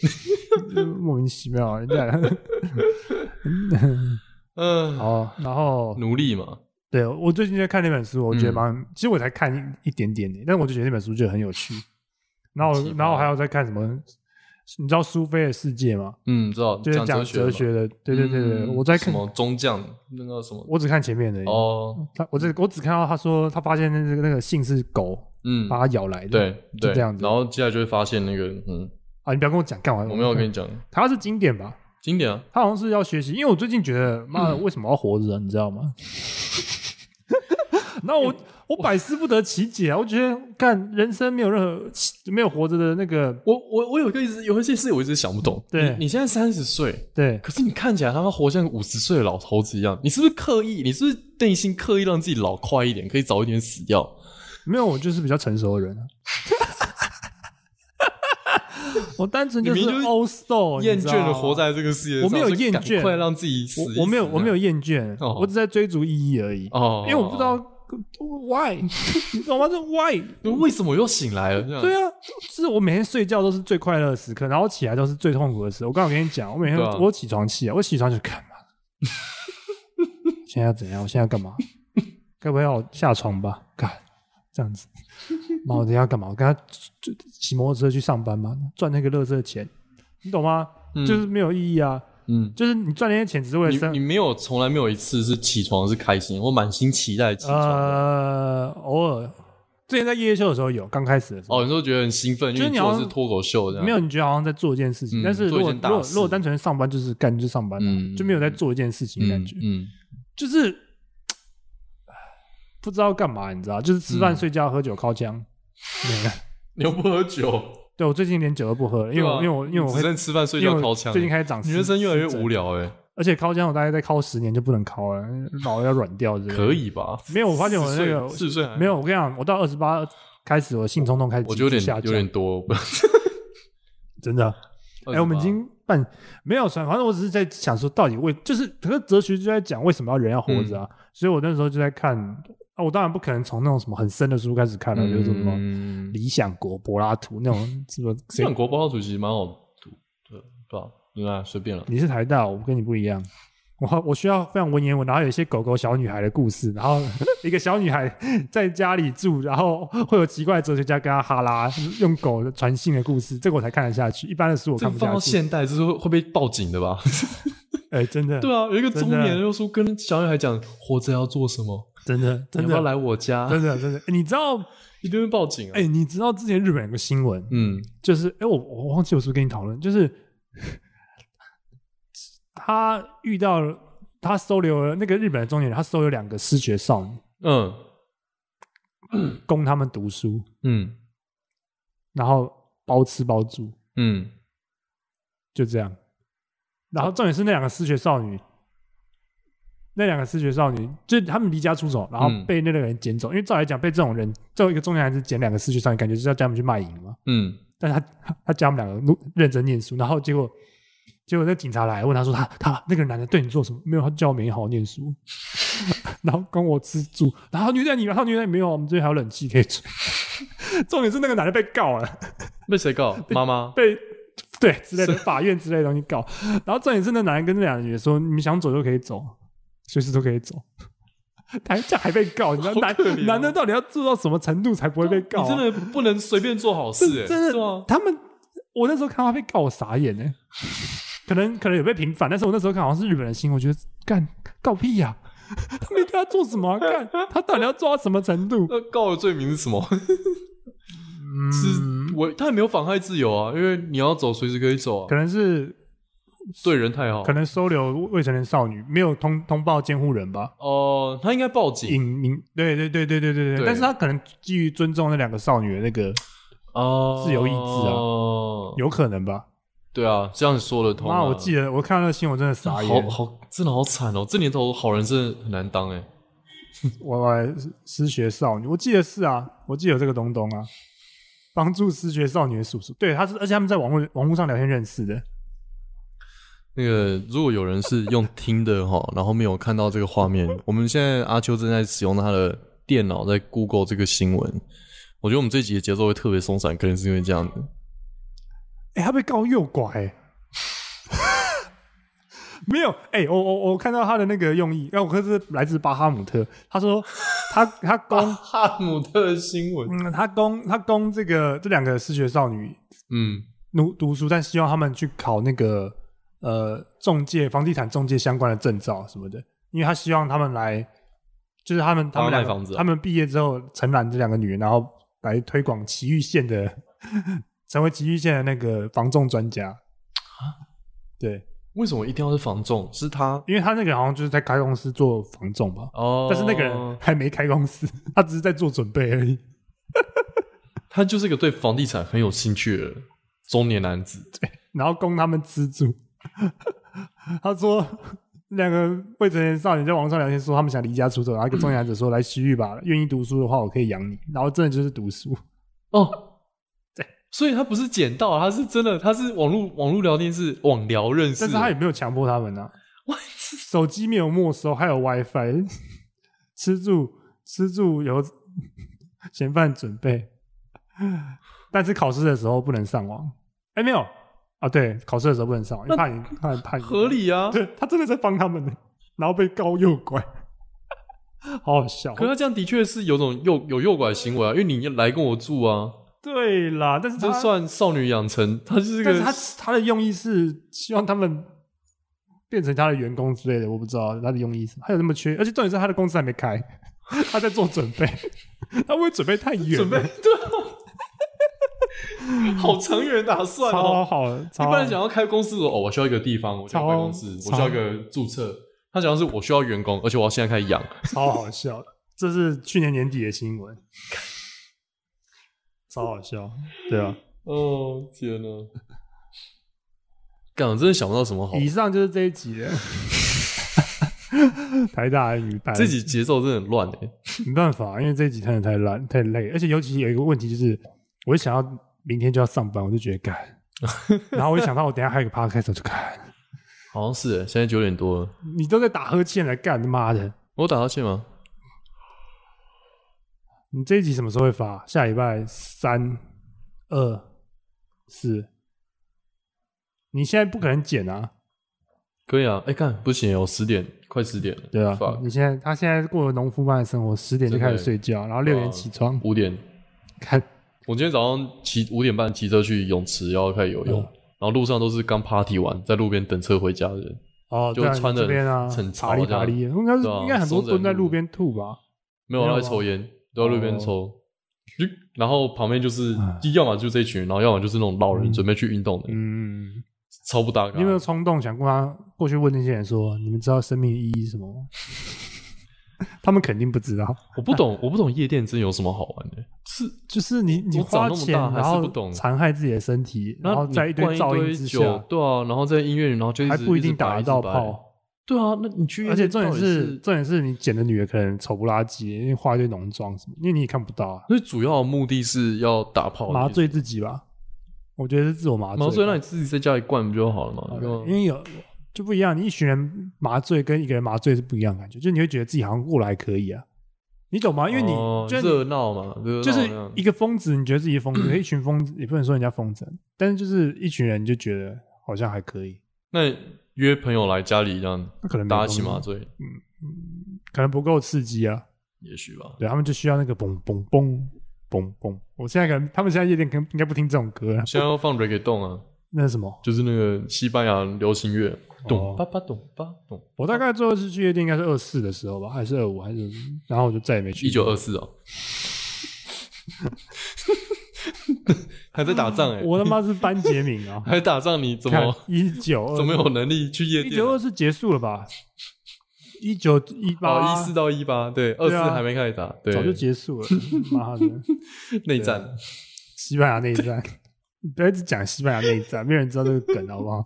[SPEAKER 1] 莫名其 妙，人家
[SPEAKER 2] 嗯，
[SPEAKER 1] 哦，然后
[SPEAKER 2] 奴隶嘛，
[SPEAKER 1] 对我最近在看那本书，我觉得
[SPEAKER 2] 嗯
[SPEAKER 1] 蛮，其实我才看一一点点的，但我就觉得那本书就很有趣。然后
[SPEAKER 2] 奇葩
[SPEAKER 1] 然后还有在看什么？你知道苏菲的世界吗？
[SPEAKER 2] 嗯，知道，
[SPEAKER 1] 就是讲
[SPEAKER 2] 哲
[SPEAKER 1] 哲
[SPEAKER 2] 学嘛，
[SPEAKER 1] 学的，对对对对，
[SPEAKER 2] 嗯
[SPEAKER 1] 我在
[SPEAKER 2] 什
[SPEAKER 1] 看，
[SPEAKER 2] 么中将那个什么
[SPEAKER 1] 我只看前面的。哦，
[SPEAKER 2] 哦，
[SPEAKER 1] 他我只我只看到他说他发现那个那个信是狗
[SPEAKER 2] 嗯，
[SPEAKER 1] 把他咬来的。
[SPEAKER 2] 对对，
[SPEAKER 1] 这样子
[SPEAKER 2] 然后接下来就会发现那个，嗯，
[SPEAKER 1] 啊，你不要跟我讲干完。
[SPEAKER 2] 我没有跟你讲
[SPEAKER 1] 台湾是经典吧？
[SPEAKER 2] 经典啊，
[SPEAKER 1] 他好像是要学习，因为我最近觉得妈
[SPEAKER 2] 嗯
[SPEAKER 1] 的为什么要活着，你知道吗？ 那我我百思不得其解啊！我觉得干人生没有任何没有活着的那个
[SPEAKER 2] 我我我有一个一直有一件事我一直想不懂，
[SPEAKER 1] 对
[SPEAKER 2] 你你现在三十岁，
[SPEAKER 1] 对
[SPEAKER 2] 可是你看起来他妈活像五十岁的老头子一样，你是不是刻意？你是不是内心刻意让自己老快一点，可以早一点死掉？
[SPEAKER 1] 没有，我就是比较成熟的人啊。 我单纯
[SPEAKER 2] 你
[SPEAKER 1] 是
[SPEAKER 2] 明明就是
[SPEAKER 1] old soul，
[SPEAKER 2] 厌
[SPEAKER 1] 哦你知
[SPEAKER 2] 倦
[SPEAKER 1] 道吗
[SPEAKER 2] 的活在这个世界上，
[SPEAKER 1] 我没有厌倦
[SPEAKER 2] 所以赶快让自己死一死啊
[SPEAKER 1] 我我没有我没有厌倦，
[SPEAKER 2] 哦
[SPEAKER 1] 我只在追逐意义而已。
[SPEAKER 2] 哦，
[SPEAKER 1] 因为我不知道 why，你懂吗？这 why
[SPEAKER 2] 为什么又醒来了，这样
[SPEAKER 1] 对啊，就是我每天睡觉都是最快乐的时刻，然后起来都是最痛苦的时候。我刚好跟你讲，我每天、
[SPEAKER 2] 对啊
[SPEAKER 1] 我起床气啊，我起床就干嘛？ 现在要怎样？我现在要干嘛？该不会要我下床吧？干这样子，妈，我等一下要干嘛？我跟他就骑摩托车去上班嘛，赚那个乐色钱，你懂吗？
[SPEAKER 2] 嗯
[SPEAKER 1] 就是没有意义啊！
[SPEAKER 2] 嗯。
[SPEAKER 1] 就是你赚那些钱只是为了
[SPEAKER 2] 你
[SPEAKER 1] 生
[SPEAKER 2] 你没有从来没有一次是起床是开心，我满心期待起床的。
[SPEAKER 1] 呃，偶尔之前在夜夜秀的时候有，刚开始的时候。
[SPEAKER 2] 哦，你说觉得很兴奋，因
[SPEAKER 1] 就
[SPEAKER 2] 为
[SPEAKER 1] 是
[SPEAKER 2] 你
[SPEAKER 1] 你好
[SPEAKER 2] 做
[SPEAKER 1] 像
[SPEAKER 2] 的是脱口秀这样。
[SPEAKER 1] 没有，你觉得好像在做一件事情，
[SPEAKER 2] 啊嗯
[SPEAKER 1] 但是如
[SPEAKER 2] 做
[SPEAKER 1] 果
[SPEAKER 2] 一件
[SPEAKER 1] 如
[SPEAKER 2] 大
[SPEAKER 1] 果
[SPEAKER 2] 事
[SPEAKER 1] 如果单纯上班就是干就上班、啊，
[SPEAKER 2] 嗯
[SPEAKER 1] 就没有在做一件事情的感觉，
[SPEAKER 2] 嗯，嗯
[SPEAKER 1] 就是唉不知道干嘛，你知道？就是吃饭、
[SPEAKER 2] 嗯
[SPEAKER 1] 睡觉、喝酒、靠枪，没了
[SPEAKER 2] 你又不喝酒，
[SPEAKER 1] 对我最近连酒都不喝了，因为
[SPEAKER 2] 对
[SPEAKER 1] 我因
[SPEAKER 2] 啊
[SPEAKER 1] 为我因为我
[SPEAKER 2] 只
[SPEAKER 1] 会
[SPEAKER 2] 剩吃饭睡
[SPEAKER 1] 因
[SPEAKER 2] 觉
[SPEAKER 1] 为
[SPEAKER 2] 掏
[SPEAKER 1] 我
[SPEAKER 2] 枪。
[SPEAKER 1] 最近开始长
[SPEAKER 2] 女生越来越无
[SPEAKER 1] 聊，
[SPEAKER 2] 聊哎、
[SPEAKER 1] 而且靠枪我大概再靠十年就不能靠 了，老了要软掉之类的
[SPEAKER 2] 可，以吧？
[SPEAKER 1] 没有我发现我那个
[SPEAKER 2] 四岁四岁还
[SPEAKER 1] 没有，我跟你讲，我到二十八开始，我性冲动开始
[SPEAKER 2] 我觉得
[SPEAKER 1] 急
[SPEAKER 2] 有
[SPEAKER 1] 剧
[SPEAKER 2] 点
[SPEAKER 1] 下
[SPEAKER 2] 有
[SPEAKER 1] 降，
[SPEAKER 2] 点多。不
[SPEAKER 1] 真的。 哎、我们已经办没有算，反正我只是在想说，到底为就是，可是哲学就在讲为什么要人要活着啊。
[SPEAKER 2] 嗯
[SPEAKER 1] 所以我那时候就在看啊，我当然不可能从那种什么很深的书开始看了、啊就是什么
[SPEAKER 2] 嗯，
[SPEAKER 1] 理想国、柏拉图那 种什么
[SPEAKER 2] 这
[SPEAKER 1] 谁
[SPEAKER 2] 样。国报告主席蛮好读的，对吧？对啊，随便了。
[SPEAKER 1] 你是台大，我跟你不一样。我我需要非常文言文，然后有一些狗狗小女孩的故事，然后 一个小女孩在家里住，然后会有奇怪的哲学家跟她哈拉，用狗传信的故事，这个我才看得下去。一般的书我
[SPEAKER 2] 这
[SPEAKER 1] 看
[SPEAKER 2] 个
[SPEAKER 1] 不
[SPEAKER 2] 放
[SPEAKER 1] 下
[SPEAKER 2] 到
[SPEAKER 1] 去。
[SPEAKER 2] 现代，这是会会被报警的吧？
[SPEAKER 1] 哎、真的，
[SPEAKER 2] 对啊，有一个中
[SPEAKER 1] 真的
[SPEAKER 2] 年人就说跟小女孩讲活着要做什么，
[SPEAKER 1] 真的，
[SPEAKER 2] 你
[SPEAKER 1] 真
[SPEAKER 2] 要不要
[SPEAKER 1] 的，
[SPEAKER 2] 来我 家？
[SPEAKER 1] 真的，真的。哎你知道
[SPEAKER 2] 一定会报警啊！
[SPEAKER 1] 哎、你知道之前日本有个新闻，
[SPEAKER 2] 嗯，
[SPEAKER 1] 就是哎、我我忘记我是不是跟你讨论，就是 他遇到了他收留了那个日本的中年人，他收留两个失学少女，
[SPEAKER 2] 嗯
[SPEAKER 1] 供他们读书，
[SPEAKER 2] 嗯
[SPEAKER 1] 然后包吃包住，
[SPEAKER 2] 嗯，
[SPEAKER 1] 就这样。然后重点是那两个失学少女，那两个失学少女，就是他们离家出走，然后
[SPEAKER 2] 嗯
[SPEAKER 1] 被那个人捡走。因为照来讲，被这种人，作为一个中年男子捡两个失学少女，感觉是要叫他们去卖淫嘛。
[SPEAKER 2] 嗯，
[SPEAKER 1] 但是他他叫他们两个努认真念书，然后结果结果那警察来问他说他他那个男的对你做什么？没有，他叫我没好好念书， 然后跟我吃住，然后虐待你，然后虐待你没有，我们这边还有冷气可以吹。 重点是那个男的被告了，
[SPEAKER 2] 被谁告？妈妈？
[SPEAKER 1] 被对之类的法院之类的东西告，然后重点是那男的跟那两个女的说你们想走就可以走，随时都可以走。 还这样还被告，你知道
[SPEAKER 2] 好
[SPEAKER 1] 男、
[SPEAKER 2] 可怜哦
[SPEAKER 1] 男的到底要做到什么程度才不会被告、啊？
[SPEAKER 2] 你真的不能随便做好事、哎，
[SPEAKER 1] 真的
[SPEAKER 2] 对啊，
[SPEAKER 1] 他们，我那时候看到他被告，我傻眼 呢、可能可能有被平反，但是我那时候看好像是日本人新闻，我觉得干告屁呀、 他没对他做什么啊、干他到底要做到什么程度？
[SPEAKER 2] 那告的罪名是什么？
[SPEAKER 1] 嗯，
[SPEAKER 2] 是我他也没有妨害自由啊，因为你要走随时可以走
[SPEAKER 1] 可
[SPEAKER 2] 啊，
[SPEAKER 1] 能是
[SPEAKER 2] 对人太好。
[SPEAKER 1] 可能收留未成年少女，没有通通报监护人吧？
[SPEAKER 2] 哦、他应该报警
[SPEAKER 1] 隐名，对对对对对对
[SPEAKER 2] 对
[SPEAKER 1] 对，但是他可能基于尊重那两个少女的那个，
[SPEAKER 2] 哦，
[SPEAKER 1] 自由意志啊
[SPEAKER 2] 哦，
[SPEAKER 1] 有可能吧？
[SPEAKER 2] 对啊，这样说得通、啊。
[SPEAKER 1] 妈，我记得我看到那个新闻真的傻
[SPEAKER 2] 好
[SPEAKER 1] 眼，
[SPEAKER 2] 好，真的好惨哦！这年头好人真的很难当哎、
[SPEAKER 1] 我我失学少女，我记得是啊，我记得有这个东东啊，帮助失学少女的叔叔，对，他是，而且他们在网络网络上聊天认识的，
[SPEAKER 2] 那个，如果有人是用听的哈，然后没有看到这个画面，我们现在阿秋正在使用他的电脑在 Google 这个新闻。我觉得我们这集的节奏会特别松散，可能是因为这样子。
[SPEAKER 1] 哎、他被告诱拐、 欸，没有，哎、我我我看到他的那个用意，哎、我可是来自巴哈姆特，他说他他供
[SPEAKER 2] 哈姆特的新闻，
[SPEAKER 1] 嗯他供他供这个这两个失学少女
[SPEAKER 2] 嗯，
[SPEAKER 1] 读读书，但希望他们去考那个呃中介房地产中介相关的证照什么的，因为他希望他们来，就是他们他们
[SPEAKER 2] 帮他
[SPEAKER 1] 两
[SPEAKER 2] 卖
[SPEAKER 1] 个
[SPEAKER 2] 房子啊
[SPEAKER 1] 他们毕业之后承揽这两个女人，然后来推广奇玉县的， 成为奇玉县的那个防重专家。
[SPEAKER 2] 啊
[SPEAKER 1] 对，
[SPEAKER 2] 为什么一定要是房仲？是他
[SPEAKER 1] 因为他那个好像就是在开公司做防重吧，
[SPEAKER 2] 哦，
[SPEAKER 1] 但是那个人还没开公司，他只是在做准备而已。
[SPEAKER 2] 他就是个对房地产很有兴趣的中年男子。
[SPEAKER 1] 然后供他们吃住。 他说，两个未成年少女在网上聊天，说他们想离家出走，然后一个中年男子说：“来西域吧，愿意读书的话，我可以养你。”然后真的就是读书，
[SPEAKER 2] 哦，所以他不是捡到，他是真的，他是网络网络聊天是网聊认识的，
[SPEAKER 1] 但是他也没有强迫他们啊，
[SPEAKER 2] What？
[SPEAKER 1] 手机没有没收，还有 WiFi，吃住吃住有 嫌犯准备，但是考试的时候不能上网。哎，没有啊，对，考试的时候不能上网，因为怕你怕你怕你
[SPEAKER 2] 合理 啊。
[SPEAKER 1] 对他真的在帮他们呢，然后被告诱拐，好好笑。
[SPEAKER 2] 可他这样的确是有种诱有诱拐行为啊，因为你来跟我住啊，
[SPEAKER 1] 对啦，但是
[SPEAKER 2] 这
[SPEAKER 1] 他，
[SPEAKER 2] 算少女养成，他就是
[SPEAKER 1] 啊但
[SPEAKER 2] 个
[SPEAKER 1] 是他他的用意是希望他们变成他的员工之类的，我不知道他的用意是什么。他有那么缺，而且重点是他的公司还没开， 他在做准备， 他会不会准备太远了，
[SPEAKER 2] 准备 对啊，好长远打算
[SPEAKER 1] 超
[SPEAKER 2] 哦。
[SPEAKER 1] 好的，
[SPEAKER 2] 一
[SPEAKER 1] 超
[SPEAKER 2] 般人
[SPEAKER 1] 好。
[SPEAKER 2] 想要开公司，哦，我需要一个地方，我需要
[SPEAKER 1] 超
[SPEAKER 2] 办公室，我
[SPEAKER 1] 超
[SPEAKER 2] 需要一个注册。他想要是我需要员工，而且我要现在开始养。
[SPEAKER 1] 超好笑。这是去年年底的新闻，超好笑，对啊。
[SPEAKER 2] 哦天哪！干，我真的想不到什么好。
[SPEAKER 1] 以上就是这一集 了。台大的女班，
[SPEAKER 2] 这集节奏真的很乱哎、
[SPEAKER 1] 没办法，因为这一集看的太烂太累，而且尤其有一个问题就是，我一想要明天就要上班，我就觉得 干，然后我一想到我等一下还有个 podcast，我就干，
[SPEAKER 2] 好像是哎、现在九点多了。
[SPEAKER 1] 你都在打呵欠了，干他妈的！
[SPEAKER 2] 我打哈欠吗？
[SPEAKER 1] 你这一集什么时候会发？下礼拜三、二、四。你现在不可能剪啊，
[SPEAKER 2] 可以啊。哎、看不行，我十点快十点了。
[SPEAKER 1] 对啊
[SPEAKER 2] Fuck，
[SPEAKER 1] 你现在他现在过了农夫般的生活，十点就开始睡觉，然后六点起床，
[SPEAKER 2] 五点。
[SPEAKER 1] 看
[SPEAKER 2] 我今天早上骑五点半骑车去泳池，然后开始游泳，
[SPEAKER 1] 嗯
[SPEAKER 2] 然后路上都是刚 party 完，在路边等车回家的人。
[SPEAKER 1] 哦，对啊
[SPEAKER 2] 就穿得
[SPEAKER 1] 你这边啊，
[SPEAKER 2] 很潮
[SPEAKER 1] 爬里爬里，应该是
[SPEAKER 2] 对啊
[SPEAKER 1] 应该很多
[SPEAKER 2] 松人
[SPEAKER 1] 蹲在
[SPEAKER 2] 路
[SPEAKER 1] 路边吐吧？
[SPEAKER 2] 没有，
[SPEAKER 1] 没有
[SPEAKER 2] 他
[SPEAKER 1] 吗
[SPEAKER 2] 在抽烟，都在路边
[SPEAKER 1] 哦
[SPEAKER 2] 抽。就然后旁边就是
[SPEAKER 1] 唉，
[SPEAKER 2] 要么就这群人，然后要么就是那种老人
[SPEAKER 1] 嗯
[SPEAKER 2] 准备去运动的，
[SPEAKER 1] 嗯，
[SPEAKER 2] 超不搭嘎。
[SPEAKER 1] 你有没有冲动想过他过去问那些人说，你们知道生命的意义是什么吗？ 他们肯定不知道，
[SPEAKER 2] 我不 懂，我不懂夜店真有什么好玩的。是，
[SPEAKER 1] 就是你你
[SPEAKER 2] 我长
[SPEAKER 1] 花
[SPEAKER 2] 那么大
[SPEAKER 1] 钱，
[SPEAKER 2] 还是
[SPEAKER 1] 然后
[SPEAKER 2] 不懂
[SPEAKER 1] 残害自己的身体，
[SPEAKER 2] 那
[SPEAKER 1] 然后
[SPEAKER 2] 你
[SPEAKER 1] 在一堆
[SPEAKER 2] 灌
[SPEAKER 1] 噪
[SPEAKER 2] 堆
[SPEAKER 1] 音之
[SPEAKER 2] 酒
[SPEAKER 1] 下，
[SPEAKER 2] 对啊，然后在音乐，然后就一直
[SPEAKER 1] 还不一定
[SPEAKER 2] 直摆
[SPEAKER 1] 打得
[SPEAKER 2] 直
[SPEAKER 1] 到
[SPEAKER 2] 摆
[SPEAKER 1] 炮。
[SPEAKER 2] 对啊，那你去夜
[SPEAKER 1] 而且
[SPEAKER 2] 店
[SPEAKER 1] 重
[SPEAKER 2] 到
[SPEAKER 1] 点
[SPEAKER 2] 底
[SPEAKER 1] 是，
[SPEAKER 2] 是，
[SPEAKER 1] 重点是你剪的女的可能丑不拉几，因为化一堆浓妆什么，因为你也看不到啊，
[SPEAKER 2] 所以主要的目的是要打炮
[SPEAKER 1] 麻。醉自己吧。我觉得是自我麻醉吧，
[SPEAKER 2] 哦麻醉，那你自己在家里灌不就好了嘛？对
[SPEAKER 1] 因
[SPEAKER 2] 吧？
[SPEAKER 1] 为有就不一样，你一群人麻醉跟一个人麻醉是不一样的感觉，就是你会觉得自己好像过来可以啊，你懂啊吗？因为你、
[SPEAKER 2] 哦
[SPEAKER 1] 就是你
[SPEAKER 2] 热闹嘛，热闹
[SPEAKER 1] 就是
[SPEAKER 2] 那样
[SPEAKER 1] 一个疯子，你觉得自己是疯子，一群疯子也不能说人家疯子，但是就是一群人你就觉得好像还可以，
[SPEAKER 2] 那你约朋友来家里这样
[SPEAKER 1] 那可能没
[SPEAKER 2] 大家
[SPEAKER 1] 东
[SPEAKER 2] 一起麻
[SPEAKER 1] 西
[SPEAKER 2] 醉，
[SPEAKER 1] 可能不够刺激啊，
[SPEAKER 2] 也许吧。
[SPEAKER 1] 对他们就需要那个嘣嘣嘣嘣嘣。我现在可能他们现在夜店可能应该不听这种歌啊，
[SPEAKER 2] 现在要放 reggaeton 啊，
[SPEAKER 1] 那是什么？
[SPEAKER 2] 就是那个西班牙流行乐，
[SPEAKER 1] 哦
[SPEAKER 2] 咚叭叭咚叭咚，
[SPEAKER 1] 我大概最后一次去夜店应该是二四的时候吧，还是二五，还是然后我就再也没去。
[SPEAKER 2] 一九二，四哦， 还在打仗哎、！
[SPEAKER 1] 嗯我他妈是班杰明啊
[SPEAKER 2] 还打仗，你怎
[SPEAKER 1] 看
[SPEAKER 2] 么
[SPEAKER 1] 一九二，
[SPEAKER 2] 怎么有能力去夜
[SPEAKER 1] 一
[SPEAKER 2] 店
[SPEAKER 1] 九
[SPEAKER 2] 啊、
[SPEAKER 1] 二四结束了吧？一九一
[SPEAKER 2] 哦，
[SPEAKER 1] 八
[SPEAKER 2] 一四到一八，对，二
[SPEAKER 1] 对
[SPEAKER 2] 四
[SPEAKER 1] 啊
[SPEAKER 2] 还没开始打，对，
[SPEAKER 1] 早就结束了，妈的！
[SPEAKER 2] 内战。
[SPEAKER 1] 西班牙内 战，不要一直讲西班牙内战，没有人知道这个梗，好不 好？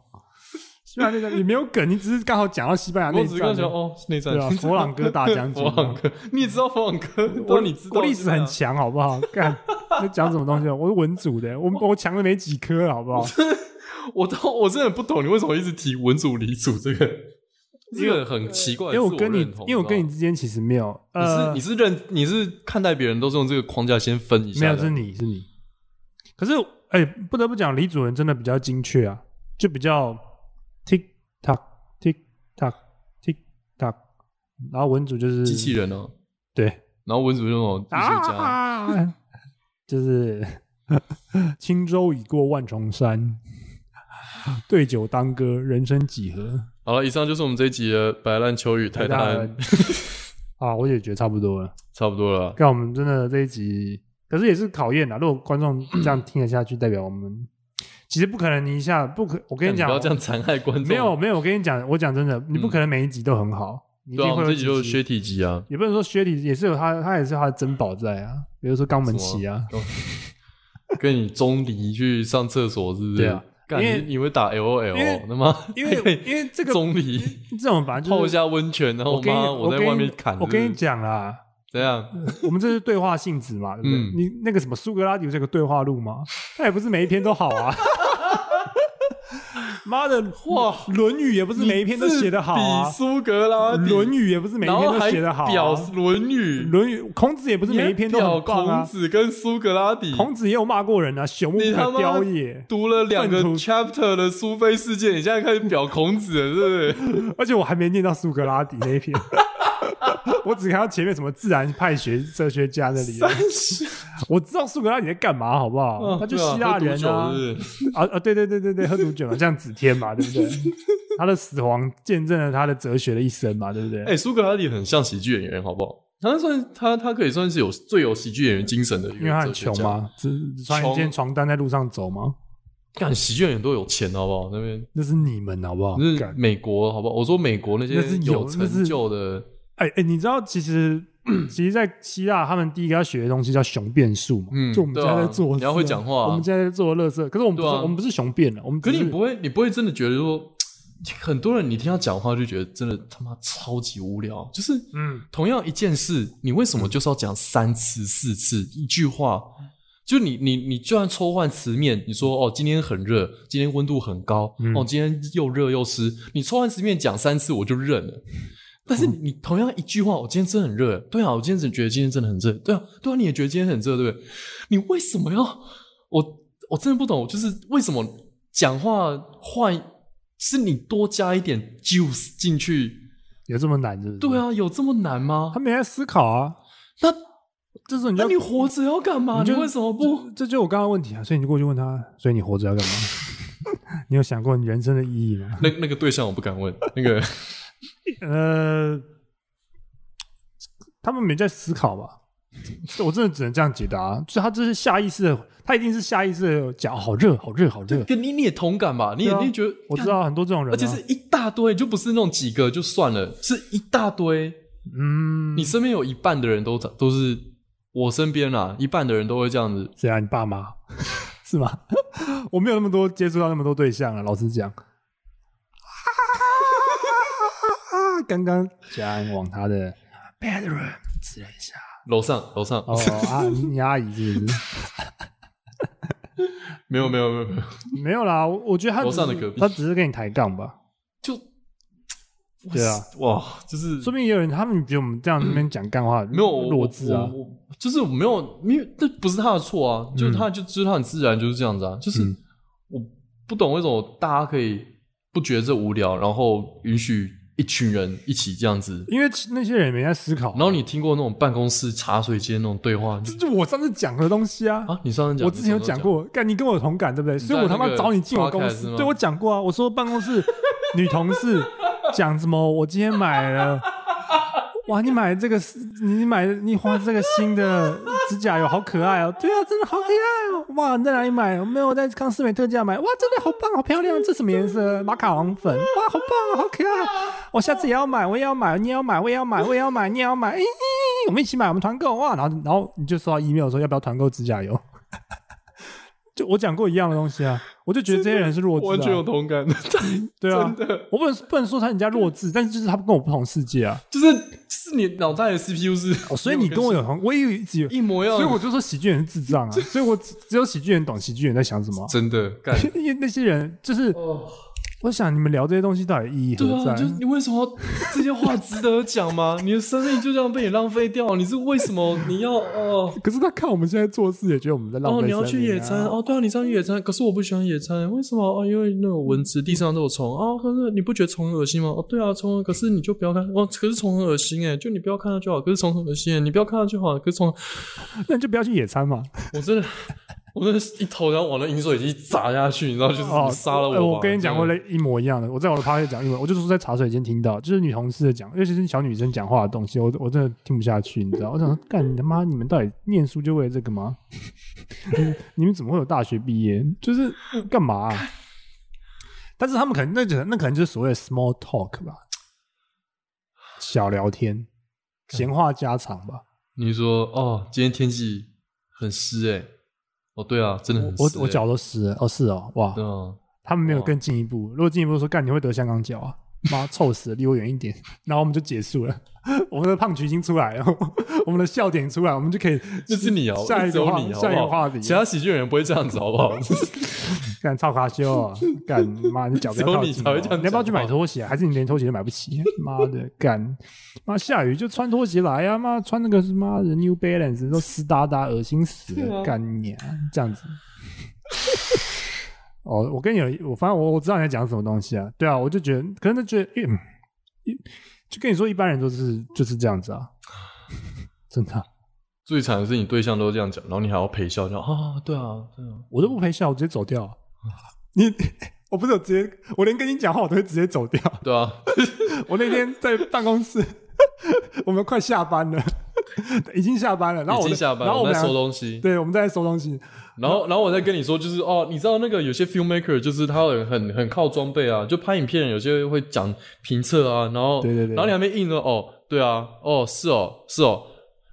[SPEAKER 1] 西班牙内战也没有梗，你只是刚好讲到西班牙啊
[SPEAKER 2] 我
[SPEAKER 1] 内
[SPEAKER 2] 只是刚
[SPEAKER 1] 战
[SPEAKER 2] 想，
[SPEAKER 1] 的。
[SPEAKER 2] 哦，是内战
[SPEAKER 1] 对啊，，佛朗哥大将军啊
[SPEAKER 2] 佛，朗哥，你也知道佛朗哥，
[SPEAKER 1] 我
[SPEAKER 2] 都你知道
[SPEAKER 1] 我历史
[SPEAKER 2] 是吧
[SPEAKER 1] 很强，好不好？干，在讲什么东西？我是文组的，我我强了没几科，好不好？
[SPEAKER 2] 我都我真的不懂你为什么一直提文组理组 这个，这个很奇怪
[SPEAKER 1] 因
[SPEAKER 2] 的
[SPEAKER 1] 为
[SPEAKER 2] 自我
[SPEAKER 1] 我
[SPEAKER 2] 认
[SPEAKER 1] 跟
[SPEAKER 2] 同，
[SPEAKER 1] 你，因为我跟你
[SPEAKER 2] 知
[SPEAKER 1] 之间其实没有，
[SPEAKER 2] 道吗，
[SPEAKER 1] 呃
[SPEAKER 2] 你，是你是认你是看待别人都是用这个框架先分一下的，
[SPEAKER 1] 没有是你是你。可是，哎，不得不讲，李主任真的比较精确啊，就比较 tick tock tick tock tick tock，然后文组就是
[SPEAKER 2] 机器人哦、
[SPEAKER 1] 对，
[SPEAKER 2] 然后文组那种艺术家，
[SPEAKER 1] 啊，就是 轻舟已过万重山，对酒当歌，人生几何？
[SPEAKER 2] 好了，以上就是我们这一集的白烂秋雨台
[SPEAKER 1] 大
[SPEAKER 2] 湾，
[SPEAKER 1] 啊，我也觉得差不多了。
[SPEAKER 2] 差不多了啦。
[SPEAKER 1] 看我们真的这一集，可是也是考验啦。啊如果观众这 样听得下去，代表我们其实不可能，你一下不可。我跟
[SPEAKER 2] 你
[SPEAKER 1] 讲，哦
[SPEAKER 2] 不要这样残害观众。
[SPEAKER 1] 没有，没有，我跟你讲，我讲真的，你不可能每一集都很好，你一
[SPEAKER 2] 对啊，
[SPEAKER 1] 定
[SPEAKER 2] 我
[SPEAKER 1] 会
[SPEAKER 2] 们
[SPEAKER 1] 有
[SPEAKER 2] 这集就
[SPEAKER 1] 几
[SPEAKER 2] 是
[SPEAKER 1] 集
[SPEAKER 2] 削体集啊，
[SPEAKER 1] 也不能说学理也是有他，他也是他的珍宝在啊，比如说肛门
[SPEAKER 2] 什么
[SPEAKER 1] 期啊，
[SPEAKER 2] 跟你钟离去上厕所是不是？
[SPEAKER 1] 对啊，
[SPEAKER 2] 干
[SPEAKER 1] 因为
[SPEAKER 2] 你你会打 L O
[SPEAKER 1] 因为
[SPEAKER 2] L，那么
[SPEAKER 1] 因为因为这个
[SPEAKER 2] 钟离
[SPEAKER 1] 这种反正
[SPEAKER 2] 泡
[SPEAKER 1] 就
[SPEAKER 2] 一
[SPEAKER 1] 是
[SPEAKER 2] 下温泉，然后
[SPEAKER 1] 我跟你
[SPEAKER 2] 妈
[SPEAKER 1] 我
[SPEAKER 2] 在
[SPEAKER 1] 跟
[SPEAKER 2] 外
[SPEAKER 1] 你
[SPEAKER 2] 面砍是
[SPEAKER 1] 我
[SPEAKER 2] 不是，
[SPEAKER 1] 跟你讲啦，
[SPEAKER 2] 怎样？
[SPEAKER 1] 我们这是对话性质嘛，对不对？
[SPEAKER 2] 嗯
[SPEAKER 1] 你那个什么苏格拉底不是有个对话录吗？他也不是每一篇都好啊。 妈的，哇！《论语》也不是每一篇都写得好啊
[SPEAKER 2] 比，苏格拉
[SPEAKER 1] 《
[SPEAKER 2] 底
[SPEAKER 1] 论语》也不是每一
[SPEAKER 2] 然
[SPEAKER 1] 篇
[SPEAKER 2] 后
[SPEAKER 1] 都
[SPEAKER 2] 还
[SPEAKER 1] 写得好、啊，
[SPEAKER 2] 表
[SPEAKER 1] 《
[SPEAKER 2] 《论语》，
[SPEAKER 1] 论语》孔子也不是每一篇都
[SPEAKER 2] 表
[SPEAKER 1] 很棒
[SPEAKER 2] 孔
[SPEAKER 1] 啊。
[SPEAKER 2] 子跟苏格拉底，
[SPEAKER 1] 孔子也有骂过人啊，朽木
[SPEAKER 2] 你他
[SPEAKER 1] 可
[SPEAKER 2] 妈
[SPEAKER 1] 雕也。
[SPEAKER 2] 读了两个
[SPEAKER 1] 粪土
[SPEAKER 2] chapter 的苏菲事件，你现在开始表孔子了，是不是？
[SPEAKER 1] 而且我还没念到苏格拉底那一篇， 我只看到前面什么自然派学哲学家那 里了。啊
[SPEAKER 2] 三十
[SPEAKER 1] 我知道苏格拉底在干嘛，好不好？
[SPEAKER 2] 嗯
[SPEAKER 1] 他就希腊人啊，啊啊，对对对对对，喝毒酒嘛，这样指天嘛，对不对？他的死亡见证了他的哲学的一生嘛，对不对？
[SPEAKER 2] 哎，苏格拉底很像喜剧演员，好不好？他算他他可以算是有最有喜剧演员精神的一个
[SPEAKER 1] 因为他很
[SPEAKER 2] 哲学
[SPEAKER 1] 穷
[SPEAKER 2] 家，
[SPEAKER 1] 嘛，只只穿
[SPEAKER 2] 穷
[SPEAKER 1] 一件床单在路上走嘛，
[SPEAKER 2] 干喜剧演员都有钱，好不好？那边
[SPEAKER 1] 那是你们好不好？
[SPEAKER 2] 那是
[SPEAKER 1] 干
[SPEAKER 2] 美国，好不好？我说美国那些
[SPEAKER 1] 那是有
[SPEAKER 2] 成就的，
[SPEAKER 1] 哎哎，你知道其实 其实，在希腊，他们第一个要学的东西叫雄辩术嘛，
[SPEAKER 2] 嗯
[SPEAKER 1] 就我们
[SPEAKER 2] 对
[SPEAKER 1] 现在在
[SPEAKER 2] 啊
[SPEAKER 1] 做的事啊，
[SPEAKER 2] 你要会讲话啊
[SPEAKER 1] 我们现在在做乐色，可是我们不是
[SPEAKER 2] 对啊
[SPEAKER 1] 我们不是雄辩了，我们嗯
[SPEAKER 2] 可
[SPEAKER 1] 只
[SPEAKER 2] 你
[SPEAKER 1] 是
[SPEAKER 2] 不会，你不会真的觉得说，很多人你听他讲话就觉得真的他妈超级无聊，就是
[SPEAKER 1] 嗯，
[SPEAKER 2] 同样一件事，你为什么就是要讲三次四次一句话？就你你你就算抽换词面，你说哦今天很热，今天温度很高，
[SPEAKER 1] 嗯
[SPEAKER 2] 哦今天又热又湿，你抽换词面讲三次我就认了。但是你你同样一句话，哦我今天真的很热，对啊，我今天只觉得今天真的很热，对啊，对啊，你也觉得今天很热，对不对？你为什么要我？我真的不懂，就是为什么讲话换是你多加一点 juice 进去？
[SPEAKER 1] 有这么难，是不是？
[SPEAKER 2] 对，啊，有这么难吗
[SPEAKER 1] 他？没在思考啊，
[SPEAKER 2] 那
[SPEAKER 1] 这时候你
[SPEAKER 2] 那
[SPEAKER 1] 就
[SPEAKER 2] 你活着要干嘛？
[SPEAKER 1] 你
[SPEAKER 2] 你
[SPEAKER 1] 就
[SPEAKER 2] 为什么不？
[SPEAKER 1] 这这就是我刚刚的问题啊，所以你就过去问他，所以你活着要 干嘛？你有想过你人生的意义吗？
[SPEAKER 2] 那那个对象我不敢问，那 个
[SPEAKER 1] 呃，他们没在思考吧？我真的只能这样解答、啊就他这是下意识的，他一定是下意识的讲，哦好热，好热，好热。
[SPEAKER 2] 跟你你也同感吧？你也
[SPEAKER 1] 对啊
[SPEAKER 2] 你也觉得
[SPEAKER 1] 我知，
[SPEAKER 2] 干
[SPEAKER 1] 道很多这种人、啊，
[SPEAKER 2] 而且是一大堆，就不是那种几个就算了，是一大堆。
[SPEAKER 1] 嗯，
[SPEAKER 2] 你身边有一半的人都都是我身边啦，一半的人都会这样子。
[SPEAKER 1] 谁啊？你爸妈 是吗？ 我没有那么多接触到那么多对象啊，老实讲。啊刚刚家人往他的 bedroom 指了一下。
[SPEAKER 2] 楼上楼上、
[SPEAKER 1] 哦啊，你阿姨是不是？
[SPEAKER 2] 没有没有没有没有，
[SPEAKER 1] 没有啦，我我觉得他只是
[SPEAKER 2] 楼上的隔壁
[SPEAKER 1] 他只是跟你抬杠吧。
[SPEAKER 2] 就
[SPEAKER 1] 对啊，
[SPEAKER 2] 哇，就是
[SPEAKER 1] 说不定也有人，他们觉得我们这样那边讲干话，
[SPEAKER 2] 没有我
[SPEAKER 1] 弱智啊
[SPEAKER 2] 我，我我就是我没有，因为那不是他的错啊，就是他就知道很自然就是这样子啊，就是
[SPEAKER 1] 嗯
[SPEAKER 2] 我不懂为什么大家可以不觉得这无聊，然后允许一群人一起这样子，
[SPEAKER 1] 因为其那些人也没在思考啊。
[SPEAKER 2] 然后你听过那种办公室茶水间那种对话，你
[SPEAKER 1] 这
[SPEAKER 2] 就
[SPEAKER 1] 就我上次讲的东西啊。
[SPEAKER 2] 啊，你上次讲，
[SPEAKER 1] 我之前有
[SPEAKER 2] 你上
[SPEAKER 1] 讲
[SPEAKER 2] 次，
[SPEAKER 1] 过，干你跟我有同感对不对？
[SPEAKER 2] 在
[SPEAKER 1] 所以我他妈
[SPEAKER 2] 那个
[SPEAKER 1] 找你进我
[SPEAKER 2] podcast
[SPEAKER 1] 公司
[SPEAKER 2] 吗，
[SPEAKER 1] 对我讲过啊，我说办公室女同事讲什么，我今天买了。哇！你买这个，你买你花这个新的指甲油好可爱哦！对啊，真的好可爱哦！哇，你在哪里买？没有，我在康斯美特价买。哇，真的好棒，好漂亮！这什么颜色？马卡龙粉。哇，好棒，好可爱！我下次也要买，我也要买，你也要买，我也要买，我也要买，你也要买。哎、我们一起买，我们团购哇！然后，然后你就收到 email 说要不要团购指甲油？ 就我讲过一样的东西啊，我就觉得这些人是弱智、啊，
[SPEAKER 2] 完全有同感的，
[SPEAKER 1] 对啊，
[SPEAKER 2] 真的，
[SPEAKER 1] 我不能不能说他人家弱智，但是就是他跟我不同世界啊，
[SPEAKER 2] 就是就是你脑袋的 CPU 是，
[SPEAKER 1] 哦、所以你跟我有同，我也有一直有，
[SPEAKER 2] 一模一样
[SPEAKER 1] 所
[SPEAKER 2] 的，
[SPEAKER 1] 以我就说喜剧人是智障啊，所以我只只有喜剧人懂喜剧人在想什么啊，
[SPEAKER 2] 真的 干。
[SPEAKER 1] 因为那些人就是，
[SPEAKER 2] 哦，
[SPEAKER 1] 我想你们聊这些东西到底意义
[SPEAKER 2] 对
[SPEAKER 1] 何在
[SPEAKER 2] 啊，？就你为什么要这些话值得讲吗？ 你的生命就这样被你浪费掉，你是为什么你要哦？
[SPEAKER 1] 可是他看我们现在做事，也觉得我们在浪费、
[SPEAKER 2] 哦，你要去野餐，哦，对啊，你上去野餐，可是我不喜欢野餐，为什么？哦，因为那种蚊子，地上都有虫哦，可是你不觉得虫很恶心吗？哦，对啊，虫很，可是你就不要看，哦，可是虫很恶心哎，就你不要看它就好，可是虫很恶心欸，你不要看它就好，可是虫，
[SPEAKER 1] 那你就不要去野餐嘛。
[SPEAKER 2] 我真的， 我真的是一头然后往那饮水机砸下去，你知道，就是
[SPEAKER 1] 哦
[SPEAKER 2] 你，杀
[SPEAKER 1] 呃
[SPEAKER 2] 了我吧。
[SPEAKER 1] 我跟你讲过
[SPEAKER 2] 真的
[SPEAKER 1] 类一模一样的，我在我的 p a 讲一模，我就是在茶水间听到，就是女同事的讲，尤其是小女生讲话的东西，我我真的听不下去，你知道？我想说，干你他妈，你们到底念书就为了这个吗？ 你们你们怎么会有大学毕业？就是干嘛啊、但是他们可能那可那可能就是所谓的 small talk 吧，小聊天、闲话家常吧。
[SPEAKER 2] 你说哦，今天天气很湿哎，哦，对啊，真的很湿
[SPEAKER 1] 我
[SPEAKER 2] 欸
[SPEAKER 1] 我脚都湿了，哦是哦，哇，
[SPEAKER 2] 对啊。
[SPEAKER 1] 他们没有更进一步。如果进一步说干，你会得香港脚啊！ 妈，臭死了，离我远一点。然后我们就结束了， 我们的胖橘已经出来了，我们的笑点出来，我们就可以
[SPEAKER 2] 那是你哦，
[SPEAKER 1] 下一
[SPEAKER 2] 只
[SPEAKER 1] 个
[SPEAKER 2] 有
[SPEAKER 1] 话
[SPEAKER 2] 你好
[SPEAKER 1] 下一个
[SPEAKER 2] 不好
[SPEAKER 1] 话？题
[SPEAKER 2] 其他喜剧人不会这样子，好不好？
[SPEAKER 1] 干超卡修啊！干妈，你脚不要
[SPEAKER 2] 只有
[SPEAKER 1] 靠
[SPEAKER 2] 你
[SPEAKER 1] 近
[SPEAKER 2] 才
[SPEAKER 1] 我、
[SPEAKER 2] 会这样
[SPEAKER 1] 你要不要去
[SPEAKER 2] 讲话
[SPEAKER 1] 买拖鞋？还是你连拖鞋都买不起？ 妈的，干妈下雨就穿拖鞋来啊！妈穿那个是妈的 New Balance 都湿哒哒，恶心死
[SPEAKER 2] 对
[SPEAKER 1] 了！
[SPEAKER 2] 啊
[SPEAKER 1] 干你啊，这样子。哦，我跟你有，我反正我我知道你在讲什么东西啊。对啊，我就觉得，可能就觉得，嗯，一就跟你说，一般人都是就是这样子啊，真的啊、
[SPEAKER 2] 最惨的是你对象都这样讲，然后你还要陪笑，就啊，对啊，对啊，
[SPEAKER 1] 我都不陪笑，我直接走掉啊。你， 我不是有直接，我连跟你讲话我都会直接走掉。
[SPEAKER 2] 对啊，
[SPEAKER 1] 我那天在办公室， 我们快下班了，已经下班了。然后
[SPEAKER 2] 已
[SPEAKER 1] 我
[SPEAKER 2] 经
[SPEAKER 1] 们
[SPEAKER 2] 下班，
[SPEAKER 1] 然后
[SPEAKER 2] 我
[SPEAKER 1] 们
[SPEAKER 2] 们在收
[SPEAKER 1] 俩
[SPEAKER 2] 东西，
[SPEAKER 1] 对，我们在收东西。
[SPEAKER 2] 然后然后我再跟你说，就是哦，你知道那个有些 filmmaker 就是他很很很靠装备啊，就拍影片有些会讲评测啊，然后
[SPEAKER 1] 对对对
[SPEAKER 2] 然后你还没硬了哦，对啊，哦是哦是哦，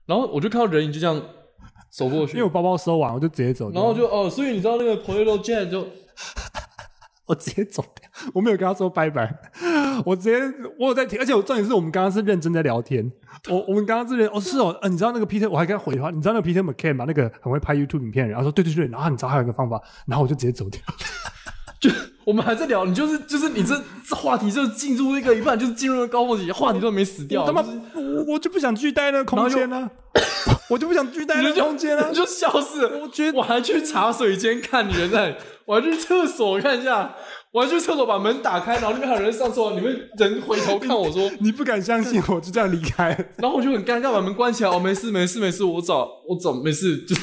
[SPEAKER 2] 然后我就看到人影就这样走过
[SPEAKER 1] 因
[SPEAKER 2] 去
[SPEAKER 1] 为我，包包收完，我就直接走掉，
[SPEAKER 2] 然后就哦，所以你知道那个 Potato Jet 就
[SPEAKER 1] 我直接走掉，我没有跟他说拜拜， 我直接我有在听，而且我重点是我们刚刚是认真在聊天，我我们刚刚是认哦是哦、呃，你知道那个 Peter 我还跟他回话，你知道那个 Peter McCann 吗？那个很会拍 YouTube 影片的人，然后说对对对，然后你知道还有一个方法，然后我就直接走掉，
[SPEAKER 2] 就 我们还在聊，你就是就是你这这话题就进入一个一半，就是进入了高峰期，话题都没死掉，
[SPEAKER 1] 我他妈
[SPEAKER 2] 就是
[SPEAKER 1] 我我就不想继续待那个空间呢、我就不想继续待那
[SPEAKER 2] 你
[SPEAKER 1] 个
[SPEAKER 2] 就
[SPEAKER 1] 空间啊
[SPEAKER 2] 你，就 消失了。
[SPEAKER 1] 我觉得
[SPEAKER 2] 我还去茶水间看你人在，我还去厕所看一下，我还去厕所把门打开，然后那边还有人上厕所，你们人回头看我 说，
[SPEAKER 1] 你不敢相信，我就这样离开了。
[SPEAKER 2] 然后我就很尴尬，把门关起来。哦，没事，没事，没事，我找，我找，没事。就，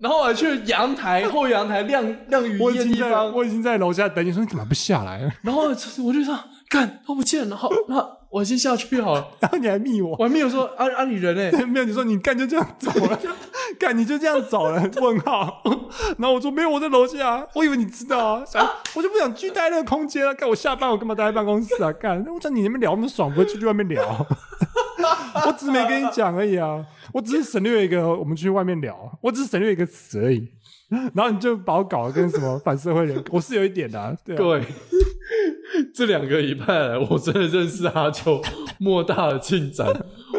[SPEAKER 2] 然后我还去阳台后阳台晾晾雨
[SPEAKER 1] 我
[SPEAKER 2] 衣
[SPEAKER 1] 已
[SPEAKER 2] 的
[SPEAKER 1] 经
[SPEAKER 2] 地
[SPEAKER 1] 在
[SPEAKER 2] 方，
[SPEAKER 1] 我已经在楼下等你，说你干嘛不下 来？
[SPEAKER 2] 然后就是我就想，干，他不见了，好，那我先下去好了。
[SPEAKER 1] 然后你还密我，
[SPEAKER 2] 我还没有说啊啊，你人呢、
[SPEAKER 1] 没有，你说你干就这样走 了，干你就这样走了？问号。然后我说没有，我在楼下，我以为你知道啊，想我就不想去待那个空间啊，干我下班我干嘛待在办公室啊？干，我想你那边聊那么爽，不会出去外面聊？ 我只是没跟你讲而已啊，我只是省略一个我们去外面聊，我只是省略一个词而已。然后你就把我搞得跟什么反社会人，我是有一点的、啊，对、
[SPEAKER 2] 各
[SPEAKER 1] 啊，
[SPEAKER 2] 位， 这两个礼拜来，我真的认识阿秋，莫大的 进展。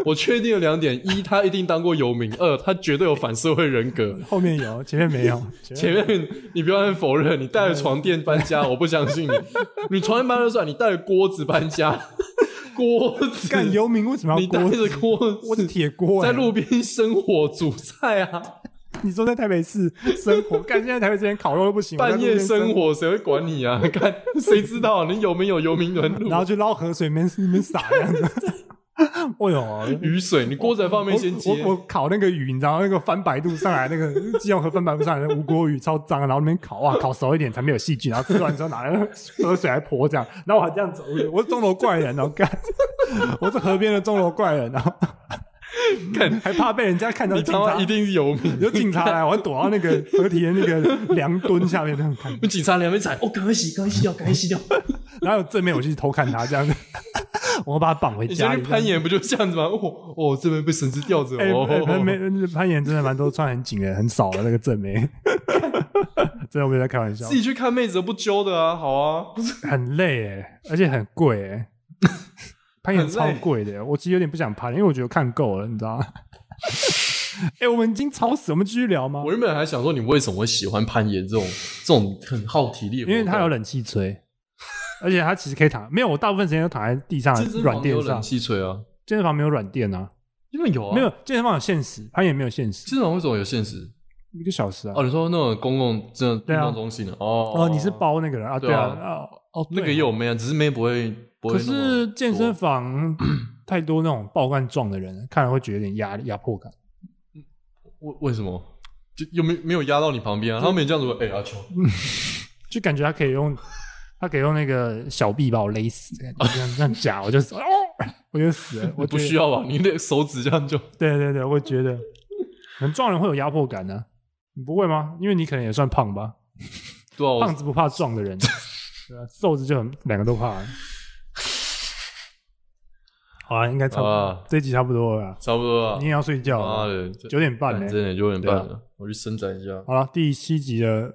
[SPEAKER 2] 我确定了两点：一，他一定当过游民；二，他绝对有反社会人 格。
[SPEAKER 1] 后面 有，前面没有，
[SPEAKER 2] 前面你不要按否认，你带了床垫搬 家，我不相信你。你床垫搬就算，你带了锅子搬家， 锅子，
[SPEAKER 1] 干游民为什么
[SPEAKER 2] 你
[SPEAKER 1] 要
[SPEAKER 2] 带
[SPEAKER 1] 锅
[SPEAKER 2] 着
[SPEAKER 1] 子？
[SPEAKER 2] 锅
[SPEAKER 1] 我是
[SPEAKER 2] 子
[SPEAKER 1] 铁 锅、欸，
[SPEAKER 2] 在路边生火煮菜啊，
[SPEAKER 1] 你说在台北市生 活，干现在台北这边烤肉都不行，
[SPEAKER 2] 半夜
[SPEAKER 1] 我在路边
[SPEAKER 2] 生，火谁会管你啊？看谁知道你有没有游民轮
[SPEAKER 1] 然后
[SPEAKER 2] 路？
[SPEAKER 1] 去捞河水里面里面撒这样 子。哦呦，我
[SPEAKER 2] 雨水，你锅子在放面先接
[SPEAKER 1] 我。我烤那个鱼，你知道那个翻白肚上来，那 个基隆河翻白肚上来的无锅鱼超脏，然后那边烤啊，烤熟一点才没有细菌，然后吃完之后拿那个河水来泼这样，然后我还这样走路，我是钟楼怪人哦， 干，我是河边的钟楼怪人哦，
[SPEAKER 2] 干
[SPEAKER 1] 还怕被人家看到
[SPEAKER 2] 你
[SPEAKER 1] 警
[SPEAKER 2] 他妈
[SPEAKER 1] 察
[SPEAKER 2] 一。定是游民，
[SPEAKER 1] 有警察来，我还躲到那个河堤的那个梁墩下面那样看。
[SPEAKER 2] 有警察两边踩，哦，赶快洗，赶快洗掉，赶快洗掉。
[SPEAKER 1] 然后有正面我去偷看他这样子， 我把他绑回
[SPEAKER 2] 你
[SPEAKER 1] 家
[SPEAKER 2] 先
[SPEAKER 1] 里
[SPEAKER 2] 去
[SPEAKER 1] 这样
[SPEAKER 2] 攀
[SPEAKER 1] 子。
[SPEAKER 2] 岩不就这样子吗？哦哦，这边被绳子吊着，
[SPEAKER 1] 哎、
[SPEAKER 2] 哦，
[SPEAKER 1] 哎攀梅攀岩真的蛮多穿很紧的，很少的那个正妹， 真的我没有在开玩笑
[SPEAKER 2] 自，己去看妹子都不揪的啊，好啊。
[SPEAKER 1] 很累哎，而且很贵哎，攀岩
[SPEAKER 2] 很累
[SPEAKER 1] 超贵的，我其实有点不想攀，因为我觉得看够了，你知道吗？ 哎、我们已经超死，我们继续聊吗
[SPEAKER 2] 我？原本还想说，你为什么会喜欢攀岩这 种这种很耗体力的活
[SPEAKER 1] 因
[SPEAKER 2] 动？
[SPEAKER 1] 为它有冷气吹，而且它其实可以躺，没有，我大部分时间都躺在地上
[SPEAKER 2] 健身
[SPEAKER 1] 软
[SPEAKER 2] 房也有
[SPEAKER 1] 垫
[SPEAKER 2] 冷
[SPEAKER 1] 上，
[SPEAKER 2] 气吹啊，
[SPEAKER 1] 健身房没有软垫啊，
[SPEAKER 2] 因为有啊，
[SPEAKER 1] 没有健身房有限时，攀岩没有限时，
[SPEAKER 2] 健身房为什么有限时？
[SPEAKER 1] 一个小时啊。
[SPEAKER 2] 哦，你说那种公共这
[SPEAKER 1] 对
[SPEAKER 2] 运
[SPEAKER 1] 啊
[SPEAKER 2] 动中心的哦
[SPEAKER 1] 哦，你是包那个人啊？
[SPEAKER 2] 对
[SPEAKER 1] 对啊，
[SPEAKER 2] 啊
[SPEAKER 1] 啊哦，
[SPEAKER 2] 那个
[SPEAKER 1] 对
[SPEAKER 2] 也有妹啊，只是妹不会不
[SPEAKER 1] 可
[SPEAKER 2] 会那么多。
[SPEAKER 1] 是健身房太多那种爆干壮的人，看了会觉得有点压力、压迫感。
[SPEAKER 2] 为为什么就又没没有压到你旁边啊？他们也这样子，哎，阿秋，
[SPEAKER 1] 就感觉他可以用，他可以用那个小臂把我勒死，这样这样这样夹，我就 死，哦，我就死了。我
[SPEAKER 2] 不
[SPEAKER 1] 觉得
[SPEAKER 2] 需。要吧？你那手指这样就
[SPEAKER 1] 对对对，我觉得很壮人会有压迫感呢、啊你不会吗？因为你可能也算胖吧，
[SPEAKER 2] 对啊，我
[SPEAKER 1] 胖子不怕壮 的人，对啊，瘦子就很两个都怕。好啊，应该差不多，
[SPEAKER 2] 啊
[SPEAKER 1] 这一集差不多了啦。
[SPEAKER 2] 差不多了
[SPEAKER 1] 你。也要睡觉
[SPEAKER 2] 妈
[SPEAKER 1] 了，
[SPEAKER 2] 的，这
[SPEAKER 1] 九点半
[SPEAKER 2] 干
[SPEAKER 1] 呢、
[SPEAKER 2] 真的九点
[SPEAKER 1] 对啊哦
[SPEAKER 2] 半了，我去伸展一下。
[SPEAKER 1] 好了，第七集的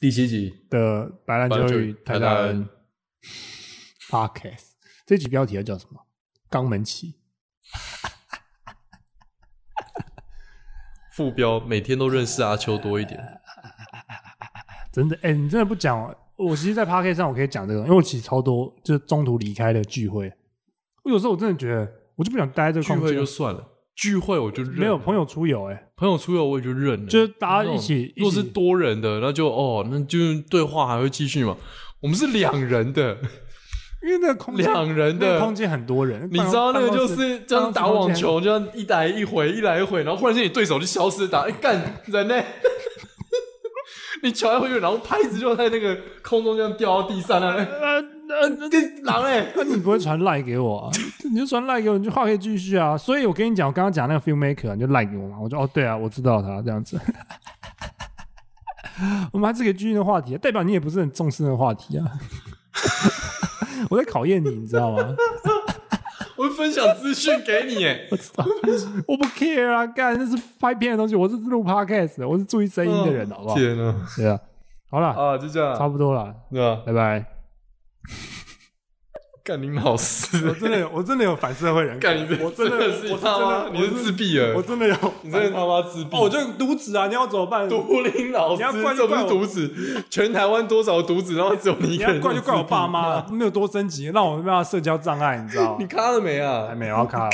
[SPEAKER 2] 第七集，
[SPEAKER 1] 的白兰
[SPEAKER 2] 白
[SPEAKER 1] 教
[SPEAKER 2] 兰
[SPEAKER 1] 与
[SPEAKER 2] 教育
[SPEAKER 1] 台
[SPEAKER 2] 台
[SPEAKER 1] 大
[SPEAKER 2] 大
[SPEAKER 1] 人
[SPEAKER 2] 人
[SPEAKER 1] podcast 这集标题要叫什么？肛门期。
[SPEAKER 2] 副标每天都认识阿秋多一 点。
[SPEAKER 1] 真的，哎、你真的不讲哦，我其实，在 podcast 上我可以讲这个，因为我其实超多就是中途离开的聚会，我有时候我真的觉得我就不想待在这个
[SPEAKER 2] 聚
[SPEAKER 1] 空
[SPEAKER 2] 会
[SPEAKER 1] 间
[SPEAKER 2] 就。算了，聚会我就认了。
[SPEAKER 1] 没有朋友出游，哎，
[SPEAKER 2] 朋友出游我也就认了，
[SPEAKER 1] 就是大家一起
[SPEAKER 2] 那种如果
[SPEAKER 1] 一
[SPEAKER 2] 是
[SPEAKER 1] 起
[SPEAKER 2] 多人的，那就哦，那就对话还会继续嘛。我们是两人的，
[SPEAKER 1] 因为那个空间，
[SPEAKER 2] 两人
[SPEAKER 1] 那个
[SPEAKER 2] 的
[SPEAKER 1] 空，间很多 人，
[SPEAKER 2] 你知道那
[SPEAKER 1] 办
[SPEAKER 2] 个
[SPEAKER 1] 公
[SPEAKER 2] 就
[SPEAKER 1] 室
[SPEAKER 2] 是这样打网，球，这样一来一回，一来一回，然后忽然间你对手就消失，打哎干人呢？ 你球来回去，然后拍子就在那个空中这样掉到地上了，哎
[SPEAKER 1] 办公室 呃呃，
[SPEAKER 2] 跟狼哎，
[SPEAKER 1] 那你不会传赖给 我啊？你就传赖给我，你就话可以继续啊。所以我跟你讲，我刚刚讲那个 filmmaker，你就赖给我嘛。我就哦，对啊，我知道他这样子。 我们还是可以继续的话题、啊，代表你也不是很 重视那个话题啊。我在考验你，你知道吗？
[SPEAKER 2] 我会分享资讯给你 哎。
[SPEAKER 1] 我知道，我不 care 啊，干，那是拍片的东西，我是录 podcast 的，我是注意声音的
[SPEAKER 2] 嗯
[SPEAKER 1] 人，好不好？
[SPEAKER 2] 天哪！
[SPEAKER 1] 对啊，好了，
[SPEAKER 2] 啊，就这样
[SPEAKER 1] 差
[SPEAKER 2] 啊，
[SPEAKER 1] 不多了，
[SPEAKER 2] 对吧？
[SPEAKER 1] 拜拜。
[SPEAKER 2] 干你老
[SPEAKER 1] 我
[SPEAKER 2] 师，
[SPEAKER 1] 真的有，我真的有反社会人格，
[SPEAKER 2] 干你这
[SPEAKER 1] 我真的，
[SPEAKER 2] 是
[SPEAKER 1] 我
[SPEAKER 2] 你
[SPEAKER 1] 是
[SPEAKER 2] 他
[SPEAKER 1] 真
[SPEAKER 2] 妈，
[SPEAKER 1] 的，
[SPEAKER 2] 你是自闭
[SPEAKER 1] 我
[SPEAKER 2] 儿，
[SPEAKER 1] 真的有，
[SPEAKER 2] 你真的他妈自闭。
[SPEAKER 1] 哦，我就毒子啊，你要怎么办？
[SPEAKER 2] 独林老
[SPEAKER 1] 你要
[SPEAKER 2] 师，
[SPEAKER 1] 怪
[SPEAKER 2] 这
[SPEAKER 1] 就
[SPEAKER 2] 不
[SPEAKER 1] 怪
[SPEAKER 2] 是
[SPEAKER 1] 我
[SPEAKER 2] 独子，全台湾多少独子，然后只有你一
[SPEAKER 1] 你
[SPEAKER 2] 个人
[SPEAKER 1] 要怪就怪我爸妈，没有多升级，让我没办法社交障碍，你知道吗
[SPEAKER 2] 你？卡了没啊？
[SPEAKER 1] 还没有要卡了。